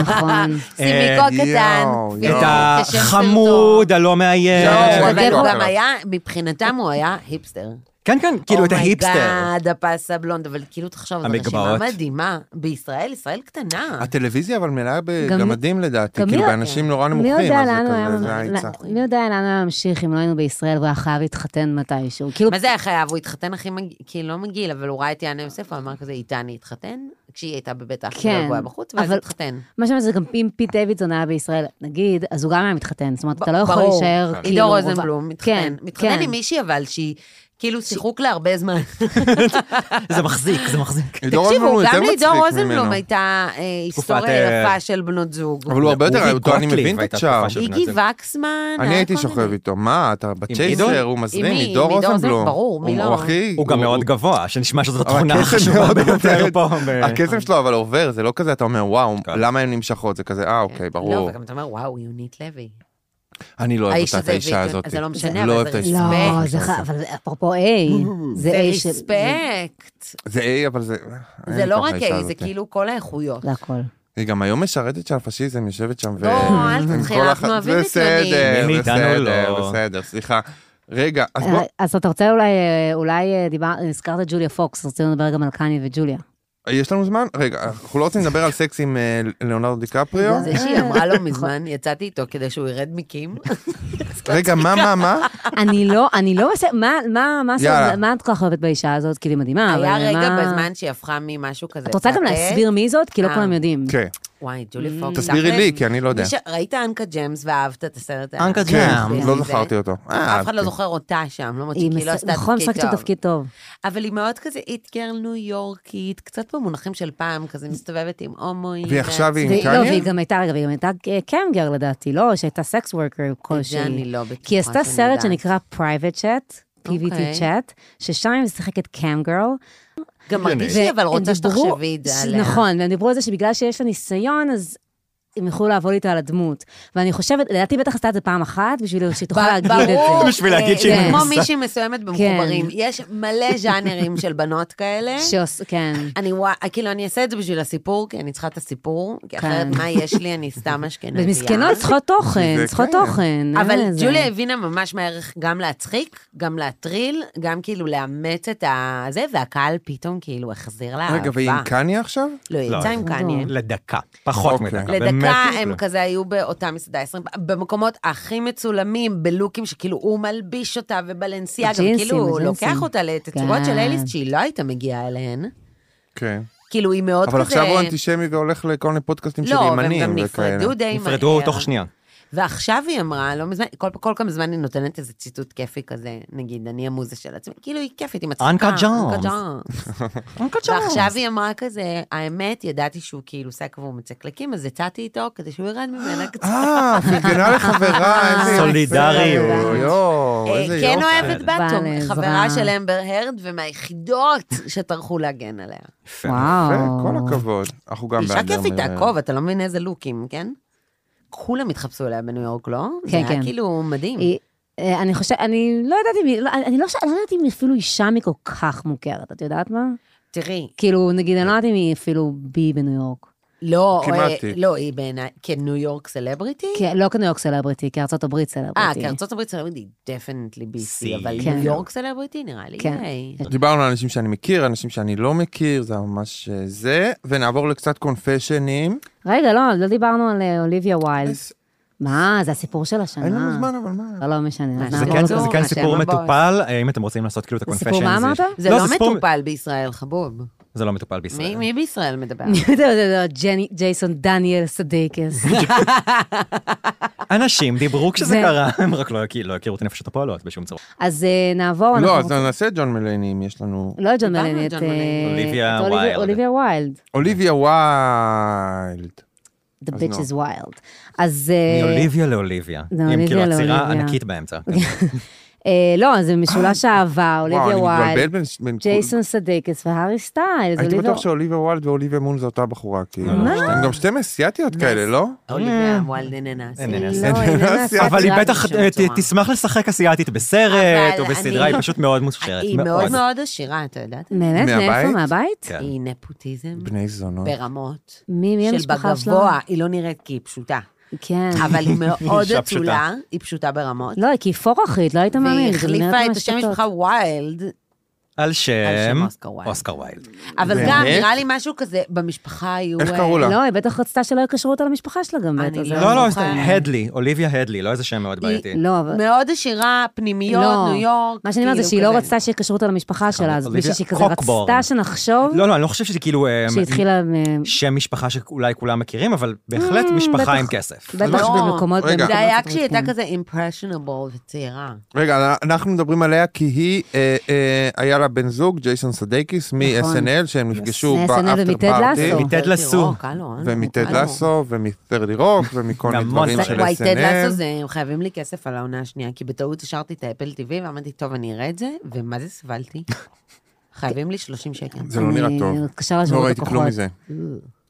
Speaker 5: נכון.
Speaker 2: סימיקו הקטן.
Speaker 4: אה, יואו,
Speaker 2: כן,
Speaker 4: יואו.
Speaker 3: את
Speaker 2: כשם סרטון.
Speaker 3: החמוד הלא מאיים.
Speaker 4: יואו,
Speaker 2: לא,
Speaker 4: כן,
Speaker 2: אבל הוא
Speaker 4: כן,
Speaker 2: גם
Speaker 4: כן.
Speaker 2: היה, מבחינתם הוא היה היפסטר. Oh
Speaker 3: כן כן, כאילו את ההיפסטר.
Speaker 2: אומייגאד, הפס הבלונד, אבל כאילו תחשוב, זו רשימה
Speaker 3: המגבעות.
Speaker 2: מדהימה. בישראל, ישראל קטנה.
Speaker 4: הטלוויזיה אבל מלאה
Speaker 5: גם-
Speaker 4: בגמדים לדעתי,
Speaker 5: גם מי
Speaker 4: כאילו
Speaker 5: יודע-
Speaker 4: באנשים נורא
Speaker 5: מי
Speaker 4: נמוכים,
Speaker 5: יודע
Speaker 4: אז זה
Speaker 5: לאן הוא היה
Speaker 4: כזה, זה
Speaker 5: ממשיך-
Speaker 4: העצה.
Speaker 5: מי יודע לאן הוא היה ממשיך אם לא היינו בישראל והוא היה חייב להתחתן מתישהו. כאילו,
Speaker 2: מה זה היה חייב? הוא התחתן הכי מגעיל, כאילו לא מגעיל, אבל הוא ראה את יענה יוסף, הוא אמר כזה, איתה אני אתחתן, כשהיא הייתה בבית האח שלה,
Speaker 5: כן,
Speaker 2: והוא היה בחוץ, ואז
Speaker 5: אבל-
Speaker 2: התחתן.
Speaker 5: מה שאומר זה גם אם פיט דיווידסון היה בישראל, נגיד, אז הוא גם היה מתחתן. זאת אומרת, אתה לא יכול
Speaker 2: ברור.
Speaker 5: להישאר כאילו...
Speaker 2: עידו
Speaker 5: רווק.
Speaker 2: רוזנבלום,
Speaker 5: כן,
Speaker 2: מתחתן. מתחתן
Speaker 5: כן.
Speaker 2: עם מישהי, אבל שהיא כאילו שיחוק להרבה זמן.
Speaker 3: זה מחזיק, זה מחזיק.
Speaker 4: עידו רוזנבלום
Speaker 2: תקשיבו,
Speaker 4: הוא יותר
Speaker 2: גם לעידו
Speaker 4: מצחיק
Speaker 2: רוזנבלום
Speaker 4: ממנו.
Speaker 2: הייתה אה,
Speaker 3: תקופת,
Speaker 2: היסטוריה
Speaker 3: אה,
Speaker 2: יפה של בנות זוג.
Speaker 4: אבל הוא הרבה יותר,
Speaker 3: אורי
Speaker 4: אותו אני
Speaker 3: גוטליב
Speaker 4: מבין את
Speaker 3: הייתה
Speaker 4: הצ'אר.
Speaker 3: תקופה של-
Speaker 2: איגי
Speaker 3: בנות זוג.
Speaker 2: וקסמן,
Speaker 4: אני
Speaker 2: היה
Speaker 4: הייתי
Speaker 2: אה, כל
Speaker 4: שוכב
Speaker 2: מיני.
Speaker 4: איתו, מה, אתה בצ'ייסר,
Speaker 3: עידו?
Speaker 4: הוא
Speaker 2: עם
Speaker 4: מזרים,
Speaker 2: מי?
Speaker 4: עידו
Speaker 2: עם עידו
Speaker 4: רוזנבלום.
Speaker 2: זה ברור, מי
Speaker 4: הוא-
Speaker 2: לא?
Speaker 4: הוא הכי...
Speaker 3: הוא גם מאוד גבוה, שנשמע שזו
Speaker 4: אבל
Speaker 3: תכונה
Speaker 4: הקסם
Speaker 3: חשובה
Speaker 4: מאוד
Speaker 3: ביותר
Speaker 4: עובד.
Speaker 3: פה. ב-
Speaker 4: הקסם שלו אבל עובר, זה לא כזה, אתה אומר, וואו,
Speaker 3: כן.
Speaker 4: למה הן נמשכות? זה כזה, אה, אוקיי,
Speaker 2: לא,
Speaker 4: ברור.
Speaker 2: וגם אתה אומר, וואו, יונית לוי.
Speaker 4: אני לא אוהב
Speaker 2: האיש
Speaker 4: אותה, את
Speaker 2: הזה
Speaker 4: האישה
Speaker 2: הביא-
Speaker 4: הזאת.
Speaker 2: זה לא משנה, אבל
Speaker 4: לא אוהב
Speaker 2: זה
Speaker 4: את האישה.
Speaker 2: רספקט.
Speaker 5: לא, זה ח... אבל אפרופו A, זה
Speaker 2: זה
Speaker 5: A של...
Speaker 2: רספקט.
Speaker 4: זה איי, אבל זה... אין
Speaker 2: זה
Speaker 4: לי
Speaker 2: לא
Speaker 4: כוח
Speaker 2: רק
Speaker 4: לאישה
Speaker 2: איי, זה
Speaker 4: הזאת.
Speaker 2: כאילו כל האיכויות.
Speaker 5: זה הכל.
Speaker 4: היא גם היום משרתת של הפשיזם, יושבת שם ו...
Speaker 2: לא, אל
Speaker 4: עם
Speaker 2: תתחיל,
Speaker 4: כל
Speaker 2: אנחנו
Speaker 4: הח-
Speaker 2: אוהבים את
Speaker 4: בסדר,
Speaker 3: מי מאיתנו
Speaker 4: בסדר,
Speaker 3: לא?
Speaker 4: בסדר, סליחה. רגע, אז
Speaker 2: אה.
Speaker 4: בוא...
Speaker 5: אה, אז אתה רוצה אולי, אולי אה, דיבר, הזכרת את ג'וליה פוקס, רצינו לדבר גם על קניה וג'וליה.
Speaker 4: יש לנו זמן? רגע, אנחנו לא רוצים לדבר על סקס עם אה, ליאונרדו דיקפריו?
Speaker 2: לא, זה שהיא אמרה לו מזמן, יצאתי איתו כדי שהוא ירד מקים.
Speaker 4: רגע, מה, מה, מה?
Speaker 5: אני לא, אני לא, מס- מה, מה, מה,
Speaker 4: יאללה.
Speaker 5: מה את כל כך אוהבת באישה הזאת? כאילו היא מדהימה, אבל
Speaker 2: היה רגע
Speaker 5: מה-
Speaker 2: בזמן שהיא הפכה ממשהו כזה.
Speaker 5: את רוצה גם
Speaker 2: פאטט.
Speaker 5: להסביר מי זאת? כי לא
Speaker 2: אה.
Speaker 5: כולם יודעים.
Speaker 4: כן.
Speaker 2: וואי, ג'ולי פוקס.
Speaker 4: תסבירי לי, כי אני לא יודע.
Speaker 2: מי ש- ראית אנקה ג'מס ואהבת את הסרט הזה?
Speaker 3: אנקה
Speaker 4: כן,
Speaker 3: ג'אם.
Speaker 4: לא
Speaker 2: זה-
Speaker 4: זכרתי אותו. אה,
Speaker 2: אף אחד לא זוכר אותה שם, למרות
Speaker 5: היא
Speaker 2: שהיא כאילו
Speaker 5: מס-
Speaker 2: עשתה
Speaker 5: נכון,
Speaker 2: תפקיד
Speaker 5: משחקת שם
Speaker 2: טוב.
Speaker 5: תפקיד טוב.
Speaker 2: אבל היא מאוד כזה איט גרל ניו יורקית, קצת במונחים של פעם, כזה מסתובבת עם הומואים.
Speaker 4: והיא עכשיו היא עם
Speaker 5: והיא-
Speaker 4: קניה?
Speaker 5: לא, והיא גם הייתה, רגע, והיא גם הייתה קמגר לדעתי, לא? שהייתה סקס וורקר כלשהי.
Speaker 2: אני לא בטוחה
Speaker 5: כי היא עשתה
Speaker 2: שאני
Speaker 5: סרט
Speaker 2: יודעת.
Speaker 5: שנקרא Private Chat,
Speaker 2: אוקיי.
Speaker 5: PVT Chat, ששם היא משחקת קאם גרל,
Speaker 2: גם מרגיש
Speaker 5: ו-
Speaker 4: אוקיי.
Speaker 2: לי, אבל רוצה
Speaker 5: הם דיברו-
Speaker 2: שתחשבי את זה
Speaker 5: ש-
Speaker 2: עליה.
Speaker 5: נכון, והם דיברו על זה שבגלל שיש לה ניסיון, אז הם יוכלו לעבוד איתה על הדמות. ואני חושבת, לדעתי בטח עשתה את זה פעם אחת, בשביל שהיא תוכל נכון, להגיד את
Speaker 4: לא
Speaker 2: ברור,
Speaker 5: זה.
Speaker 3: בשביל להגיד
Speaker 2: אה,
Speaker 3: שהיא
Speaker 2: זה כמו
Speaker 5: מנוסה.
Speaker 2: מישהי מסוימת במחוברים.
Speaker 5: כן.
Speaker 2: יש מלא ז'אנרים של בנות כאלה.
Speaker 5: שעוש- כן.
Speaker 2: אני וואי, כאילו, אני אעשה את זה בשביל הסיפור, כי אני צריכה את הסיפור, כי אחרת
Speaker 5: כן.
Speaker 2: מה יש לי, אני סתם אשכנזייה.
Speaker 5: ומסכנות צריכות תוכן,
Speaker 4: זה
Speaker 5: צריכות
Speaker 4: כן.
Speaker 5: תוכן. אה, אין
Speaker 2: אבל
Speaker 5: לזה.
Speaker 2: ג'וליה הבינה ממש מהערך גם להצחיק, גם להטריל, גם כאילו לאמץ את ה- זה, והקהל פתאום כאילו החזיר לה אהבה.
Speaker 4: רגע, והיא עם קניה עכשיו?
Speaker 2: לא, היא
Speaker 3: לא,
Speaker 2: יצאה עם
Speaker 5: לא.
Speaker 2: קניה.
Speaker 3: לדקה, פחות
Speaker 4: אוקיי.
Speaker 3: מדקה. באמת
Speaker 2: לדקה הם
Speaker 3: לא.
Speaker 2: כזה היו באותה מסעדה 20, במקומות הכי מצולמים, בלוקים שכאילו הוא מלביש אותה, ובלנסיאגה,
Speaker 5: ג'ינסים,
Speaker 2: וכאילו הוא
Speaker 5: ג'ינסים.
Speaker 2: לוקח אותה לתצוגות של
Speaker 5: כן.
Speaker 2: אליסט שהיא לא הייתה מגיעה אליהן.
Speaker 4: כן.
Speaker 2: כאילו, היא מאוד כזה...
Speaker 4: אבל עכשיו הוא אנטישמי והולך לכל מיני פודקאסטים של ימנים
Speaker 2: לא, והם גם
Speaker 4: וכאלה.
Speaker 2: נפרדו די מהר.
Speaker 3: נפרדו תוך שנייה.
Speaker 2: אה, ועכשיו היא אמרה, לא מזמן, כל, כל כמה זמן היא נותנת איזה ציטוט כיפי כזה, נגיד, אני המוזה של עצמי, כאילו היא כיפית, היא מצחיקה.
Speaker 3: אנקה ג'ונס.
Speaker 2: אנקה ג'ונס. ועכשיו היא אמרה כזה, האמת, ידעתי שהוא כאילו שק והוא מצקלקים, אז יצאתי איתו כדי שהוא ירד ממנה קצת.
Speaker 4: אה, פרגנה לחברה, איזה יופי.
Speaker 3: סולידריות.
Speaker 4: יואו,
Speaker 2: אה,
Speaker 4: איזה יופי.
Speaker 2: כן אוהבת בטום,
Speaker 5: בעל עזרה.
Speaker 2: חברה של אמבר הרד ומהיחידות שטרחו להגן עליה.
Speaker 3: יפה.
Speaker 5: וואו.
Speaker 4: יפה, כן, כל הכבוד. אנחנו גם אה,
Speaker 2: אישה
Speaker 4: באנדר
Speaker 2: כיפית,
Speaker 4: מירר.
Speaker 2: תעקוב, אתה לא מבין איזה לוקים, כן? כולם התחפשו אליה בניו יורק, לא?
Speaker 5: כן,
Speaker 2: זה היה
Speaker 5: כן.
Speaker 2: כאילו מדהים.
Speaker 5: היא- אה, אני חושבת, אני לא ידעתי, מי- לא- אני לא ש- לא ידעתי אם היא אפילו אישה מכל כך מוכרת, את יודעת מה?
Speaker 2: תראי,
Speaker 5: כאילו, נגיד, אני לא יודעת אם היא אפילו בי בניו יורק.
Speaker 2: לא,
Speaker 4: כמעט
Speaker 2: אה,
Speaker 4: היא.
Speaker 2: לא, היא בעיניי, כניו יורק סלבריטי?
Speaker 5: כי- לא כניו יורק סלבריטי, כארצות הברית סלבריטי.
Speaker 2: אה, כי ארצות הברית סלבריטי, definitely BC,
Speaker 3: סי.
Speaker 2: אבל
Speaker 5: כן.
Speaker 2: ניו יורק סלבריטי נראה לי.
Speaker 5: כן.
Speaker 2: היי.
Speaker 4: דיברנו על אנשים שאני מכיר, אנשים שאני לא מכיר, זה היה ממש אה, זה, ונעבור לקצת קונפשנים.
Speaker 5: רגע, לא, לא דיברנו על אה, אוליביה ויילד.
Speaker 4: אז-
Speaker 5: מה, זה הסיפור של השנה.
Speaker 4: אין לנו זמן, אבל מה?
Speaker 5: לא, לא משנה. אז
Speaker 2: זה
Speaker 3: זה
Speaker 5: נעבור
Speaker 3: כן-
Speaker 5: לזה.
Speaker 3: זה כן
Speaker 2: השם
Speaker 3: סיפור
Speaker 2: הבוס.
Speaker 3: מטופל, אה, אם אתם רוצים לעשות כאילו את
Speaker 5: זה
Speaker 3: הקונפשן.
Speaker 5: סיפור מה אמרת?
Speaker 2: זה לא
Speaker 3: סיפור-
Speaker 2: מטופל בישראל, חבוב.
Speaker 3: זה לא מטופל
Speaker 2: מי-
Speaker 3: בישראל.
Speaker 2: מי בישראל מדבר? Oh,
Speaker 5: זהו, זהו, זהו, ג'ני- ג'ייסון דניאל סדיקס.
Speaker 3: אנשים דיברו כשזה
Speaker 5: זה-
Speaker 3: קרה, הם רק לא הכי- לא הכירו את הנפשות הפועלות בשום צורה.
Speaker 5: אז אה, נעבור,
Speaker 4: לא,
Speaker 5: אנחנו...
Speaker 4: אז נעשה את ג'ון מלני אם יש לנו...
Speaker 5: לא את ג'ון
Speaker 2: דיברנו
Speaker 5: מלני,
Speaker 2: על
Speaker 5: את
Speaker 2: ג'ון
Speaker 5: אה,
Speaker 2: מלני.
Speaker 3: אוליביה
Speaker 5: את אוליביה-
Speaker 3: ויילד.
Speaker 5: אוליביה ויילד.
Speaker 4: אוליביה ויילד.
Speaker 5: The
Speaker 4: אז
Speaker 5: bitch
Speaker 4: נו.
Speaker 5: is wild. אז... אה,
Speaker 3: מאוליביה לאוליביה.
Speaker 5: זה
Speaker 3: עם כאילו
Speaker 5: אוליביה
Speaker 3: עצירה
Speaker 5: לאוליביה.
Speaker 3: ענקית באמצע.
Speaker 5: אה, לא, זה משולש אהבה,
Speaker 4: וואו,
Speaker 5: אוליביה
Speaker 4: אני מתבלבל
Speaker 5: ויילד,
Speaker 4: בין... בין-
Speaker 5: ג'ייסון סדיקס והארי סטיילס.
Speaker 4: הייתי
Speaker 5: אוליביה-
Speaker 4: בטוח שאוליביה וולד ואוליביה מון זו אותה בחורה, כאילו.
Speaker 3: לא,
Speaker 5: לא.
Speaker 4: הם גם שתיהן אסייתיות כאלה, לא?
Speaker 2: אוליביה וולדן אנס.
Speaker 3: אין, אין, אין.
Speaker 5: לא, היא
Speaker 4: אבל
Speaker 5: לא נעשית
Speaker 3: אבל היא
Speaker 5: רק
Speaker 3: בטח
Speaker 2: בשום
Speaker 3: אה,
Speaker 2: צורה.
Speaker 3: ת- תשמח לשחק אסיאתית בסרט
Speaker 2: אבל
Speaker 3: או בסדרה,
Speaker 2: אני-
Speaker 3: היא פשוט מאוד מוכשרת.
Speaker 2: היא מאוד מאוד עשירה, אתה יודעת?
Speaker 5: באמת? מאיפה?
Speaker 4: מהבית?
Speaker 5: מהבית?
Speaker 3: כן.
Speaker 2: היא נפוטיזם
Speaker 4: בני זונות.
Speaker 2: ברמות.
Speaker 5: מי מי
Speaker 2: של
Speaker 5: המשפחה שלה?
Speaker 2: בגבוה, היא לא נראית כי היא פשוטה.
Speaker 5: כן.
Speaker 2: אבל היא מאוד
Speaker 3: אישה
Speaker 2: אצולה, היא פשוטה ברמות.
Speaker 5: לא, כי היא פורחית, לא היית מאמין.
Speaker 2: והיא
Speaker 5: זה נראה
Speaker 2: החליפה
Speaker 5: כמו
Speaker 2: את השם
Speaker 5: שטות.
Speaker 2: משפחה ויילד,
Speaker 3: על
Speaker 2: על שם
Speaker 3: שם
Speaker 2: אוסקר ויילד.
Speaker 3: אוסקר ויילד.
Speaker 2: אבל
Speaker 4: באמת?
Speaker 2: גם נראה לי משהו כזה, במשפחה היו...
Speaker 4: איך
Speaker 2: אה,
Speaker 4: קראו לה?
Speaker 5: לא, היא בטח רצתה שלא יקשרו אותה למשפחה שלה גם.
Speaker 2: אני
Speaker 5: בטח, זה-
Speaker 2: לא
Speaker 3: לא, לא,
Speaker 2: זוכרת.
Speaker 3: הדלי, אוליביה הדלי, לא איזה שם מאוד בעייתי.
Speaker 5: לא, אבל...
Speaker 2: מאוד עשירה, פנימיות,
Speaker 5: לא.
Speaker 2: ניו יורק.
Speaker 5: מה שאני אומרת זה
Speaker 2: כאילו
Speaker 5: שהיא לא
Speaker 2: כזה.
Speaker 5: רצתה שיקשרו אותה למשפחה שלה, אז
Speaker 3: אוליביה
Speaker 5: מישהי שכזה
Speaker 3: קוקבורן.
Speaker 5: רצתה שנחשוב
Speaker 3: לא, לא, אני לא חושב שזה כאילו אה,
Speaker 5: שהיא התחילה... מ-
Speaker 3: שם משפחה שאולי כולם מכירים, אבל בהחלט
Speaker 2: אה,
Speaker 3: משפחה
Speaker 5: בטח.
Speaker 3: עם כסף.
Speaker 5: בטח
Speaker 4: לא.
Speaker 5: במקומות...
Speaker 4: רגע.
Speaker 5: במקומות
Speaker 2: זה היה
Speaker 5: הברית,
Speaker 2: כשהיא הייתה
Speaker 5: כן.
Speaker 2: כזה impressionable וצעירה.
Speaker 4: רגע, אנחנו מדברים עליה כי היא, אה, אה, היה לה בן זוג, ג'ייסון סדייקיס,
Speaker 5: נכון.
Speaker 4: מ-SNL, שהם נפגשו
Speaker 5: מ- SNL
Speaker 4: באפטר
Speaker 5: ומטד
Speaker 4: פארטי,
Speaker 5: לאסו. נכון.
Speaker 3: מטד לסו.
Speaker 2: רוק, הלו, הלו,
Speaker 4: ומטד
Speaker 2: הלו.
Speaker 4: לסו, ומפרדי רוק, ומכל מיני
Speaker 3: והמון
Speaker 4: דברים
Speaker 3: זה-
Speaker 4: של
Speaker 2: אה, וואי, טד לאסו
Speaker 4: SNL.
Speaker 2: זה, הם חייבים לי כסף על העונה השנייה, כי בטעות השארתי את האפל TV ואמרתי, טוב, אני אראה את זה, ומה זה סבלתי? חייבים לי 30 שקל.
Speaker 4: זה לא נראה
Speaker 5: אני-
Speaker 4: טוב.
Speaker 5: קשה לשבור
Speaker 4: לא
Speaker 5: את
Speaker 4: ראיתי
Speaker 5: הכוחות.
Speaker 4: כלום מזה.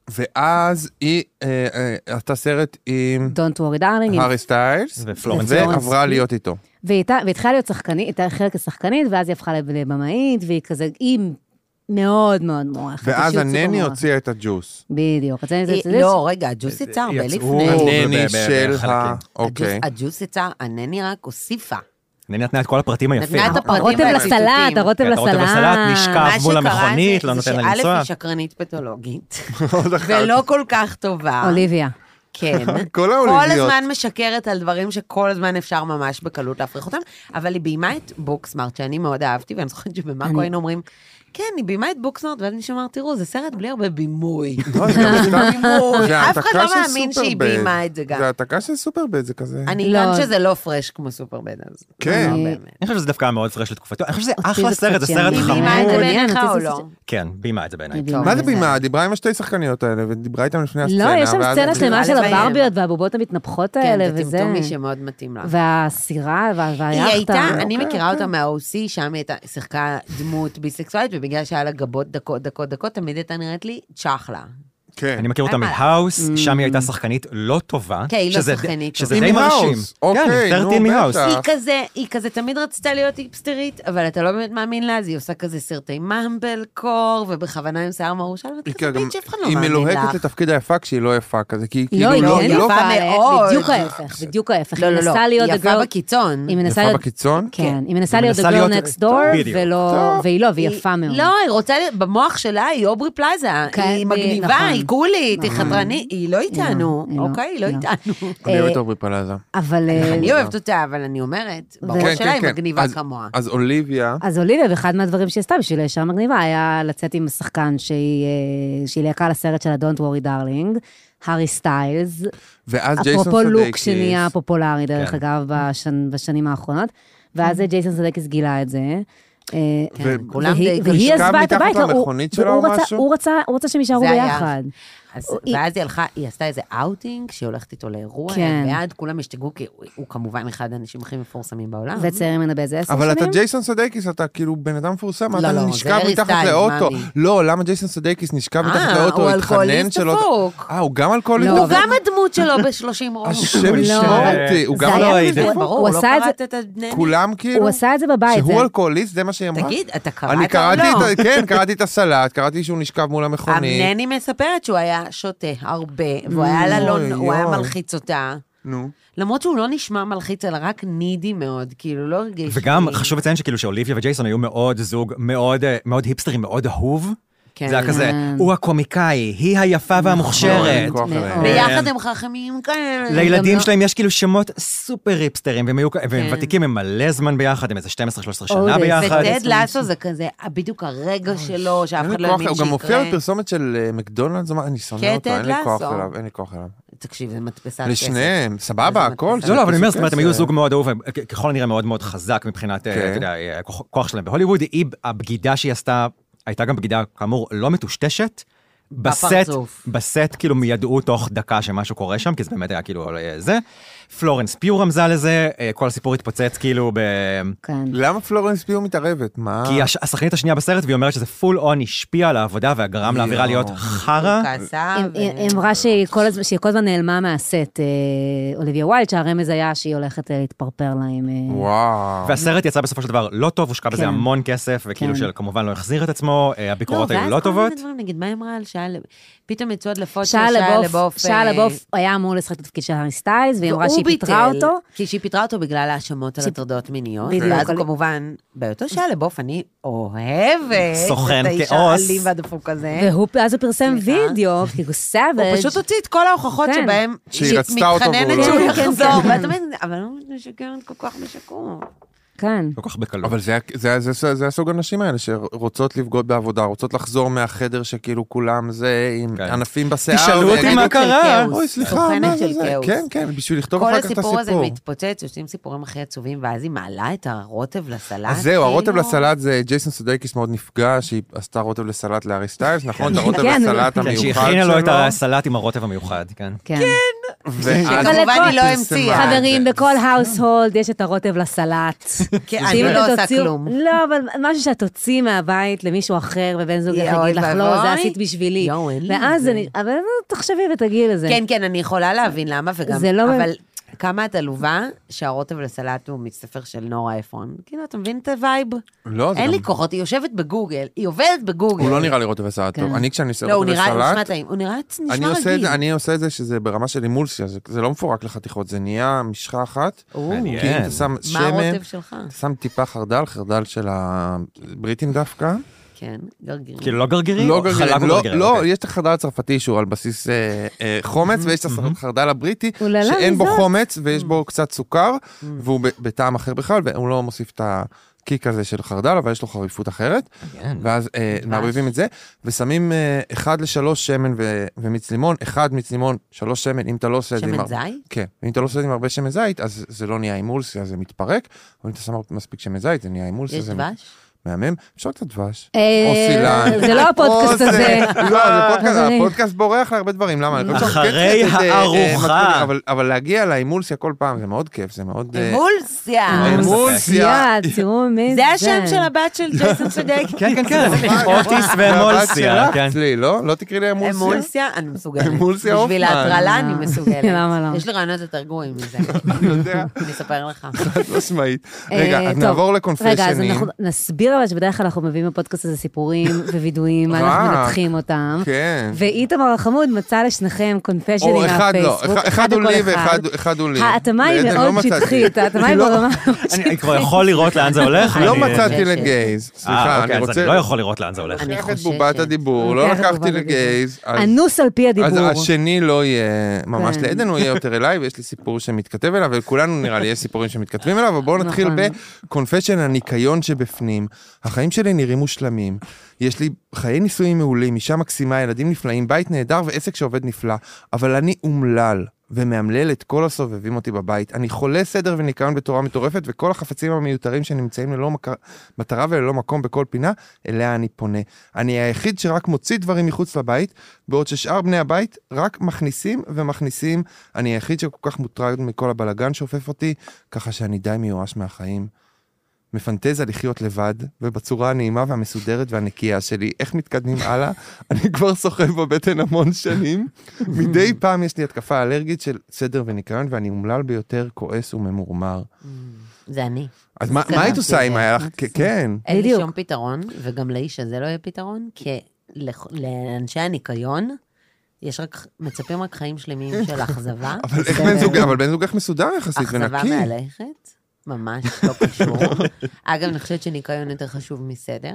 Speaker 4: ואז היא אה, אה, עשתה סרט עם
Speaker 5: Don't worry darling.
Speaker 4: הארי סטיילס,
Speaker 3: ופלורנס
Speaker 4: ועברה להיות איתו.
Speaker 5: והיא הייתה- והיא התחילה להיות שחקנית, הייתה חלק כשחקנית, ואז היא הפכה לבמאית, והיא כזה, היא מאוד מאוד מוערכת.
Speaker 4: ואז
Speaker 5: אישיות סופר
Speaker 4: הנני
Speaker 5: מוערכת.
Speaker 4: הוציאה את הג'וס.
Speaker 5: בדיוק. אז אני- זה-
Speaker 2: היא-
Speaker 5: זה-
Speaker 2: לא, רגע, הג'וס יצא הרבה
Speaker 3: יצאו-
Speaker 5: אה,
Speaker 2: לפני.
Speaker 3: הוא
Speaker 4: הנני
Speaker 3: ב- ב-
Speaker 4: של ה...
Speaker 3: בחלקים.
Speaker 4: אוקיי.
Speaker 2: הג'וס- הג'וס יצא, הנני רק הוסיפה.
Speaker 3: אני נתנה את כל הפרטים היפים.
Speaker 2: נתנה את הפרטים
Speaker 5: הרוטב
Speaker 2: והציטוטים.
Speaker 5: לסלט, הרוטב
Speaker 3: כן, הרוטב
Speaker 5: לסלט.
Speaker 3: לסלט, נשכב.
Speaker 2: מה
Speaker 3: מול
Speaker 2: שקרה
Speaker 3: המכונית,
Speaker 2: זה-
Speaker 3: לא
Speaker 2: זה
Speaker 3: נותן לה
Speaker 2: שא'
Speaker 3: לנסוע.
Speaker 2: היא שקרנית פתולוגית,
Speaker 4: עוד אחת.
Speaker 2: ולא כל כך טובה.
Speaker 5: אוליביה.
Speaker 2: כן.
Speaker 4: כל
Speaker 2: כל
Speaker 4: האוליביות.
Speaker 2: הזמן משקרת על דברים שכל הזמן אפשר ממש בקלות להפריך אותם, אבל היא ביימה את בוקסמארט, שאני מאוד אהבתי, ואני זוכרת שבמאקו
Speaker 5: אני-
Speaker 2: היינו אומרים, כן, היא ביימה את בוקסמארט, ואז מישהו אמר, תראו, זה סרט בלי הרבה בימוי.
Speaker 4: לא, זה גם סתם-
Speaker 2: בימוי.
Speaker 4: זה
Speaker 2: אף אחד
Speaker 4: העתקה
Speaker 2: לא
Speaker 4: של
Speaker 2: מאמין שהיא
Speaker 4: סופרבד.
Speaker 2: ביימה את זה גם.
Speaker 4: זה העתקה של סופרבד, זה כזה.
Speaker 2: אני
Speaker 5: לא.
Speaker 2: גם שזה לא פרש כמו סופרבן, אז...
Speaker 4: כן.
Speaker 2: לא באמת.
Speaker 3: אני חושב שזה דווקא היה מאוד פרש לתקופתו, אני חושב שזה
Speaker 5: אותי
Speaker 3: אחלה
Speaker 5: זה
Speaker 3: סרט, זה
Speaker 5: קצת
Speaker 3: סרט
Speaker 2: היא
Speaker 5: יעניין.
Speaker 2: ביימה את זה
Speaker 5: חמוד.
Speaker 3: חמוד.
Speaker 2: בעיניך
Speaker 5: מעניין,
Speaker 2: או
Speaker 5: אותי זה
Speaker 2: לא?
Speaker 3: כן, ביימה את זה בעיניי.
Speaker 5: מדהים.
Speaker 2: אה.
Speaker 4: מה זה בימה? דיברה עם השתי שחקניות האלה, ודיברה איתם לפני הסצנה.
Speaker 5: לא, יש שם
Speaker 4: ואז-
Speaker 5: סצנה שלמה של
Speaker 2: זה בעיה.
Speaker 5: הברביות והבובות המתנפחות
Speaker 2: כן,
Speaker 5: האלה,
Speaker 2: זה
Speaker 5: וזה.
Speaker 2: טמטומי שמאוד מתאים לה.
Speaker 5: והסירה, וה-
Speaker 2: היא
Speaker 5: והיאכטה.
Speaker 2: הייתה, אני
Speaker 4: אוקיי,
Speaker 2: מכירה
Speaker 4: אוקיי.
Speaker 2: אותה מה-OC, שם היא הייתה- שיחקה דמות ביסקסואלית, ובגלל שהיה לה גבות דקות, דקות, דקות, תמיד הייתה נראית לי צ'חלה.
Speaker 4: כן.
Speaker 3: אני מכיר אותה
Speaker 2: אין מה
Speaker 3: מהאוס, שם היא הייתה שחקנית לא טובה.
Speaker 2: אה, כן, היא לא
Speaker 3: שזה-
Speaker 2: שחקנית
Speaker 3: שזה
Speaker 2: טובה.
Speaker 3: די
Speaker 4: היא מהאוס,
Speaker 3: מרשים.
Speaker 4: אוקיי,
Speaker 3: כן,
Speaker 4: נו,
Speaker 3: 13 מהאוס.
Speaker 4: בטח.
Speaker 2: היא כזה, היא כזה תמיד רצתה להיות היפסטרית, אבל אתה לא באמת מאמין לה, אז היא עושה כזה סרטי ממבל קור, ובכוונה עם שיער מרושל,
Speaker 4: היא
Speaker 2: ואתה
Speaker 4: כאילו גם-
Speaker 2: תמיד שאף אחד לא
Speaker 4: היא
Speaker 2: מאמין
Speaker 4: מלוהקת
Speaker 2: לך.
Speaker 4: לתפקיד היפה כשהיא לא יפה כזה, כי היא
Speaker 5: לא,
Speaker 4: כאילו
Speaker 5: היא
Speaker 4: לא...
Speaker 5: כן
Speaker 4: לא-
Speaker 5: יפה
Speaker 2: יפה מאוד.
Speaker 5: מאוד. בדיוק ההפך, בדיוק ההפך.
Speaker 2: לא,
Speaker 5: היא
Speaker 2: לא, לא,
Speaker 5: מנסה להיות
Speaker 2: היא
Speaker 5: the
Speaker 2: יפה
Speaker 5: girl-
Speaker 2: בקיצון.
Speaker 5: היא
Speaker 4: יפה
Speaker 5: מנסה להיות...
Speaker 4: בקיצון?
Speaker 5: כן, היא מנסה להיות the
Speaker 3: מנסה
Speaker 5: girl
Speaker 3: להיות-
Speaker 5: next door,
Speaker 3: בדיוק.
Speaker 5: ולא...
Speaker 4: טוב.
Speaker 5: והיא לא, והיא יפה מאוד.
Speaker 2: לא, היא רוצה, להיות- במוח שלה היא אוברי פלאזה,
Speaker 5: כן,
Speaker 2: היא
Speaker 5: היא-
Speaker 2: מגניבה,
Speaker 5: נכון.
Speaker 2: היא גולית, היא
Speaker 5: נכון.
Speaker 2: חדרנית, היא לא איתנו,
Speaker 5: היא לא,
Speaker 2: אוקיי? היא לא
Speaker 5: היא לא.
Speaker 2: איתנו.
Speaker 4: אני אוהבת אורבי פלאזה.
Speaker 5: אבל... אה,
Speaker 2: אני אוהבת אותה, אבל אני אומרת,
Speaker 5: כן,
Speaker 2: ברור שלה היא
Speaker 4: כן.
Speaker 2: מגניבה
Speaker 4: אז-
Speaker 2: כמוה.
Speaker 4: אז אוליביה,
Speaker 5: אז אוליביה, ואחד מהדברים שהיא עשתה בשביל אישה מגניבה, היה לצאת עם השחקן שהיא אה, שהיא לקחה לסרט של ה-Don't Worry Darling, הארי סטיילס,
Speaker 4: ואז ג'ייסון כן. סדקיס.
Speaker 5: אפרופו לוק שנהיה פופולרי, דרך
Speaker 3: כן.
Speaker 4: כן.
Speaker 5: אגב, בשנ- בשנים האחרונות, ואז ג'ייסון סדקיס גילה את זה. אה,
Speaker 2: כן,
Speaker 4: ו-
Speaker 2: כולם
Speaker 5: והיא-
Speaker 2: די
Speaker 5: והיא
Speaker 2: גלשו.
Speaker 4: נשכב
Speaker 5: עזבה את
Speaker 4: מתחת
Speaker 5: הבית, לא, הוא-
Speaker 4: למכונית שלה
Speaker 5: והוא
Speaker 4: או
Speaker 5: רצה-
Speaker 4: משהו?
Speaker 5: הוא רצה, הוא רצה שהם יישארו
Speaker 2: זה היה-
Speaker 5: ביחד.
Speaker 2: אז-
Speaker 5: הוא-
Speaker 2: ואז היא הלכה, היא עשתה איזה אאוטינג, שהיא הולכת איתו לאירוע,
Speaker 5: כן.
Speaker 2: ועד כולם השתגעו, כי הוא- הוא כמובן אחד האנשים הכי מפורסמים בעולם.
Speaker 5: וצייר ממנה באיזה עשר שנים.
Speaker 4: אה. אבל אתה ג'ייסון סדייקיס, אתה כאילו בן אדם מפורסם,
Speaker 2: לא,
Speaker 4: אתה
Speaker 2: לא, זה
Speaker 4: נשכב
Speaker 2: הארי
Speaker 4: מתחת
Speaker 2: סטיילס,
Speaker 4: לאוטו.
Speaker 2: מאמי.
Speaker 4: לא, למה ג'ייסון סדייקיס נשכב מתחת
Speaker 2: אה,
Speaker 4: לאוטו,
Speaker 2: הוא
Speaker 4: התחנן
Speaker 2: אלכוהוליסט
Speaker 4: שלו?
Speaker 2: דפוק.
Speaker 4: אה, הוא גם אלכוהוליסט?
Speaker 5: לא,
Speaker 2: הוא
Speaker 5: אבל-
Speaker 2: גם הדמות שלו בשלושים רוב.
Speaker 4: השם
Speaker 3: לא.
Speaker 4: ישמור אותי, הוא
Speaker 5: זה
Speaker 4: גם
Speaker 5: היה
Speaker 4: לא...
Speaker 5: מזה-
Speaker 3: הייתי.
Speaker 5: הוא-
Speaker 2: ברור,
Speaker 5: הוא
Speaker 2: לא
Speaker 5: עשה את זה-
Speaker 2: קראת את הדנ"מי.
Speaker 4: כולם כאילו...
Speaker 5: הוא עשה את זה בבית. זה-
Speaker 4: שהוא אלכוהוליסט, זה מה שהיא אמרה?
Speaker 2: תגיד, אתה קראת
Speaker 4: אני
Speaker 2: או
Speaker 4: קראתי,
Speaker 2: לא?
Speaker 4: את ה- כן, קראתי את הסלט, קראתי שהוא נשכב מול המכונית.
Speaker 2: המנני מספרת שהוא היה שותה הרבה, והוא היה לה
Speaker 4: אוי,
Speaker 2: לא, הוא היה
Speaker 4: אוי.
Speaker 2: מלחיץ אותה.
Speaker 4: נו.
Speaker 2: למרות שהוא לא נשמע מלחיץ, אלא רק נידי מאוד, כאילו, לא הרגיש
Speaker 3: וגם
Speaker 2: לי-
Speaker 3: חשוב לציין שכאילו שאוליביה וג'ייסון היו מאוד זוג, מאוד אה, מאוד היפסטרים, מאוד אהוב.
Speaker 2: כן.
Speaker 3: זה היה כזה,
Speaker 5: כן.
Speaker 3: הוא הקומיקאי, היא היפה
Speaker 4: לא,
Speaker 3: והמוכשרת.
Speaker 4: אין כוח
Speaker 5: מאוד.
Speaker 4: עליהם.
Speaker 2: ביחד הם חכמים כאלה.
Speaker 3: כן. לילדים
Speaker 5: לא-
Speaker 3: שלהם יש כאילו שמות סופר היפסטרים, והם היו כ- והם
Speaker 2: כן.
Speaker 3: ותיקים, הם מלא זמן ביחד, הם איזה 12-13 שנה
Speaker 5: אורי,
Speaker 3: ביחד.
Speaker 5: זה
Speaker 2: וטד לאסו זה כזה, בדיוק הרגע שלו, שאף
Speaker 4: אין
Speaker 2: אחד לא
Speaker 4: לי כוח,
Speaker 2: האמין
Speaker 4: הוא גם מופיע
Speaker 2: שיקרה.
Speaker 4: בפרסומת של אה, מקדונלדס, אמר, אני שונא
Speaker 2: כן,
Speaker 4: אותו,
Speaker 2: טד
Speaker 4: אין לי כוח
Speaker 2: לאסו.
Speaker 4: אליו, אין לי כוח אליו.
Speaker 5: לא,
Speaker 2: תקשיב, זה מדפסת כסף.
Speaker 4: לשניהם,
Speaker 2: זה
Speaker 4: סבבה, הכל.
Speaker 2: מדפסת.
Speaker 3: לא, לא, אבל אני אומר,
Speaker 4: כסף,
Speaker 3: זאת אומרת, הם היו
Speaker 4: כסף.
Speaker 3: זוג מאוד אהוב, הם כ- ככל הנראה מאוד מאוד חזק מבחינת,
Speaker 4: כן.
Speaker 3: אה, אתה יודע, אה, הכוח- הכוח שלהם בהוליווד. היא, הבגידה שהיא עשתה, הייתה גם בגידה, כאמור, לא מטושטשת. בסט,
Speaker 2: בפרצוף.
Speaker 3: בסט כאילו ידעו תוך דקה שמשהו קורה שם, כי זה באמת היה כאילו אה, זה. פלורנס פיו רמזה לזה, אה, כל הסיפור התפוצץ כאילו ב...
Speaker 4: אה.
Speaker 5: כן.
Speaker 4: למה פלורנס פיו מתערבת? מה?
Speaker 3: כי הש- השחקנית השנייה בסרט, והיא אומרת שזה פול און השפיע על העבודה וגרם לאווירה
Speaker 4: יואו.
Speaker 3: להיות חרא.
Speaker 2: הוא כעסה,
Speaker 5: היא-
Speaker 2: ו-
Speaker 5: היא היא אמרה שהיא כל הזמן- שהיא כל הזמן נעלמה מהסט, אה, אוליביה ווילד, שהרמז היה שהיא הולכת אה, להתפרפר לה עם... אה,
Speaker 4: וואו.
Speaker 3: והסרט יצא בסופו של דבר לא טוב, הושקע בזה
Speaker 5: כן.
Speaker 3: המון כסף,
Speaker 5: כן.
Speaker 3: וכאילו שכמובן לא החזיר את עצמו, אה, הביקורות היו
Speaker 2: ואז
Speaker 3: לא
Speaker 2: כל מיני
Speaker 3: טובות.
Speaker 2: דברים, נגיד, מה היא אמרה על שעה לב... פתאום יצאו הדלפות של
Speaker 5: שעה לבוף, שעה
Speaker 2: אה,
Speaker 5: לבוף היה אמור לשחק את התפקיד של הארי סטיילס, והיא אמרה
Speaker 2: והוא
Speaker 5: שהיא פיטרה
Speaker 2: ביטל,
Speaker 5: אותו.
Speaker 2: כי שהיא פיטרה אותו בגלל האשמות על
Speaker 5: שהיא-
Speaker 2: הטרדות מיניות.
Speaker 5: בדיוק.
Speaker 2: ואז הוא
Speaker 5: אבל-
Speaker 2: כמובן, באותו שעה לבוף, אני אוהבת
Speaker 3: סוכן
Speaker 2: את האיש
Speaker 3: כאוס.
Speaker 2: האלים והדפוק הזה.
Speaker 5: והוא אז הוא פרסם
Speaker 2: כן. סליחה.
Speaker 5: וידאו, כאילו סאביג'.
Speaker 2: הוא פשוט הוציא את כל ההוכחות
Speaker 5: כן.
Speaker 2: שבהם...
Speaker 4: שהיא רצתה אותו והוא לא
Speaker 2: מתחננת שהוא
Speaker 5: רצה. כן, כן,
Speaker 2: יחזור,
Speaker 5: כן.
Speaker 2: ואת אומרת, אבל הוא משקרת כל כך משקור.
Speaker 5: כן.
Speaker 2: אוקיי.
Speaker 3: כל כך בקלות.
Speaker 4: אבל זה, זה, זה, זה, זה הסוג הנשים האלה שרוצות לבגוד בעבודה, רוצות לחזור מהחדר שכאילו כולם זה, עם
Speaker 3: כן.
Speaker 4: ענפים בשיער.
Speaker 3: תשאלו אותי
Speaker 4: ויגידו,
Speaker 3: מה
Speaker 2: סוכנת של
Speaker 3: קרה?
Speaker 2: כאוס.
Speaker 4: אה, אוי, סליחה,
Speaker 2: סוכנת
Speaker 4: מה זה
Speaker 2: של
Speaker 4: זה?
Speaker 2: כאוס.
Speaker 4: כן, כן, בשביל לכתוב
Speaker 2: כל
Speaker 4: אחר כך את
Speaker 2: הסיפור הזה
Speaker 4: הסיפור.
Speaker 2: מתפוצץ, יוצאים סיפורים הכי עצובים, ואז היא מעלה את הרוטב לסלט.
Speaker 4: אז זהו, הרוטב
Speaker 2: כאילו.
Speaker 4: לסלט זה ג'ייסון סודייקיס מאוד נפגע, שהיא עשתה רוטב לסלט לארי סטיילס, נכון? את הרוטב
Speaker 5: כן,
Speaker 4: לסלט
Speaker 3: כן, שהיא
Speaker 4: המיוחד
Speaker 3: הכינה לו את
Speaker 4: שלו.
Speaker 3: הסלט עם הרוטב המיוחד, כן.
Speaker 5: כן.
Speaker 4: ואז
Speaker 5: אבל
Speaker 2: כמובן היא לא
Speaker 4: פרסמה
Speaker 2: המציאה.
Speaker 4: את אה, זה.
Speaker 5: חברים, בכל האוסהולד יש את הרוטב לסלט.
Speaker 2: כן,
Speaker 5: שאם
Speaker 2: אני
Speaker 5: אתם
Speaker 2: לא עושה
Speaker 5: תוציאו-
Speaker 2: כלום.
Speaker 5: לא, אבל משהו שאת תוציאי מהבית למישהו אחר, ובן זוג
Speaker 2: יואו,
Speaker 5: יגיד לך,
Speaker 2: אוי
Speaker 5: לא,
Speaker 2: ואבוי."
Speaker 5: זה עשית בשבילי.
Speaker 2: יואו, אין לי
Speaker 5: ואז
Speaker 2: את
Speaker 5: זה...
Speaker 2: זה.
Speaker 5: נ- אבל לא, תחשבי ותגיעי לזה.
Speaker 2: כן, כן, אני יכולה להבין למה, וגם...
Speaker 5: זה לא-
Speaker 2: אבל כמה את עלובה שהרוטב לסלט הוא מצטפר של נורה עפרון. כאילו, אתה מבין את הווייב?
Speaker 4: לא, זה
Speaker 2: אין לי
Speaker 4: גם-
Speaker 2: כוחות, היא יושבת בגוגל, היא עובדת בגוגל.
Speaker 4: הוא לא נראה לי רוטב לסלט
Speaker 5: כן.
Speaker 4: טוב. אני כשאני עושה
Speaker 2: לא, הוא
Speaker 4: רוטב
Speaker 2: נראה, הוא נשמע
Speaker 4: לסלט,
Speaker 2: טעים, הוא נראה, נשמע
Speaker 4: אני
Speaker 2: רגיל.
Speaker 4: עושה את זה- אני עושה את זה שזה ברמה של אימולסיה, זה- זה לא מפורק לחתיכות, זה נהיה משחה אחת.
Speaker 2: או,
Speaker 3: מעניין.
Speaker 4: כי אם אתה שם
Speaker 2: מה
Speaker 4: שמן,
Speaker 2: הרוטב שלך?
Speaker 4: אתה שם טיפה חרדל, חרדל של הבריטים דווקא.
Speaker 2: כן, גרגירים.
Speaker 3: כאילו לא גרגירי?
Speaker 4: לא
Speaker 3: או
Speaker 4: גרגירים,
Speaker 3: חלב או
Speaker 4: לא,
Speaker 3: גרגירי,
Speaker 4: לא,
Speaker 3: אוקיי.
Speaker 4: יש את החרדל הצרפתי שהוא על בסיס אה, אה, חומץ, ויש את החרדל הבריטי,
Speaker 5: אוללה,
Speaker 4: שאין בו
Speaker 5: מזאת.
Speaker 4: חומץ
Speaker 2: Mm.
Speaker 4: ויש בו קצת סוכר,
Speaker 3: Mm.
Speaker 4: והוא ב- בטעם אחר בכלל, והוא לא מוסיף את הקיק הזה של חרדל, אבל יש לו חריפות אחרת. ואז אה, מערבבים את זה, ושמים אה, אחד לשלוש שמן ו- ומיץ לימון, אחד מיץ לימון, שלוש שמן, אם אתה לא עושה את זה... עם
Speaker 2: שמן
Speaker 4: הר-
Speaker 2: זית?
Speaker 4: כן, אם אתה לא עושה את זה עם הרבה שמן זית, אז זה לא נהיה אימולסיה, זה מתפרק, אבל אם אתה שם מספיק שמן זית, זה נהיה אימולסיה,
Speaker 2: יש
Speaker 4: זה
Speaker 2: דבש?
Speaker 4: מהמם. אפשר את הדבש.
Speaker 5: אה,
Speaker 4: או סילן.
Speaker 5: זה לא הפודקאסט
Speaker 4: או
Speaker 5: הזה. אה,
Speaker 4: זה. לא, זה פודקאסט,
Speaker 5: חברים.
Speaker 4: הפודקאסט בורח להרבה דברים, למה? אני חושב שאנחנו כן
Speaker 3: אחרי
Speaker 4: צריכים לתת, אה,
Speaker 3: הארוחה.
Speaker 4: מתכונים, אבל- אבל להגיע לאימולסיה כל פעם, זה מאוד כיף, זה מאוד... אה,
Speaker 2: אמולסיה.
Speaker 4: האמולסיה.
Speaker 5: יואו, תראו מי זה.
Speaker 2: זה השם של הבת של ג'ייסון צודק.
Speaker 3: כן, כן, כן, אוטיס
Speaker 4: זה הבת
Speaker 3: ואמולסיה,
Speaker 4: שלך,
Speaker 3: כן.
Speaker 4: אצלי, לא? לא תקראי לי אמולסיה?
Speaker 2: אמולסיה, אני מסוגלת.
Speaker 4: אמולסיה
Speaker 2: בשביל
Speaker 4: הופמן.
Speaker 2: ההטרלה אני מסוגלת.
Speaker 5: למה לא?
Speaker 2: יש לי רעיונות יותר גרועים מזה,
Speaker 4: אני יודע,
Speaker 2: אני אספר לך.
Speaker 4: חד משמעית. רגע,
Speaker 5: אה,
Speaker 4: אז
Speaker 5: טוב.
Speaker 4: נעבור
Speaker 5: רגע, אז
Speaker 4: לקונפשנים.
Speaker 5: אנחנו נסביר אבל שבדרך כלל אנחנו מביאים בפודקאסט הזה סיפורים ווידויים, מה אנחנו
Speaker 4: רק.
Speaker 5: מנתחים אותם.
Speaker 4: כן.
Speaker 5: ואיתמר החמוד מצא לשניכם קונפשנים
Speaker 4: או אחד לא,
Speaker 5: מהפייסבוק.
Speaker 4: אחד- אחד הוא
Speaker 5: לכל
Speaker 4: לי ואחד אחד הוא לי.
Speaker 5: ההתאמה היא
Speaker 4: בעצם לא
Speaker 5: מאוד
Speaker 4: מצאתי.
Speaker 5: שטחית, ההתאמה היא
Speaker 4: לא-
Speaker 5: ברמה...
Speaker 3: אני אני כבר יכול לראות לאן זה הולך?
Speaker 4: לא
Speaker 3: אני-
Speaker 4: מצאתי
Speaker 2: מבקשת.
Speaker 4: לגייז.
Speaker 3: אה,
Speaker 4: סליחה,
Speaker 3: אוקיי,
Speaker 4: אני
Speaker 3: אז
Speaker 4: רוצה...
Speaker 3: אני לא יכול לראות לאן זה הולך.
Speaker 2: אני
Speaker 4: לקח את
Speaker 2: חוששת.
Speaker 4: בובת הדיבור, לא
Speaker 5: לוקח את
Speaker 4: לקחתי
Speaker 5: בובת הדיבור.
Speaker 4: לגייז. אז-
Speaker 5: אנוס על פי
Speaker 4: אז
Speaker 5: הדיבור.
Speaker 4: השני לא יהיה ממש
Speaker 5: כן.
Speaker 4: לעדן, הוא יהיה יותר אליי, ויש לי סיפור שמתכתב אליו, ולכולנו נראה לי יש סיפורים שמתכתבים אליו, אבל בואו נתחיל
Speaker 5: נכון.
Speaker 4: בקונפשן הניקיון שבפנים. החיים שלי נראים מושלמים. יש לי חיי נישואים מעולים, אישה מקסימה, ילדים נפלאים, בית נהדר ועסק שעובד נפלא, אבל אני אומלל. ומאמלל את כל הסובבים אותי בבית. אני חולה סדר וניקיון בתורה מטורפת, וכל החפצים המיותרים שנמצאים ללא מק... מטרה וללא מקום בכל פינה, אליה אני פונה. אני היחיד שרק מוציא דברים מחוץ לבית, בעוד ששאר בני הבית רק מכניסים ומכניסים. אני היחיד שכל כך מוטרד מכל הבלגן שאופף אותי, ככה שאני די מיואש מהחיים. מפנטז על לחיות לבד, ובצורה הנעימה והמסודרת והנקייה שלי, איך מתקדמים הלאה? אני כבר סוחב בבטן המון שנים. מדי פעם יש לי התקפה אלרגית של סדר וניקיון, ואני אומלל ביותר, כועס וממורמר.
Speaker 2: זה אני.
Speaker 4: אז מה מה
Speaker 5: קרה?
Speaker 4: היית עושה אם היה לך?
Speaker 5: מה את
Speaker 4: כן,
Speaker 5: עושה?
Speaker 4: כן.
Speaker 2: אין לי
Speaker 5: בדיוק.
Speaker 2: שום פתרון, וגם לאיש הזה לא יהיה פתרון, כי לכ- לאנשי הניקיון, יש רק, מצפים רק חיים שלמים של אכזבה.
Speaker 4: אבל איך בן זוג, אבל בן זוגך מסודר יחסית
Speaker 2: אכזבה
Speaker 4: ונקי.
Speaker 2: מהלכת, ממש לא קשור. אגב, אני חושבת שניקיון יותר חשוב מסדר,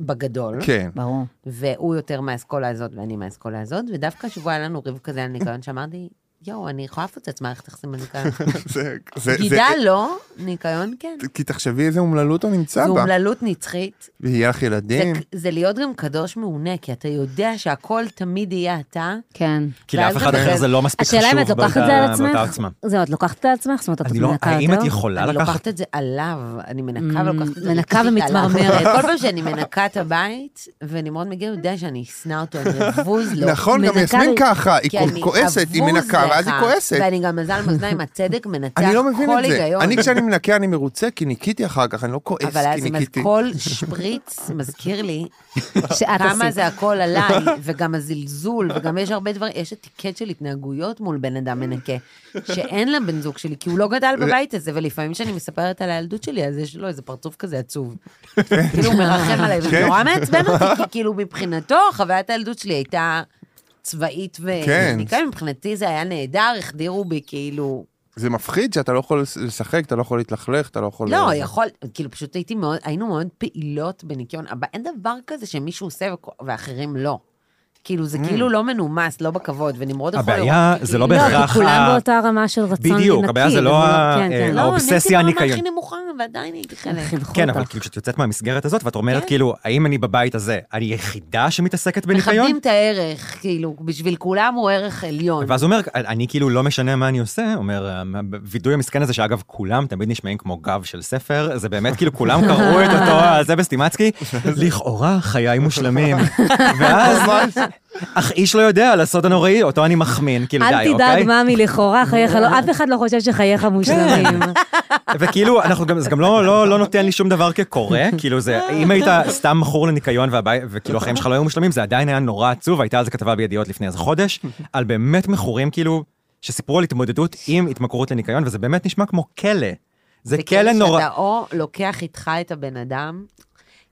Speaker 2: בגדול.
Speaker 4: כן.
Speaker 5: ברור.
Speaker 2: והוא יותר מהאסכולה הזאת ואני מהאסכולה הזאת, ודווקא השבוע היה לנו ריב כזה על ניקיון, שאמרתי, יואו, אני יכולה לפוצץ מערכת יחסים בניקיון.
Speaker 4: זה- זה- זה-
Speaker 2: גידה לא, ניקיון כן.
Speaker 4: כי תחשבי איזה אומללות הוא נמצא
Speaker 2: זו
Speaker 4: בה.
Speaker 2: אומללות נצחית,
Speaker 4: ויהיה לך
Speaker 2: זה-
Speaker 4: ילדים.
Speaker 2: זה להיות גם קדוש מעונה, כי אתה יודע שהכל תמיד יהיה אתה.
Speaker 5: כן.
Speaker 3: כי לאף
Speaker 2: ואז
Speaker 3: אחד
Speaker 2: אתה-
Speaker 3: אחר זה לא מספיק חשוב
Speaker 5: השאלה אם את לוקחת את זה על
Speaker 3: באותה- באותה
Speaker 5: עצמך?
Speaker 3: עוצמה.
Speaker 5: זהו, את לוקחת את זה על עצמך? זאת אומרת, את
Speaker 3: אני לא,
Speaker 5: מנקה יותר?
Speaker 3: האם את יכולה
Speaker 2: אני
Speaker 3: לקחת
Speaker 2: לוקחת את זה עליו, אני מנקה
Speaker 5: Mm,
Speaker 2: ולוקחת את זה.
Speaker 5: מנקה
Speaker 2: רגשית עליו.
Speaker 5: ומתמרמרת.
Speaker 2: כל פעם שאני מנקה את הבית, ונמרוד מגיע, הוא יודע שאני אשנא אותו, אני אבוז לו.
Speaker 4: נכון, גם
Speaker 5: מנקה
Speaker 4: יסמין
Speaker 5: לי-
Speaker 4: ככה, היא
Speaker 2: לא, כי אני
Speaker 4: כועסת, היא
Speaker 2: אבוז
Speaker 4: מנקה, ואז היא
Speaker 2: לך,
Speaker 4: כועסת.
Speaker 2: ואני גם מזל מאזניים, הצדק מנצח
Speaker 4: אני לא מבין
Speaker 2: כל
Speaker 4: את זה.
Speaker 2: היגיון.
Speaker 4: אני כשאני מנקה אני מרוצה, כי ניקיתי אחר כך, אני לא כועס,
Speaker 2: אבל אז
Speaker 4: כי
Speaker 2: אם
Speaker 4: ניקיתי.
Speaker 2: אז כל שפריץ מזכיר לי
Speaker 5: שאת
Speaker 2: כמה
Speaker 5: עשית.
Speaker 2: זה הכל עליי, וגם הזלזול, וגם יש הרבה דברים, יש אתיקט של התנהגויות מול בן אדם מנקה, שאין לבן זוג שלי, כי הוא לא גדל בבית הזה, ולפעמים כשאני מספרת על הילדות שלי, אז יש לו איזה פרצוף כזה עצוב. כאילו, הוא מרחם עליי, וזה
Speaker 4: כן.
Speaker 2: נורא מעצבן אותי, כי כאילו, מבחינתו, חוויית הילדות שלי הייתה צבאית
Speaker 4: כן.
Speaker 2: וניקיון, מבחינתי זה היה נהדר, החדירו בי כאילו...
Speaker 4: זה מפחיד שאתה לא יכול לשחק, אתה לא יכול להתלכלך, אתה לא יכול...
Speaker 2: לא, יכול, כאילו פשוט הייתי מאוד, היינו מאוד פעילות בניקיון, אבל אין דבר כזה שמישהו עושה וכ- ואחרים לא. כאילו, זה כאילו לא מנומס, לא בכבוד, ונמרוד יכול לראות...
Speaker 3: Mm. הבעיה
Speaker 2: אותי
Speaker 3: זה
Speaker 2: כאילו-
Speaker 3: לא
Speaker 5: לא,
Speaker 3: בהכרח
Speaker 5: כי כולם
Speaker 3: ה-
Speaker 5: באותה רמה של רצון לנקי.
Speaker 3: בדיוק, הבעיה זה לא ה-
Speaker 5: כן, כן.
Speaker 3: אה,
Speaker 2: לא, אני הייתי
Speaker 3: האובססיה
Speaker 2: ברמה
Speaker 3: הניקיון.
Speaker 2: הכי נמוכה, ועדיין הייתי חלק.
Speaker 5: חינכו
Speaker 3: כן, אבל
Speaker 5: אותך.
Speaker 3: כאילו כשאת יוצאת מהמסגרת הזאת, ואת אומרת
Speaker 2: כן.
Speaker 3: כאילו, האם אני בבית הזה, אני יחידה שמתעסקת בניקיון?
Speaker 2: מכבדים את הערך, כאילו, בשביל כולם הוא ערך עליון.
Speaker 5: נכון.
Speaker 3: ואז הוא אומר, אני כאילו לא משנה מה אני עושה, אומר, הווידוי המסכן הזה, שאגב, כולם תמיד נשמעים כמו גב של ספר, זה באמת כאילו כולם קראו את אותו זה בסטימצקי, לכאורה חיי מושלמים. ואז, אך איש לא יודע על הסוד הנוראי, אותו אני מחמין, כאילו די,
Speaker 5: אל
Speaker 3: אוקיי?
Speaker 5: תדאג, מאמי, לכאורה חייך לא... אף אחד לא חושב
Speaker 4: כן.
Speaker 5: שחייך מושלמים.
Speaker 3: וכאילו, אנחנו גם, זה גם לא, לא, לא נותן לי שום דבר כקורא, כאילו זה, אם היית סתם מכור לניקיון והבית, וכאילו החיים שלך לא היו מושלמים, זה עדיין היה נורא עצוב, הייתה על זה כתבה בידיעות לפני איזה חודש, על באמת מכורים כאילו, שסיפרו על התמודדות עם התמכרות לניקיון, וזה באמת נשמע כמו כלא. זה כלא
Speaker 2: כאילו
Speaker 3: נורא.
Speaker 2: שאתה או לוקח איתך את הבן אדם,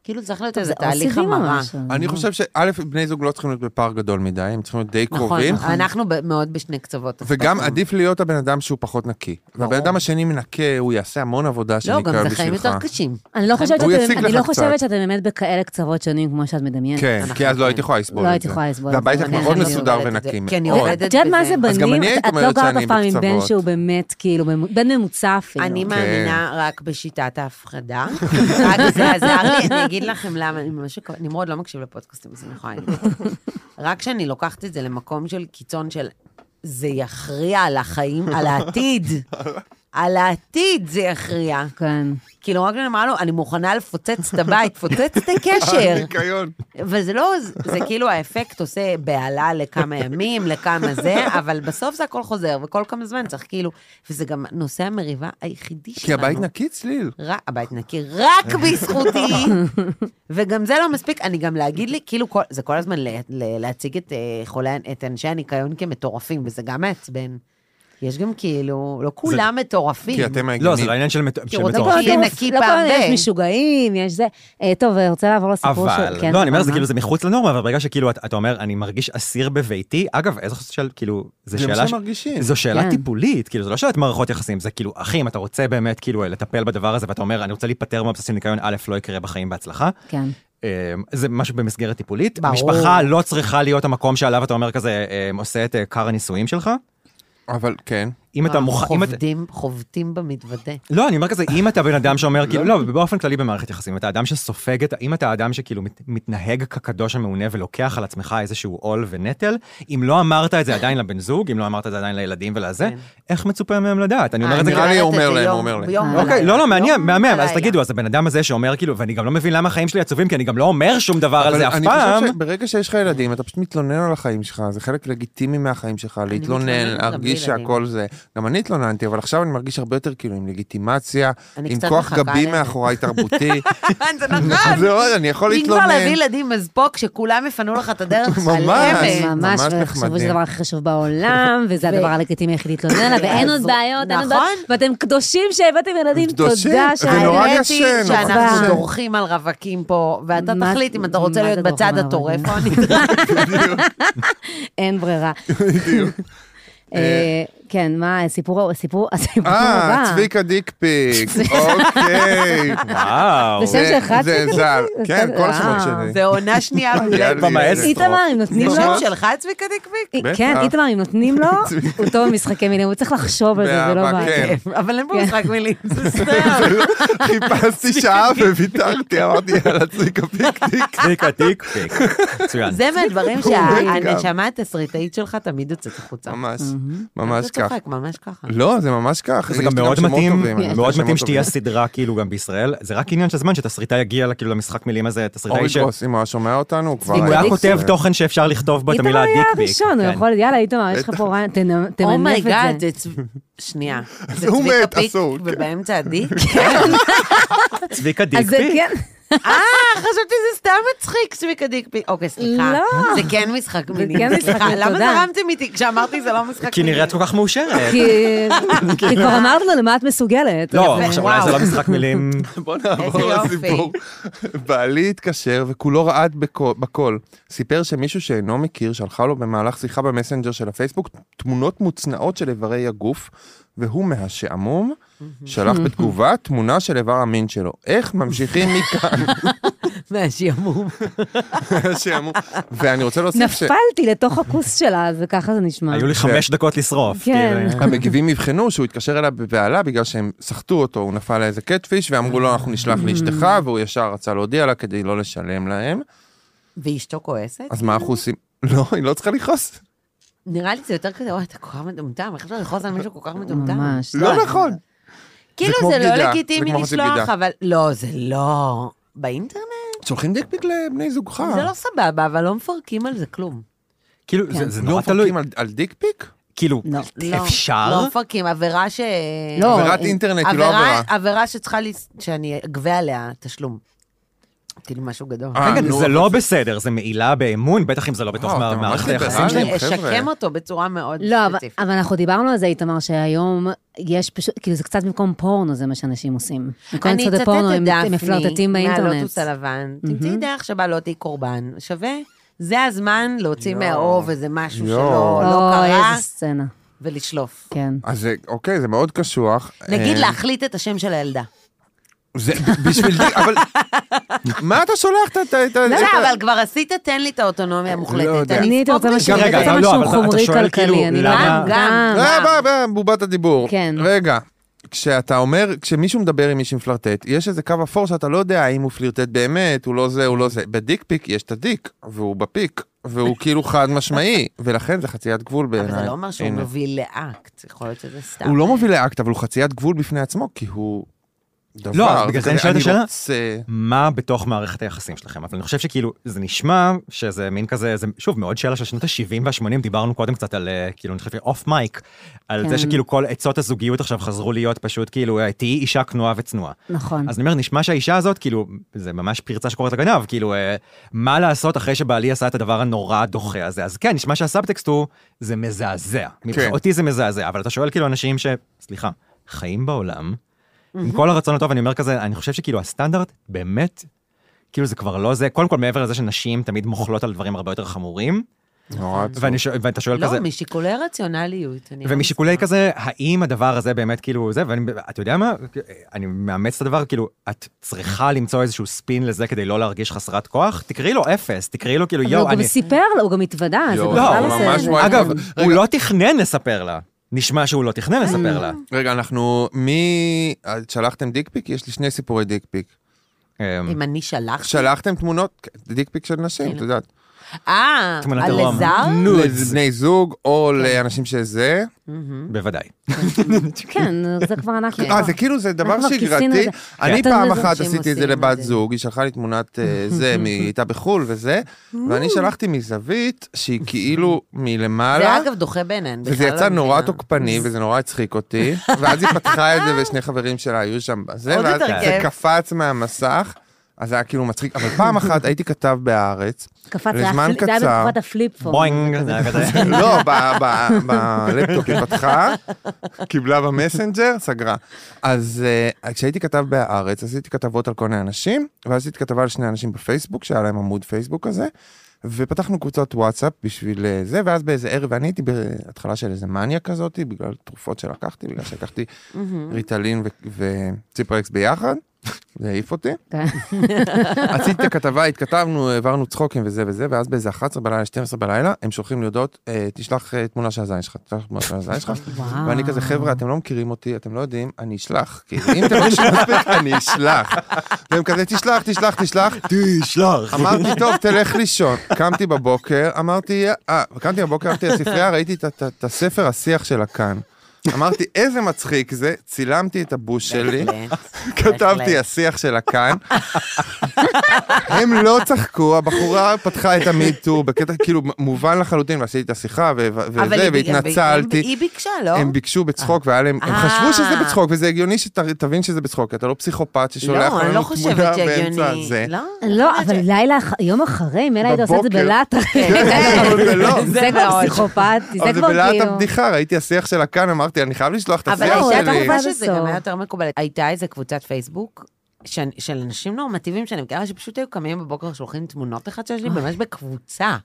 Speaker 2: כאילו צריך להיות איזה
Speaker 5: זה
Speaker 2: תהליך
Speaker 5: OCD
Speaker 2: המרה.
Speaker 5: ממש.
Speaker 4: אני חושב שא', בני זוג לא צריכים להיות בפער גדול מדי, הם צריכים להיות די
Speaker 2: נכון,
Speaker 4: קרובים.
Speaker 2: אנחנו ב- מאוד בשני קצוות.
Speaker 4: וגם
Speaker 2: הספקטרום.
Speaker 4: עדיף להיות הבן אדם שהוא פחות נקי. והבן אדם השני מנקה, הוא יעשה המון עבודה של
Speaker 2: לא, גם
Speaker 4: ניקיון
Speaker 2: זה חיים
Speaker 4: בשבילך.
Speaker 2: יותר קשים.
Speaker 5: אני לא חושבת
Speaker 4: הוא
Speaker 5: שאתם-
Speaker 4: יציק
Speaker 5: אני
Speaker 4: לך
Speaker 5: לא
Speaker 4: קצת.
Speaker 5: חושבת שאתם באמת בכאלה קצוות שונים כמו שאת מדמיינת.
Speaker 4: כן,
Speaker 2: אנחנו-
Speaker 4: כי אז לא הייתי יכולה לסבול את זה.
Speaker 5: לא הייתי יכולה לסבול את זה.
Speaker 4: והבית שלך
Speaker 5: אני
Speaker 4: מאוד
Speaker 5: חייבת
Speaker 4: מסודר
Speaker 2: לסבול את זה.
Speaker 4: ונקי.
Speaker 2: כי אני
Speaker 4: מאוד.
Speaker 2: עובדת
Speaker 5: את יודעת מה
Speaker 2: בזה.
Speaker 5: זה
Speaker 4: אז גם
Speaker 5: בנים?
Speaker 4: אני הייתי
Speaker 5: את- את לא
Speaker 4: אומרת
Speaker 5: גרת
Speaker 4: שאני
Speaker 5: אף פעם עם בן
Speaker 4: בקצוות.
Speaker 5: שהוא באמת, כאילו, במ- בן ממוצע אפילו.
Speaker 2: אני מאמינה רק בשיטת ההפחדה. רק זה עזר לי, אני אגיד לכם למה, אני ממש... מקו- נמרוד לא מקשיב לפודקאסטים, אז אני יכולה להגיד. רק כשאני לוקחת את זה למקום של קיצון של זה יכריע על החיים, על העתיד. על העתיד זה יכריע.
Speaker 5: כן.
Speaker 2: כאילו, רק אני אמרה לו, אני מוכנה לפוצץ את הבית, פוצץ את הקשר.
Speaker 4: ניקיון.
Speaker 2: אבל זה לא, זה- זה כאילו האפקט עושה בהלה לכמה ימים, לכמה זה, אבל בסוף זה הכל חוזר, וכל כמה זמן צריך כאילו, וזה גם נושא המריבה היחידי שלנו.
Speaker 4: כי הבית נקי צליל.
Speaker 2: רק, הבית נקי, רק בזכותי, וגם זה לא מספיק, אני גם להגיד לי, כאילו, כל, זה כל הזמן ל, ל, להציג את, אה, חולי, את אנשי הניקיון כמטורפים, וזה גם מעצבן. יש גם כאילו, לא כולם מטורפים. אה,
Speaker 4: כי אתם
Speaker 3: לא, זה
Speaker 4: ההגיונים.
Speaker 3: לא עניין של מט- של
Speaker 2: הוא רוצה
Speaker 5: לא
Speaker 2: טוב,
Speaker 5: כל
Speaker 3: מטורף.
Speaker 2: שיהיה
Speaker 5: הדור-
Speaker 2: נקי
Speaker 5: לא כל-
Speaker 2: פעם ב-
Speaker 5: יש משוגעים, יש זה. אה, טוב, אני רוצה לעבור לסיפור של...
Speaker 3: אבל,
Speaker 5: כן,
Speaker 3: לא, אני אומר,
Speaker 5: אבל
Speaker 3: זה
Speaker 5: מה?
Speaker 3: כאילו, זה מחוץ לנורמה, אבל ברגע שכאילו, אתה- אתה אומר, אני מרגיש אסיר בביתי, אגב, איזה חוסר של, כאילו, זה
Speaker 4: זה מה
Speaker 3: שאלה... ש-
Speaker 4: שהם מרגישים.
Speaker 3: זו שאלה
Speaker 5: כן.
Speaker 3: טיפולית, כאילו, זו לא שאלת מערכות יחסים, זה כאילו, אחי, אם אתה רוצה באמת, כאילו, לטפל בדבר הזה, ואתה אומר, אני רוצה להיפטר מהבסיסים ניקיון, א', לא יקרה בחיים בהצלחה.
Speaker 5: כן.
Speaker 3: אמ, זה משהו במסגרת טיפולית.
Speaker 2: ברור.
Speaker 3: משפחה אה, לא צריכה להיות המקום שעליו אתה אומר כזה, אמ, עושה את אה, כר הנישואים שלך.
Speaker 4: אבל כן.
Speaker 3: אם אתה מוכן... אם אתה-
Speaker 2: חובטים, חובטים במתוודה.
Speaker 3: לא, אני אומר כזה, אם אתה בן אדם שאומר, כאילו, לא, באופן כללי במערכת יחסים, אתה אדם שסופג את, אם אתה אדם שכאילו מת, מתנהג כקדוש המעונה ולוקח על עצמך איזשהו עול ונטל, אם לא אמרת את זה עדיין לבן זוג, אם לא אמרת את זה עדיין לילדים ולזה,
Speaker 2: כן.
Speaker 3: איך מצופה מהם לדעת? אני אומר את זה
Speaker 4: נראה לי
Speaker 2: אומרת
Speaker 4: הוא אומר
Speaker 2: את זה
Speaker 4: להם,
Speaker 2: יום-
Speaker 4: הוא אומר להם.
Speaker 2: יום
Speaker 5: אוקיי,
Speaker 3: אוקיי,
Speaker 2: ולילה.
Speaker 3: לא, לא, מעניין,
Speaker 2: יום
Speaker 3: מהמם. אז
Speaker 2: ולילה.
Speaker 3: תגידו, אז הבן אדם הזה שאומר כאילו, ואני גם לא מבין למה החיים שלי עצובים, כי אני גם לא אומר שום דבר על זה אף
Speaker 4: אני
Speaker 3: פעם.
Speaker 4: חושב שברגע שיש לך ילדים, אתה פשוט מתלונן על החיים שלך, זה חלק לגיטימי מהחיים שלך, להתלונן,
Speaker 2: מתלוננת גם
Speaker 4: להרגיש
Speaker 2: בלי ילדים.
Speaker 4: שהכל זה. גם אני התלוננתי, אבל עכשיו אני מרגיש הרבה יותר כאילו עם לגיטימציה,
Speaker 2: אני
Speaker 4: עם
Speaker 2: קצת
Speaker 4: כוח
Speaker 2: מחכה
Speaker 4: גבי
Speaker 2: לזה.
Speaker 4: מאחוריי תרבותי. אה,
Speaker 2: זה נכון.
Speaker 4: זה עוד, אני יכול
Speaker 2: אם כבר
Speaker 4: להתלונן.
Speaker 2: להביא ילדים, אז פה, כשכולם יפנו לך את הדרך,
Speaker 4: ממש.
Speaker 2: שלהבת.
Speaker 5: ממש,
Speaker 4: ממש
Speaker 5: וחשבו
Speaker 4: נחמדים.
Speaker 5: שזה הדבר הכי חשוב בעולם, וזה הדבר הלגיטימי היחיד להתלונן עליו, ואין עוד
Speaker 2: אז-
Speaker 5: בעיות, אין עוד
Speaker 2: נכון.
Speaker 5: בעיות, ואתם קדושים שהבאתם ילדים,
Speaker 4: קדושים,
Speaker 5: תודה
Speaker 4: זה נורא
Speaker 5: שהבאתם.
Speaker 2: האמת
Speaker 4: קשה,
Speaker 2: היא
Speaker 4: נורא
Speaker 2: שאנחנו
Speaker 5: קשה.
Speaker 2: דורכים על רווקים פה, ואתה
Speaker 5: מה-
Speaker 2: תחליט אם אתה רוצה
Speaker 5: מה
Speaker 2: להיות
Speaker 5: זה
Speaker 2: בצד
Speaker 5: דורכים על
Speaker 2: הטורף
Speaker 5: רווקים?
Speaker 2: או הנדרש.
Speaker 5: אין ברירה. אה, כן, מה, הסיפור הסיפור- הסיפור הבא.
Speaker 4: אה, צביקה דיקפיק, אוקיי.
Speaker 3: וואו.
Speaker 5: זה שם
Speaker 4: זה-
Speaker 5: שלך,
Speaker 4: זה
Speaker 5: צביקה
Speaker 4: ז"ל,
Speaker 5: דיקפיק?
Speaker 4: כן,
Speaker 5: אז-
Speaker 4: כל השמות
Speaker 5: אה.
Speaker 4: שלי.
Speaker 2: זה עונה שנייה.
Speaker 4: יאללה,
Speaker 3: במה,
Speaker 4: יאללה.
Speaker 3: איזה
Speaker 5: איתמר, אם נותנים
Speaker 2: זה
Speaker 5: לו,
Speaker 2: שם
Speaker 4: ממש.
Speaker 2: שלך, צביקה דיקביק?
Speaker 5: אי-
Speaker 4: נכון. בטח.
Speaker 5: כן, איתמר, אם נותנים לו, הוא טוב במשחקי מילים, הוא צריך לחשוב על זה, זה לא
Speaker 4: באהבה,
Speaker 5: בעיה.
Speaker 4: כן.
Speaker 2: אבל אין פה
Speaker 5: כן.
Speaker 2: משחק מילים, זה סתם.
Speaker 4: חיפשתי שעה וויתרתי, אמרתי יאללה צביקה פיקניק.
Speaker 3: צביקה טיק פיק. מצוין.
Speaker 2: זה מהדברים
Speaker 4: קוראים גם.
Speaker 2: שהנשמה התסריטאית שלך תמיד יוצאת החוצה.
Speaker 4: ממש, ממש
Speaker 2: אתה
Speaker 4: ככה.
Speaker 2: צוחק, ממש ככה.
Speaker 4: לא, זה ממש כך.
Speaker 3: זה
Speaker 4: יש
Speaker 3: גם
Speaker 4: לי
Speaker 3: מאוד
Speaker 4: שמות
Speaker 3: מתאים,
Speaker 4: טובים, אני
Speaker 3: מאוד
Speaker 4: שמות
Speaker 3: מתאים שתהיה
Speaker 4: טובים.
Speaker 3: סדרה כאילו גם בישראל, זה רק עניין של זמן שתסריטאי יגיע לה, כאילו למשחק מילים הזה, תסריטאי
Speaker 4: אורי
Speaker 3: ש...
Speaker 4: גרוס, אם הוא היה שומע אותנו, הוא כבר...
Speaker 3: אם הוא היה
Speaker 4: היה
Speaker 3: כותב תוכן שאפשר לכתוב בו את
Speaker 5: איתמר
Speaker 3: המילה כן.
Speaker 5: היה
Speaker 3: דיקביק.
Speaker 5: הראשון, הוא יכול, יאללה, איתמר, יש לך פה רעיון,
Speaker 4: Oh
Speaker 5: תנ- תמנף את
Speaker 2: אומייגאד,
Speaker 5: זה.
Speaker 2: זה צב... שנייה. זה
Speaker 4: הוא
Speaker 2: צביקה
Speaker 4: מת,
Speaker 2: פיק
Speaker 4: אסור, כן.
Speaker 2: ובאמצע הדיק?
Speaker 3: צביקה
Speaker 5: אז זה
Speaker 3: דיקביק.
Speaker 5: כן,
Speaker 2: אה, חשבתי זה סתם מצחיק, צביקה דיק פיק. אוקיי, סליחה.
Speaker 5: לא.
Speaker 2: זה כן משחק מיני.
Speaker 5: כן משחק
Speaker 2: סליחה,
Speaker 5: מיני,
Speaker 2: למה
Speaker 5: תודה.
Speaker 2: זרמתם איתי כשאמרתי זה לא משחק
Speaker 3: כי
Speaker 2: מיני?
Speaker 3: נראית כל כך מאושרת.
Speaker 5: כי
Speaker 4: כן.
Speaker 5: כי כבר אמרת לו למה את מסוגלת.
Speaker 3: לא,
Speaker 2: יפה.
Speaker 3: עכשיו אולי זה לא
Speaker 2: וואו.
Speaker 3: משחק מילים.
Speaker 4: בוא
Speaker 2: איזה
Speaker 4: נעבור
Speaker 2: יופי.
Speaker 4: לסיפור. בעלי התקשר וכולו רעד בקו- בקול. סיפר שמישהו שאינו מכיר שלחה לו במהלך שיחה במסנג'ר של הפייסבוק תמונות מוצנעות של איברי הגוף, והוא מהשעמום שלח בתגובה תמונה של איבר המין שלו. איך ממשיכים מכאן?
Speaker 2: מהשעמום.
Speaker 4: השעמום. ואני רוצה להוסיף ש...
Speaker 5: נפלתי לתוך הכוס שלה, אז ככה זה נשמע.
Speaker 3: היו לי חמש דקות לשרוף.
Speaker 5: כן.
Speaker 3: כאילו.
Speaker 4: המגיבים אבחנו שהוא התקשר אליה בבהלה בגלל שהם סחטו אותו, הוא נפל לאיזה קטפיש ואמרו לו אנחנו נשלח לאשתך והוא ישר רצה להודיע לה כדי לא לשלם להם.
Speaker 2: ואשתו כועסת?
Speaker 4: אז מה אנחנו עושים? לא, היא לא צריכה לכעוס.
Speaker 2: נראה לי זה יותר כזה, וואי, אתה כל כך מטומטם, איך אפשר לכעוס על מישהו כל כך מטומטם?
Speaker 5: ממש.
Speaker 4: לא
Speaker 2: אה.
Speaker 4: נכון.
Speaker 2: כאילו
Speaker 4: כמו
Speaker 2: זה לא
Speaker 4: בגידה, זה
Speaker 2: לגיטימי
Speaker 4: כמו חצי
Speaker 2: לשלוח,
Speaker 4: בגידה.
Speaker 2: אבל... לא, זה לא... באינטרנט?
Speaker 4: שולחים דיקפיק לבני זוגך.
Speaker 2: זה לא סבבה, אבל לא מפרקים על זה כלום.
Speaker 3: כאילו, זה-
Speaker 5: כן.
Speaker 3: זה
Speaker 4: לא
Speaker 3: נורא תלוי.
Speaker 4: מפרקים על- על דיקפיק?
Speaker 3: כאילו,
Speaker 5: לא,
Speaker 2: לא,
Speaker 3: אפשר?
Speaker 2: לא מפרקים, עבירה ש...
Speaker 5: לא,
Speaker 4: עבירת
Speaker 5: אה,
Speaker 4: אינטרנט היא לא עבירה.
Speaker 2: עבירה שצריכה לי... שאני אגבה עליה תשלום. כאילו משהו גדול.
Speaker 4: אה,
Speaker 3: רגע,
Speaker 4: נו,
Speaker 3: זה לא בסדר, זה מעילה באמון, בטח אם זה לא בתוך
Speaker 4: וואו, אתה ממש
Speaker 3: מערכת
Speaker 4: ליברל.
Speaker 3: היחסים שלי.
Speaker 2: אני אשקם
Speaker 4: אה, חבר'ה.
Speaker 2: אותו בצורה מאוד
Speaker 5: לא, אבל-
Speaker 2: ספציפית.
Speaker 5: אבל אנחנו דיברנו על זה, איתמר, שהיום יש פשוט, כאילו זה קצת במקום פורנו, זה מה שאנשים עושים. במקום
Speaker 2: אני
Speaker 5: לצפות
Speaker 2: אצטט
Speaker 5: בפורנו, הם-
Speaker 2: את
Speaker 5: הם
Speaker 2: דפני
Speaker 5: מפלרטטים באינטרנט.
Speaker 2: מהלוטוס הלבן. תמצאי דרך שבה לא תהיי קורבן. שווה. זה הזמן להוציא מהאוב איזה משהו
Speaker 4: יואו.
Speaker 2: שלא לא
Speaker 5: אוי,
Speaker 2: קרה,
Speaker 5: איזה סצנה,
Speaker 2: ולשלוף.
Speaker 5: כן.
Speaker 4: אז זה- אוקיי, זה מאוד קשוח.
Speaker 2: נגיד
Speaker 4: אה,
Speaker 2: להחליט את השם של הילדה.
Speaker 4: זה בשביל דיק, אבל... מה אתה שולח את ה... את ה-
Speaker 2: לא,
Speaker 4: את ה-
Speaker 2: אבל כבר עשית, תן לי את האוטונומיה
Speaker 4: אה, לא
Speaker 2: המוחלטת.
Speaker 4: יודע.
Speaker 5: אני הייתי
Speaker 2: אספוג
Speaker 5: רוצה משהו
Speaker 2: בזה.
Speaker 3: רגע,
Speaker 5: רוצה
Speaker 3: אבל לא,
Speaker 5: משהו
Speaker 3: אבל אתה- אתה
Speaker 5: חומרי
Speaker 3: שואל כאילו,
Speaker 5: כלכלי, אני
Speaker 3: למה-
Speaker 5: גם,
Speaker 2: גם.
Speaker 4: אה,
Speaker 5: גם.
Speaker 4: בא, בא, בובת הדיבור.
Speaker 5: כן.
Speaker 4: רגע, כשאתה אומר, כשמישהו מדבר עם מישהי מפלרטט, יש איזה קו אפור שאתה לא יודע האם הוא פלירטט באמת, הוא לא זה, הוא לא זה. בדיק פיק יש את הדיק, והוא בפיק, והוא כאילו חד משמעי, ולכן זה חציית גבול בעיניי.
Speaker 2: אבל זה לא אומר שהוא
Speaker 4: הנה.
Speaker 2: מוביל לאקט, יכול להיות שזה סתם.
Speaker 4: הוא לא מוביל לאקט, אבל הוא חציית גבול בפני עצמו, כי הוא... דבר.
Speaker 3: לא, בגלל זה אני שואל את השאלה.
Speaker 4: רוצה...
Speaker 3: מה בתוך מערכת היחסים שלכם, אבל אני חושב שכאילו, זה נשמע שזה מין כזה, זה שוב מאוד שאלה של שנות ה-70 וה-80, דיברנו קודם קצת על, אה, כאילו, אני חושב אוף מייק, על
Speaker 5: כן.
Speaker 3: זה שכאילו כל עצות הזוגיות עכשיו חזרו להיות פשוט כאילו, אה, תהיי אישה כנועה וצנועה.
Speaker 5: נכון.
Speaker 3: אז אני אומר, נשמע שהאישה הזאת, כאילו, זה ממש פרצה שקוראת לגנב, כאילו, אה, מה לעשות אחרי שבעלי עשה את הדבר הנורא הדוחה הזה? אז כן, נשמע שהסאבטקסט הוא, זה מזעזע. כן.
Speaker 4: כן.
Speaker 3: אותי זה מזעזע, אבל אתה שואל כאילו אנשים ש... סליחה, חיים בעולם, עם כל הרצון הטוב, אני אומר כזה, אני חושב שכאילו הסטנדרט, באמת, כאילו זה כבר לא זה, קודם כל מעבר לזה שנשים תמיד מוחלות על דברים הרבה יותר חמורים,
Speaker 4: נורא עצוב.
Speaker 3: ואני שואל- ואתה שואל כזה...
Speaker 2: לא, משיקולי רציונליות. אני לא
Speaker 3: ומשיקולי
Speaker 2: מסכימה.
Speaker 3: כזה, האם הדבר הזה באמת כאילו זה, ואתה יודע מה, אני מאמץ את הדבר, כאילו, את צריכה למצוא איזשהו ספין לזה כדי לא להרגיש חסרת כוח, תקראי לו אפס, תקראי לו כאילו,
Speaker 5: אבל
Speaker 3: יואו,
Speaker 5: הוא גם
Speaker 3: אני... לא,
Speaker 5: סיפר לה, הוא גם התוודה, זה
Speaker 4: יואו,
Speaker 5: בכלל
Speaker 4: הוא
Speaker 5: עושה...
Speaker 4: ממש
Speaker 5: זה.
Speaker 4: וואי,
Speaker 3: אגב,
Speaker 4: רגע.
Speaker 3: הוא לא תכנן לספר לה. נשמע שהוא לא תכנן לספר לה.
Speaker 4: רגע, אנחנו... מי... את שלחתם דיק פיק? יש לי שני סיפורי דיק פיק.
Speaker 3: אמ,
Speaker 2: אם אני שלחתי...
Speaker 4: שלחתם תמונות, כן, דיק פיק של
Speaker 2: כן.
Speaker 4: נשים, את יודעת.
Speaker 2: אה,
Speaker 3: תמונת
Speaker 2: על
Speaker 3: עירום.
Speaker 2: לזר?
Speaker 3: נו, אז-
Speaker 4: לבני זוג או לאנשים שזה.
Speaker 3: בוודאי.
Speaker 5: כן, זה כבר אנחנו.
Speaker 4: אה, זה כאילו, זה דבר
Speaker 5: אנחנו כבר כיסינו
Speaker 4: שגרתי.
Speaker 5: את
Speaker 4: אני
Speaker 5: נתנו
Speaker 4: פעם
Speaker 5: לזה
Speaker 4: אחת
Speaker 2: שהם
Speaker 4: עשיתי את זה
Speaker 2: עושים את
Speaker 4: לבת
Speaker 2: זה.
Speaker 4: זוג, היא שלחה לי תמונת אה, זה, מ- היא הייתה בחו"ל וזה,
Speaker 2: Mm.
Speaker 4: ואני שלחתי מזווית שהיא כאילו
Speaker 2: זה
Speaker 4: מלמעלה.
Speaker 2: אגב דוחה בעיניהן.
Speaker 4: וזה
Speaker 2: בכלל לא
Speaker 4: יצא נורא
Speaker 2: מבינה.
Speaker 4: תוקפני, וזה נורא הצחיק אותי, ואז היא פתחה את זה ושני חברים שלה היו שם בזה,
Speaker 2: עוד
Speaker 4: ואז
Speaker 2: יותר
Speaker 4: זה
Speaker 2: כיף.
Speaker 4: קפץ מהמסך, אז זה היה כאילו מצחיק, אבל פעם אחת הייתי כתב בהארץ,
Speaker 5: קפץ, זה היה
Speaker 4: לזמן
Speaker 5: פל- זה היה
Speaker 4: קצר.
Speaker 5: בתקופת הפליפ פון.
Speaker 3: בוינג, זה היה כזה.
Speaker 4: לא, ב- ב- בלפטופ היא פתחה, קיבלה במסנג'ר, סגרה. אז אה, כשהייתי כתב בהארץ, עשיתי כתבות על כל מיני אנשים, ואז עשיתי כתבה על שני אנשים בפייסבוק, שהיה להם עמוד פייסבוק כזה, ופתחנו קבוצות וואטסאפ בשביל אה, זה, ואז באיזה ערב, ואני הייתי בהתחלה של איזה מניה כזאת, בגלל תרופות שלקחתי, בגלל שלקחתי ריטלין ו- וציפרקס ביחד, זה העיף אותי.
Speaker 5: כן.
Speaker 4: עשיתי את הכתבה, התכתבנו, העברנו צחוקים וזה וזה, ואז באיזה 11 בלילה, 12 בלילה, הם שולחים לי הודעות, אה, תשלח אה, תמונה של הזין שלך, תשלח תמונה של הזין שלך.
Speaker 5: וואו.
Speaker 4: ואני כזה, חבר'ה, אתם לא מכירים אותי, אתם לא יודעים, אני אשלח. כאילו, אם אתם לא יודעים מספיק, אני אשלח. והם כזה, תשלח, תשלח, תשלח.
Speaker 3: תשלח.
Speaker 4: אמרתי, טוב, תלך לישון. קמתי בבוקר, אמרתי, אה, קמתי בבוקר, הלכתי לספרייה, ראיתי את- את- את הספר השיח שלה כאן. אמרתי, איזה מצחיק זה, צילמתי את הבוש שלי.
Speaker 2: בהחלט. בהחלט.
Speaker 4: כתבתי השיח שלה כאן. הם לא צחקו, הבחורה פתחה את המיטו בקטע כאילו מובן לחלוטין, ועשיתי את השיחה ו- ו-
Speaker 2: אבל
Speaker 4: וזה,
Speaker 2: היא- היא-
Speaker 4: והתנצלתי.
Speaker 2: היא ביקשה, לא?
Speaker 4: הם ביקשו בצחוק, והיה להם, הם
Speaker 2: אה.
Speaker 4: חשבו שזה בצחוק, וזה הגיוני שתבין שזה בצחוק, כי אתה לא פסיכופת ששולח
Speaker 2: לא, אני לא
Speaker 4: לנו תמונה
Speaker 2: חושבת
Speaker 4: באמצע
Speaker 2: שהגיוני.
Speaker 4: הזה.
Speaker 2: לא,
Speaker 5: לא, אבל לילה, אח- יום אחרי, מילא היית עושה את זה
Speaker 4: בבוקר.
Speaker 5: בלהט אחר.
Speaker 4: אבל זה לא.
Speaker 5: זה
Speaker 2: זה
Speaker 5: כבר
Speaker 2: מאוד.
Speaker 5: פסיכופת, זה כבר כאילו...
Speaker 4: אבל זה בלהט הבדיחה, ראיתי השיח שלה כאן, אמרתי, אני חייב לשלוח את
Speaker 2: לא אבל
Speaker 4: השיח
Speaker 5: זהו,
Speaker 2: הייתה
Speaker 5: זה
Speaker 4: שלי.
Speaker 5: כמובן-
Speaker 2: תקופה שזה
Speaker 5: בסוף.
Speaker 2: גם היה יותר מקובל. הייתה איזה קבוצת פייסבוק. ש- של אנשים נורמטיביים שאני מכירה, שפשוט היו קמים בבוקר, שולחים תמונות אחד של השני, ממש בקבוצה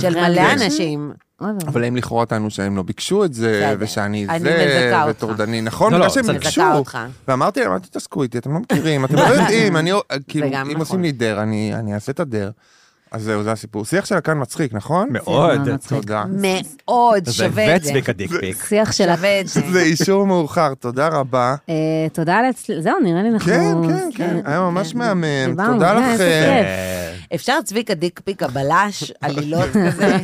Speaker 2: של מלא אנשים.
Speaker 5: אוי ואבוי.
Speaker 4: אבל הם לכאורה טענו שהם לא ביקשו את זה,
Speaker 2: בסדר.
Speaker 4: ושאני
Speaker 2: אני
Speaker 4: זה,
Speaker 2: מזכה אותך.
Speaker 4: וטורדני. נכון,
Speaker 3: לא,
Speaker 4: בגלל
Speaker 3: לא,
Speaker 4: שהם
Speaker 3: בסדר.
Speaker 4: ביקשו.
Speaker 2: מזכה אותך.
Speaker 4: ואמרתי להם, אל תתעסקו איתי, אתם לא מכירים, אתם לא יודעים, אני, כאילו,
Speaker 2: זה גם
Speaker 4: אם
Speaker 2: נכון.
Speaker 4: עושים לי דר, אני אני אעשה את הדר. אז זהו, זה הסיפור. שיח שלה כאן מצחיק, נכון?
Speaker 3: מאוד.
Speaker 5: זה מאוד מצחיק.
Speaker 4: תודה.
Speaker 2: מאוד שווה את זה.
Speaker 3: וצביקה דיקפיק.
Speaker 5: שיח של...
Speaker 2: שווה את זה.
Speaker 4: זה אישור מאוחר, תודה רבה.
Speaker 5: אה, תודה על הצל... זהו, נראה לי אנחנו...
Speaker 2: נכון,
Speaker 5: אה,
Speaker 4: כן, כן, כן, היה ממש מהמם.
Speaker 5: דיברנו,
Speaker 4: תודה
Speaker 5: כן,
Speaker 4: לך,
Speaker 5: איזה
Speaker 4: אה,
Speaker 2: אפשר צביקה דיק פיק הבלש, עלילות כזה?
Speaker 4: זה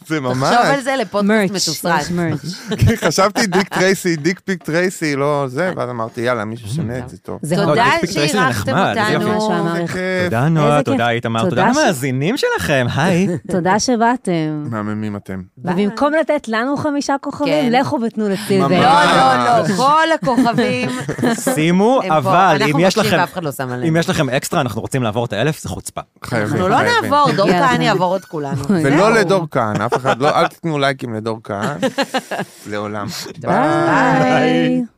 Speaker 2: תחשוב על
Speaker 4: ממש.
Speaker 2: זה לפודקאסט
Speaker 5: מרץ',
Speaker 2: מתוסרט.
Speaker 5: יש מרץ'.
Speaker 4: כי חשבתי דיק טרייסי, דיק פיק טרייסי, לא זה, ואז אמרתי, יאללה, מישהו שונה את זה טוב.
Speaker 5: זה הודי.
Speaker 2: תודה
Speaker 3: דיק פיק טרייסי אוקיי, זה
Speaker 2: שאירחתם
Speaker 3: נחמד, זה
Speaker 2: אותנו.
Speaker 5: יופי. ממש,
Speaker 4: איזה
Speaker 5: המערכת.
Speaker 4: כיף.
Speaker 3: תודה נועה,
Speaker 5: איזה
Speaker 3: תודה
Speaker 5: כיף.
Speaker 3: איתמר,
Speaker 5: תודה
Speaker 3: תודה
Speaker 5: ש-
Speaker 3: למאזינים שלכם, היי.
Speaker 5: תודה שבאתם.
Speaker 4: מהממים אתם.
Speaker 5: ובמקום לתת לנו חמישה כוכבים,
Speaker 2: כן.
Speaker 5: לכו ותנו לסילבר.
Speaker 4: ממש.
Speaker 2: לא, לא, לא, כל הכוכבים
Speaker 3: שימו,
Speaker 2: הם פה.
Speaker 3: אבל אם
Speaker 2: אנחנו
Speaker 3: יש
Speaker 2: מבקשים
Speaker 3: לכם...
Speaker 2: ואף אחד לא שם
Speaker 3: אם
Speaker 2: עליהם.
Speaker 3: יש כן, לכם אקסטרה, אנחנו רוצים לעבור את האלף, זה חוצפה.
Speaker 4: חייבים.
Speaker 2: אנחנו לא
Speaker 4: חייבים.
Speaker 2: נעבור, דור
Speaker 5: יאללה.
Speaker 2: כהן יעבור את כולנו.
Speaker 4: ולא
Speaker 2: זהו.
Speaker 4: לדור כהן, אף אחד לא, אל תיתנו לייקים לדור כהן, לעולם. ביי.
Speaker 5: ביי.